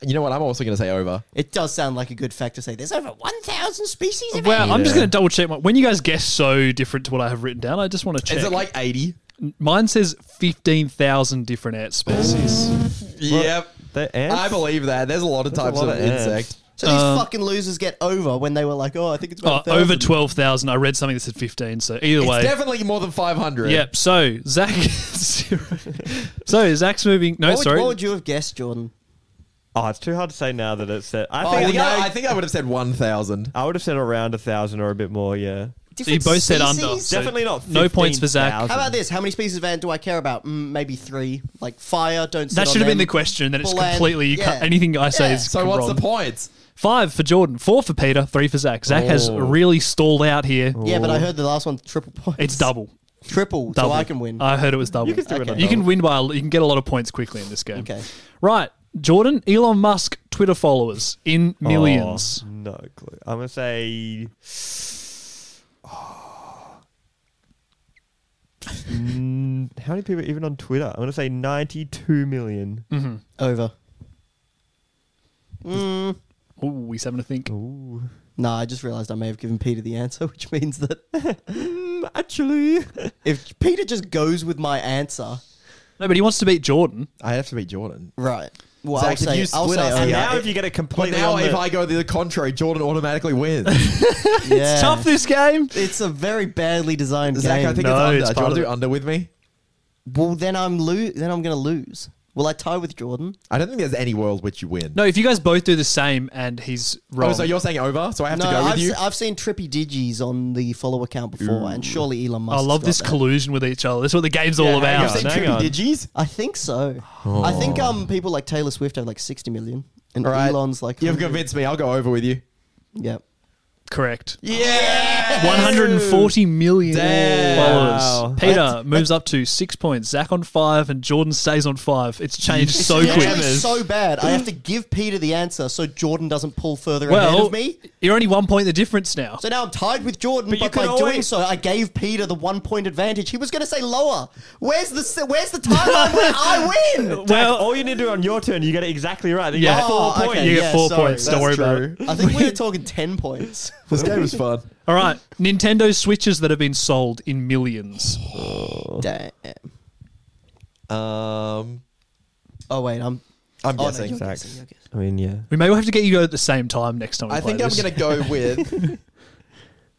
Speaker 2: You know what? I'm also going to say over.
Speaker 5: It does sound like a good fact to say there's over 1,000 species of
Speaker 4: Well,
Speaker 5: ants.
Speaker 4: I'm just
Speaker 2: Yeah.
Speaker 4: going to double check my. When you guys guess so different to what I have written down, I just want to check.
Speaker 2: Is it like 80?
Speaker 4: Mine says fifteen thousand different ant species.
Speaker 2: Yep.
Speaker 3: The ants?
Speaker 2: I believe that. There's a lot of
Speaker 3: There's a
Speaker 2: types
Speaker 3: lot
Speaker 2: of,
Speaker 3: of ants.
Speaker 2: insect.
Speaker 5: So these fucking losers get over when they were like, oh, I think it's
Speaker 4: um, Oh,
Speaker 5: about
Speaker 4: over
Speaker 5: 1,000.
Speaker 4: twelve thousand. I read something that said fifteen. So either
Speaker 2: It's
Speaker 4: way,
Speaker 2: definitely more than 500.
Speaker 4: yep. So Zach, (laughs) so Zach's moving. No,
Speaker 5: What would,
Speaker 4: sorry.
Speaker 5: what would you have guessed, Jordan?
Speaker 3: Oh, it's too hard to say now that it's said. I
Speaker 2: I
Speaker 3: think
Speaker 2: think,
Speaker 3: I,
Speaker 2: Oh, I, I think I would have said 1,000.
Speaker 3: I would have said around a thousand or a bit more. Yeah.
Speaker 4: so you both said under.
Speaker 5: species?
Speaker 4: so
Speaker 3: Definitely not
Speaker 4: No points for Zach.
Speaker 5: How about this? How many species of ant do I care about? Mm, maybe three. Like fire, don't sit
Speaker 4: That
Speaker 5: on
Speaker 4: should have been
Speaker 5: them.
Speaker 4: the question. That it's
Speaker 5: Bland.
Speaker 4: completely. You can't,
Speaker 5: Yeah.
Speaker 4: anything I say
Speaker 5: Yeah.
Speaker 4: is
Speaker 2: So what's
Speaker 4: wrong.
Speaker 2: the points?
Speaker 4: Five for Jordan, four for Peter, three for Zach. Zach has really stalled out here.
Speaker 5: Yeah, but I heard the last one's triple points.
Speaker 4: It's double.
Speaker 5: Triple,
Speaker 4: Double. Uh,
Speaker 5: so I can win.
Speaker 4: I heard it was double.
Speaker 3: You can still win on
Speaker 4: You can
Speaker 3: double.
Speaker 4: win by. a- You can get a lot of points quickly in this game.
Speaker 5: Okay.
Speaker 4: Right, Jordan, Elon Musk, Twitter followers in millions.
Speaker 3: Oh, no clue. I'm gonna say. (sighs) Mm, how many people are even on Twitter? I'm gonna say 92 million.
Speaker 4: Mm.
Speaker 5: Over.
Speaker 4: Ooh, he's having to think.
Speaker 5: No, I just realised I may have given Peter the answer, (laughs) which means that
Speaker 3: Mm, actually,
Speaker 5: if Peter just goes with my answer,
Speaker 4: No, but he wants to beat Jordan.
Speaker 2: I have to beat Jordan.
Speaker 5: right? Well,
Speaker 2: Zach,
Speaker 5: I'll
Speaker 2: if
Speaker 5: say,
Speaker 2: you
Speaker 5: I'll
Speaker 2: split
Speaker 5: say
Speaker 2: us,
Speaker 5: over.
Speaker 2: Oh, yeah.
Speaker 3: (laughs) now
Speaker 4: (laughs)
Speaker 3: if you get it
Speaker 2: But
Speaker 3: completely,
Speaker 2: now
Speaker 3: on
Speaker 2: if
Speaker 3: the-
Speaker 2: I go the the contrary, Jordan automatically wins.
Speaker 5: Yeah.
Speaker 4: Tough this game.
Speaker 5: It's a very badly designed
Speaker 2: Zach,
Speaker 5: game.
Speaker 2: I think
Speaker 4: No,
Speaker 2: it's under.
Speaker 4: it's
Speaker 2: do you
Speaker 4: part
Speaker 2: want
Speaker 4: of
Speaker 2: to do
Speaker 4: it.
Speaker 2: under with me?
Speaker 5: Well, then I'm lo- Then I'm going to lose. Will I tie with Jordan?
Speaker 2: I don't think there's any world which you win.
Speaker 4: No, if you guys both do the same and he's wrong.
Speaker 2: Oh, so you're saying over? So I have
Speaker 5: no,
Speaker 2: to go with
Speaker 5: I've,
Speaker 2: you?
Speaker 5: se- I've seen trippy digis on the follow account before, and surely Elon Musk.
Speaker 4: I love
Speaker 5: got
Speaker 4: this
Speaker 5: that.
Speaker 4: collusion with each other. That's what the game's all
Speaker 2: Hang
Speaker 4: about.
Speaker 2: on,
Speaker 3: Hang
Speaker 2: trippy
Speaker 3: on.
Speaker 2: digis?
Speaker 5: I think so. I think
Speaker 4: Oh.
Speaker 5: um people like Taylor Swift have like 60 million, and
Speaker 2: All right.
Speaker 5: Elon's like
Speaker 2: You've
Speaker 5: 100.
Speaker 2: convinced me. I'll go over with you.
Speaker 5: Yep.
Speaker 4: Correct.
Speaker 2: Yeah.
Speaker 4: 140 million
Speaker 2: Damn. Wow.
Speaker 4: followers. Peter moves up to six points. Zach on five, and Jordan stays on five. It's changed so
Speaker 5: It's
Speaker 4: quick.
Speaker 5: actually so bad. I
Speaker 4: (laughs)
Speaker 5: have to give Peter the answer so Jordan doesn't pull further ahead
Speaker 4: well,
Speaker 5: of me.
Speaker 4: you're only one point the difference now.
Speaker 5: So now I'm tied with Jordan,
Speaker 3: But
Speaker 5: but,
Speaker 3: you
Speaker 5: by
Speaker 3: can
Speaker 5: doing
Speaker 3: always-
Speaker 5: so, I gave Peter the one point advantage. He was going to say lower. Where's the s- where's the timeline where
Speaker 4: (laughs)
Speaker 5: I win?
Speaker 3: Zach, (laughs)
Speaker 4: Well-
Speaker 3: all you need to do on your turn, you get it exactly right. Then you
Speaker 4: Yeah.
Speaker 3: get four
Speaker 5: Oh, okay.
Speaker 3: points.
Speaker 4: you get
Speaker 5: yeah,
Speaker 4: four
Speaker 5: sorry.
Speaker 4: points. Don't worry
Speaker 2: That's
Speaker 4: about
Speaker 2: true.
Speaker 4: it.
Speaker 5: I think
Speaker 4: (laughs)
Speaker 5: we're talking ten points.
Speaker 2: (laughs) This game was fun.
Speaker 4: All right, Nintendo Switches that have been sold in millions. Oh.
Speaker 5: Damn.
Speaker 2: Um,
Speaker 5: Oh wait, I'm.
Speaker 2: I'm
Speaker 5: Oh, no,
Speaker 2: guessing.
Speaker 5: you're
Speaker 3: Zach.
Speaker 5: guessing, you're guessing.
Speaker 3: I mean, yeah.
Speaker 4: We may have to get you at the same time next time. We
Speaker 2: I think
Speaker 4: play
Speaker 2: I'm
Speaker 4: this.
Speaker 2: going to go (laughs) with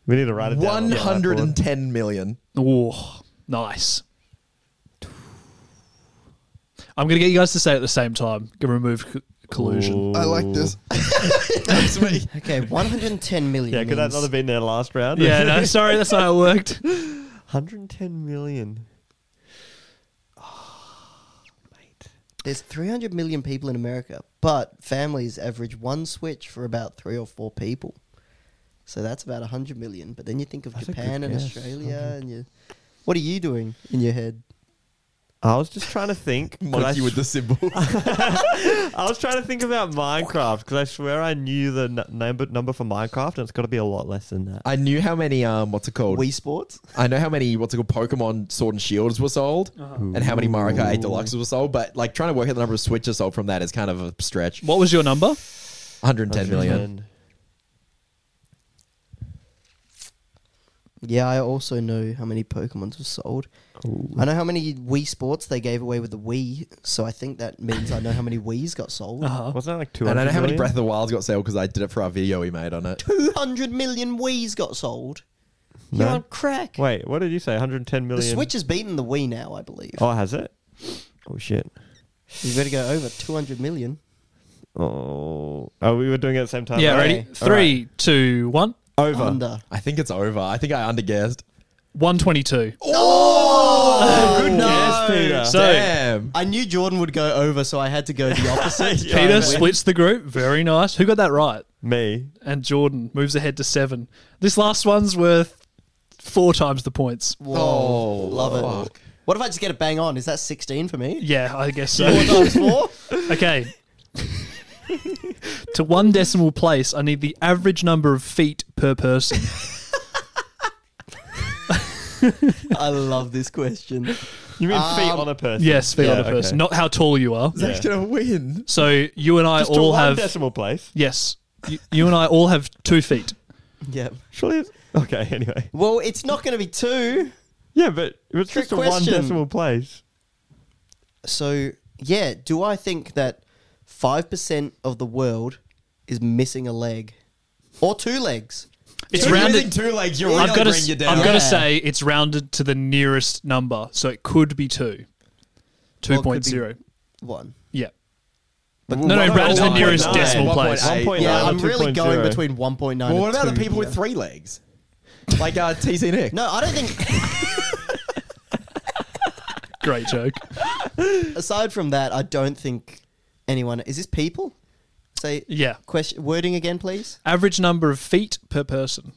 Speaker 3: We need to write it down. on the whiteboard.
Speaker 2: 110 million.
Speaker 4: Oh, nice. I'm going to get you guys to say it at the same time. Going to remove c- collusion.
Speaker 2: I like this.
Speaker 4: (laughs)
Speaker 5: Okay, 110 million.
Speaker 3: Yeah, could that
Speaker 5: means-
Speaker 3: not have been their last round? (laughs)
Speaker 4: Yeah,
Speaker 5: (laughs)
Speaker 4: no, sorry, that's not how it worked.
Speaker 3: 110 million.
Speaker 5: There's 300 million people in America, but families average one switch for about three or four people. So that's about 100 million. But then you think of Japan and Australia, and you. What are you doing in your head?
Speaker 3: I was just trying to
Speaker 2: (laughs)
Speaker 3: think. 'cause I,
Speaker 2: Monkey with the symbol.
Speaker 3: I was trying to think about Minecraft because I swear I knew the n- number number for Minecraft, and it's got to be a lot less than that.
Speaker 2: (laughs) I knew how many, um, what's it called?
Speaker 5: Wii Sports?
Speaker 2: I know how many, what's it called, Pokemon Sword and Shields were sold
Speaker 4: Uh-huh.
Speaker 2: and how many Mario Kart 8 Deluxe were sold, but like trying to work out the number of Switches sold from that is kind of a stretch.
Speaker 4: What was your number?
Speaker 2: 110 million.
Speaker 5: Yeah, I also know how many Pokemons were sold. I know how many Wii Sports they gave away with the Wii, so I think that means I know how many Wii's
Speaker 3: (laughs)
Speaker 5: got sold.
Speaker 3: Wasn't that like two?
Speaker 2: Uh-huh. And I don't know how many Breath of the Wilds got sold because I did it for our video we made on (laughs) it.
Speaker 5: 200 million Wii's got sold. You're
Speaker 3: No.
Speaker 5: on crack.
Speaker 3: Wait, what did you say? 110
Speaker 5: the
Speaker 3: million.
Speaker 5: Switch has beaten the Wii now, I believe.
Speaker 3: Oh, has it? Oh shit.
Speaker 5: You better go over 200 million.
Speaker 3: Oh, oh, we were doing it at the same time.
Speaker 4: Yeah,
Speaker 3: right?
Speaker 4: ready? Three, two, one.
Speaker 3: Over.
Speaker 5: Under.
Speaker 2: I think it's over. I think I underguessed.
Speaker 4: 122.
Speaker 3: Oh, Good guess, Peter.
Speaker 4: So,
Speaker 2: Damn.
Speaker 5: I
Speaker 2: (laughs)
Speaker 5: knew Jordan would go over, so I had to go the opposite.
Speaker 4: Peter splits the group. Very nice. Who got that right?
Speaker 3: Me.
Speaker 4: and Jordan moves ahead to seven. This last one's worth four times the points.
Speaker 5: Oh, love it. What if I just get it bang on? Is that 16 for
Speaker 2: (laughs)
Speaker 5: me?
Speaker 4: Yeah, I guess so.
Speaker 5: Times four?
Speaker 4: (laughs) okay. to one decimal place, I need the average number of feet per person.
Speaker 5: I love this question.
Speaker 3: You mean feet
Speaker 5: Um,
Speaker 3: on a person?
Speaker 4: Yes, feet on
Speaker 3: Yeah,
Speaker 4: a person,
Speaker 3: okay.
Speaker 4: not how tall you are.
Speaker 2: Zach's gonna win.
Speaker 4: So you and I
Speaker 3: Just to
Speaker 4: all
Speaker 3: one
Speaker 4: have
Speaker 3: decimal place.
Speaker 4: yes, you, you and I all have two feet.
Speaker 5: Yeah.
Speaker 3: Surely. It's, okay. Anyway.
Speaker 5: Well, it's not going to be two.
Speaker 3: Yeah, but if it's
Speaker 5: Trick
Speaker 3: just a one
Speaker 5: question.
Speaker 3: decimal place.
Speaker 5: So, yeah, do I think that 5% of the world is missing a leg or two legs?
Speaker 4: It's
Speaker 2: Two
Speaker 4: rounded.
Speaker 2: legs, two legs. You're
Speaker 4: I've
Speaker 2: really
Speaker 4: got
Speaker 2: bringing
Speaker 4: to.
Speaker 2: you down.
Speaker 4: I've got
Speaker 5: Yeah.
Speaker 4: to say it's rounded to the nearest number, so it could be two. Two
Speaker 5: Well, it could be-
Speaker 4: point zero.
Speaker 5: One.
Speaker 4: Yeah. no, no, rounded to the nearest
Speaker 2: 1.9,
Speaker 4: decimal place.
Speaker 2: 1.8.
Speaker 3: 1.9
Speaker 5: Yeah,
Speaker 3: or
Speaker 5: I'm really going
Speaker 3: 2.0.
Speaker 5: between 1.9
Speaker 2: Well,
Speaker 5: and
Speaker 2: what about the
Speaker 5: 2,
Speaker 2: people
Speaker 5: yeah.
Speaker 2: with three legs? Like uh, TC Nick. (laughs)
Speaker 5: No, I don't think.
Speaker 4: Great joke.
Speaker 5: aside from that, I don't think anyone. Is this people? Say
Speaker 4: Yeah.
Speaker 5: question wording again, please.
Speaker 4: Average number of feet per person.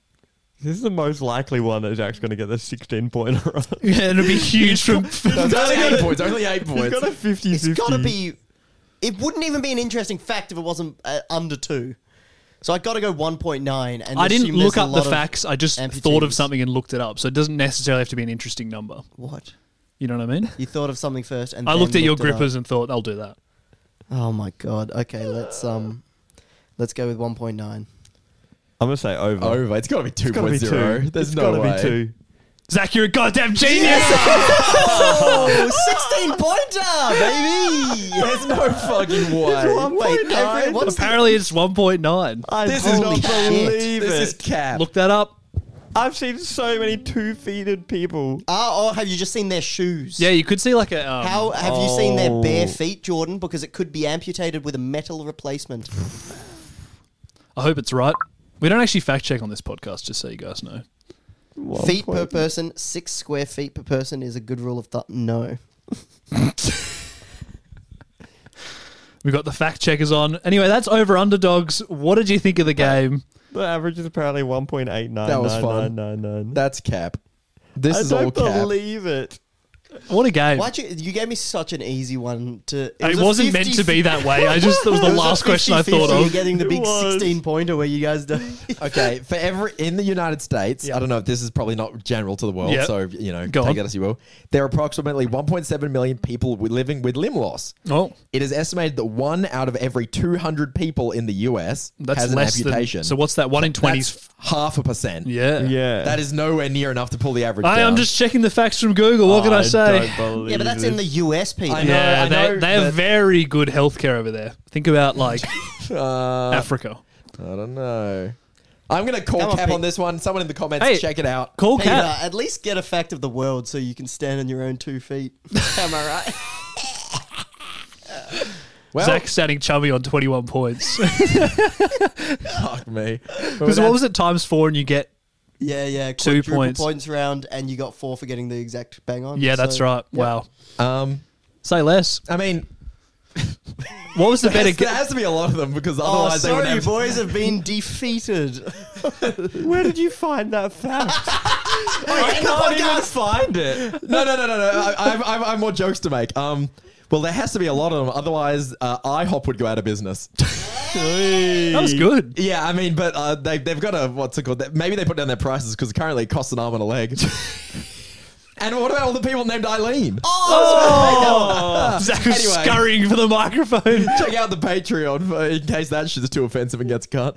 Speaker 4: (laughs)
Speaker 3: This is the most likely one that Jack's going to get the 16 pointer on.
Speaker 4: Yeah, it'd be huge
Speaker 5: (laughs)
Speaker 4: from.
Speaker 2: It's only eight points. Only eight
Speaker 3: He's
Speaker 2: points.
Speaker 3: got a 50
Speaker 5: It's got to be. It wouldn't even be an interesting fact if it wasn't uh, under two. So I got to go 1.9.
Speaker 4: (laughs)
Speaker 5: And
Speaker 4: I didn't
Speaker 5: assume there's
Speaker 4: look
Speaker 5: a
Speaker 4: up the
Speaker 5: lot of
Speaker 4: facts. I just thought of
Speaker 5: amputees.
Speaker 4: something and looked it up. So it doesn't necessarily have to be an interesting number.
Speaker 5: What
Speaker 4: You know what I mean?
Speaker 5: you thought of something first, and
Speaker 4: I
Speaker 5: then
Speaker 4: looked at your
Speaker 5: it up.
Speaker 4: grippers and thought, I'll do that.
Speaker 5: Oh my god. Okay, let's um, let's go with 1.9.
Speaker 3: I'm going to say over.
Speaker 2: over. It's got to be two
Speaker 3: It's got to be
Speaker 2: point zero.
Speaker 3: two.
Speaker 2: There's
Speaker 3: It's
Speaker 2: no
Speaker 3: gotta
Speaker 2: way.
Speaker 3: be two.
Speaker 4: Zach, you're a goddamn genius.
Speaker 5: Oh, 16 pointer, baby.
Speaker 2: There's no
Speaker 3: (laughs)
Speaker 2: fucking way.
Speaker 5: Wait, every, what's the-
Speaker 4: Apparently, it's 1.9.
Speaker 2: This is
Speaker 5: Holy shit.
Speaker 2: not believe This is cap.
Speaker 4: Look that up.
Speaker 3: I've seen so many two-feeted people.
Speaker 2: Uh,
Speaker 5: Ah, or have you just seen their shoes?
Speaker 4: Yeah, you could see like a. Um,
Speaker 5: How have you seen their bare feet, Jordan? Because it could be amputated with a metal replacement.
Speaker 4: I hope it's right. We don't actually fact check on this podcast, just so you guys know.
Speaker 5: feet per person, six square feet per person is a good rule of thumb. No.
Speaker 4: We've got the fact checkers on. Anyway, that's over underdogs. What did you think of the game?
Speaker 3: The average is apparently 1.8999999.
Speaker 2: That was fun. That's cap. This
Speaker 3: I
Speaker 2: is all
Speaker 3: don't
Speaker 2: cap.
Speaker 3: believe it.
Speaker 4: What a game.
Speaker 5: Why'd you you gave me such an easy one to it,
Speaker 4: It,
Speaker 5: was
Speaker 4: was
Speaker 5: a
Speaker 4: not meant to
Speaker 5: 50
Speaker 4: be that way. I just, that was the
Speaker 5: (laughs) it was a
Speaker 4: last question I
Speaker 5: 50-50,
Speaker 4: thought of.
Speaker 5: You're getting the
Speaker 3: It
Speaker 5: big
Speaker 3: was.
Speaker 5: sixteen pointer where you
Speaker 4: (laughs)
Speaker 5: guys don't
Speaker 2: Okay, for every in the United States, I don't know if this is probably not general to the world,
Speaker 4: Yep.
Speaker 2: so you know,
Speaker 4: Go
Speaker 2: take
Speaker 4: on.
Speaker 2: it as you will. There are approximately 1.7 million people wi- living with limb loss.
Speaker 4: Oh,
Speaker 2: It is estimated that one out of every 200 people in the US
Speaker 4: that's
Speaker 2: has
Speaker 4: less
Speaker 2: an amputation.
Speaker 4: than. So what's that? One in twenty?
Speaker 2: That's half a percent.
Speaker 4: Yeah.
Speaker 3: Yeah.
Speaker 2: that is nowhere near enough to pull the average.
Speaker 4: I am
Speaker 2: down.
Speaker 4: just checking the facts from Google. What
Speaker 3: Oh,
Speaker 4: can I say?
Speaker 5: Yeah, but that's in the US people.
Speaker 2: I
Speaker 4: (laughs)
Speaker 2: know,
Speaker 4: Yeah,
Speaker 2: I know,
Speaker 4: they, they have
Speaker 2: but-
Speaker 4: very good healthcare over there. Think about like Africa.
Speaker 2: I Uh, don't know. I'm gonna call
Speaker 5: Come on,
Speaker 2: cap
Speaker 5: Pete.
Speaker 2: on this one. Someone in the comments,
Speaker 4: Hey.
Speaker 2: check it out.
Speaker 4: Call
Speaker 5: Peter,
Speaker 4: Cap.
Speaker 5: at least get a fact of the world so you can stand on your own
Speaker 4: (laughs)
Speaker 5: two feet. Am I right?
Speaker 2: Well,
Speaker 4: Zach standing chummy on 21 points. (laughs)
Speaker 2: fuck (laughs) me.
Speaker 4: Because what was it times four and you get.
Speaker 5: Yeah, yeah.
Speaker 4: Two
Speaker 5: quadruple
Speaker 4: points.
Speaker 5: points round, and you got four for getting the exact bang on.
Speaker 4: Yeah, that's
Speaker 5: so-
Speaker 4: right. Wow.
Speaker 2: Um,
Speaker 4: Say less.
Speaker 2: I mean,
Speaker 4: What was the
Speaker 2: there
Speaker 4: better.
Speaker 2: has,
Speaker 4: G-
Speaker 2: there has to be a lot of them because
Speaker 5: Oh,
Speaker 2: otherwise they would
Speaker 5: sorry, you
Speaker 2: have
Speaker 5: boys have been defeated.
Speaker 3: Where did you find that fact?
Speaker 4: (laughs)
Speaker 5: I can't even
Speaker 3: find it.
Speaker 2: (laughs) no, no, no, no, no. I, I've, I've, I've more jokes to make. Um, well, there has to be a lot of them. Otherwise, uh, IHOP would go out of business.
Speaker 4: that was good.
Speaker 2: yeah, I mean, but uh, they, they've got a what's it called? Maybe they put down their prices because currently it costs an arm and a leg. and what about all the people named Eileen?
Speaker 4: Zach was
Speaker 2: Anyway.
Speaker 4: scurrying for the microphone.
Speaker 2: Check out the Patreon for, in case that shit's too offensive and gets cut.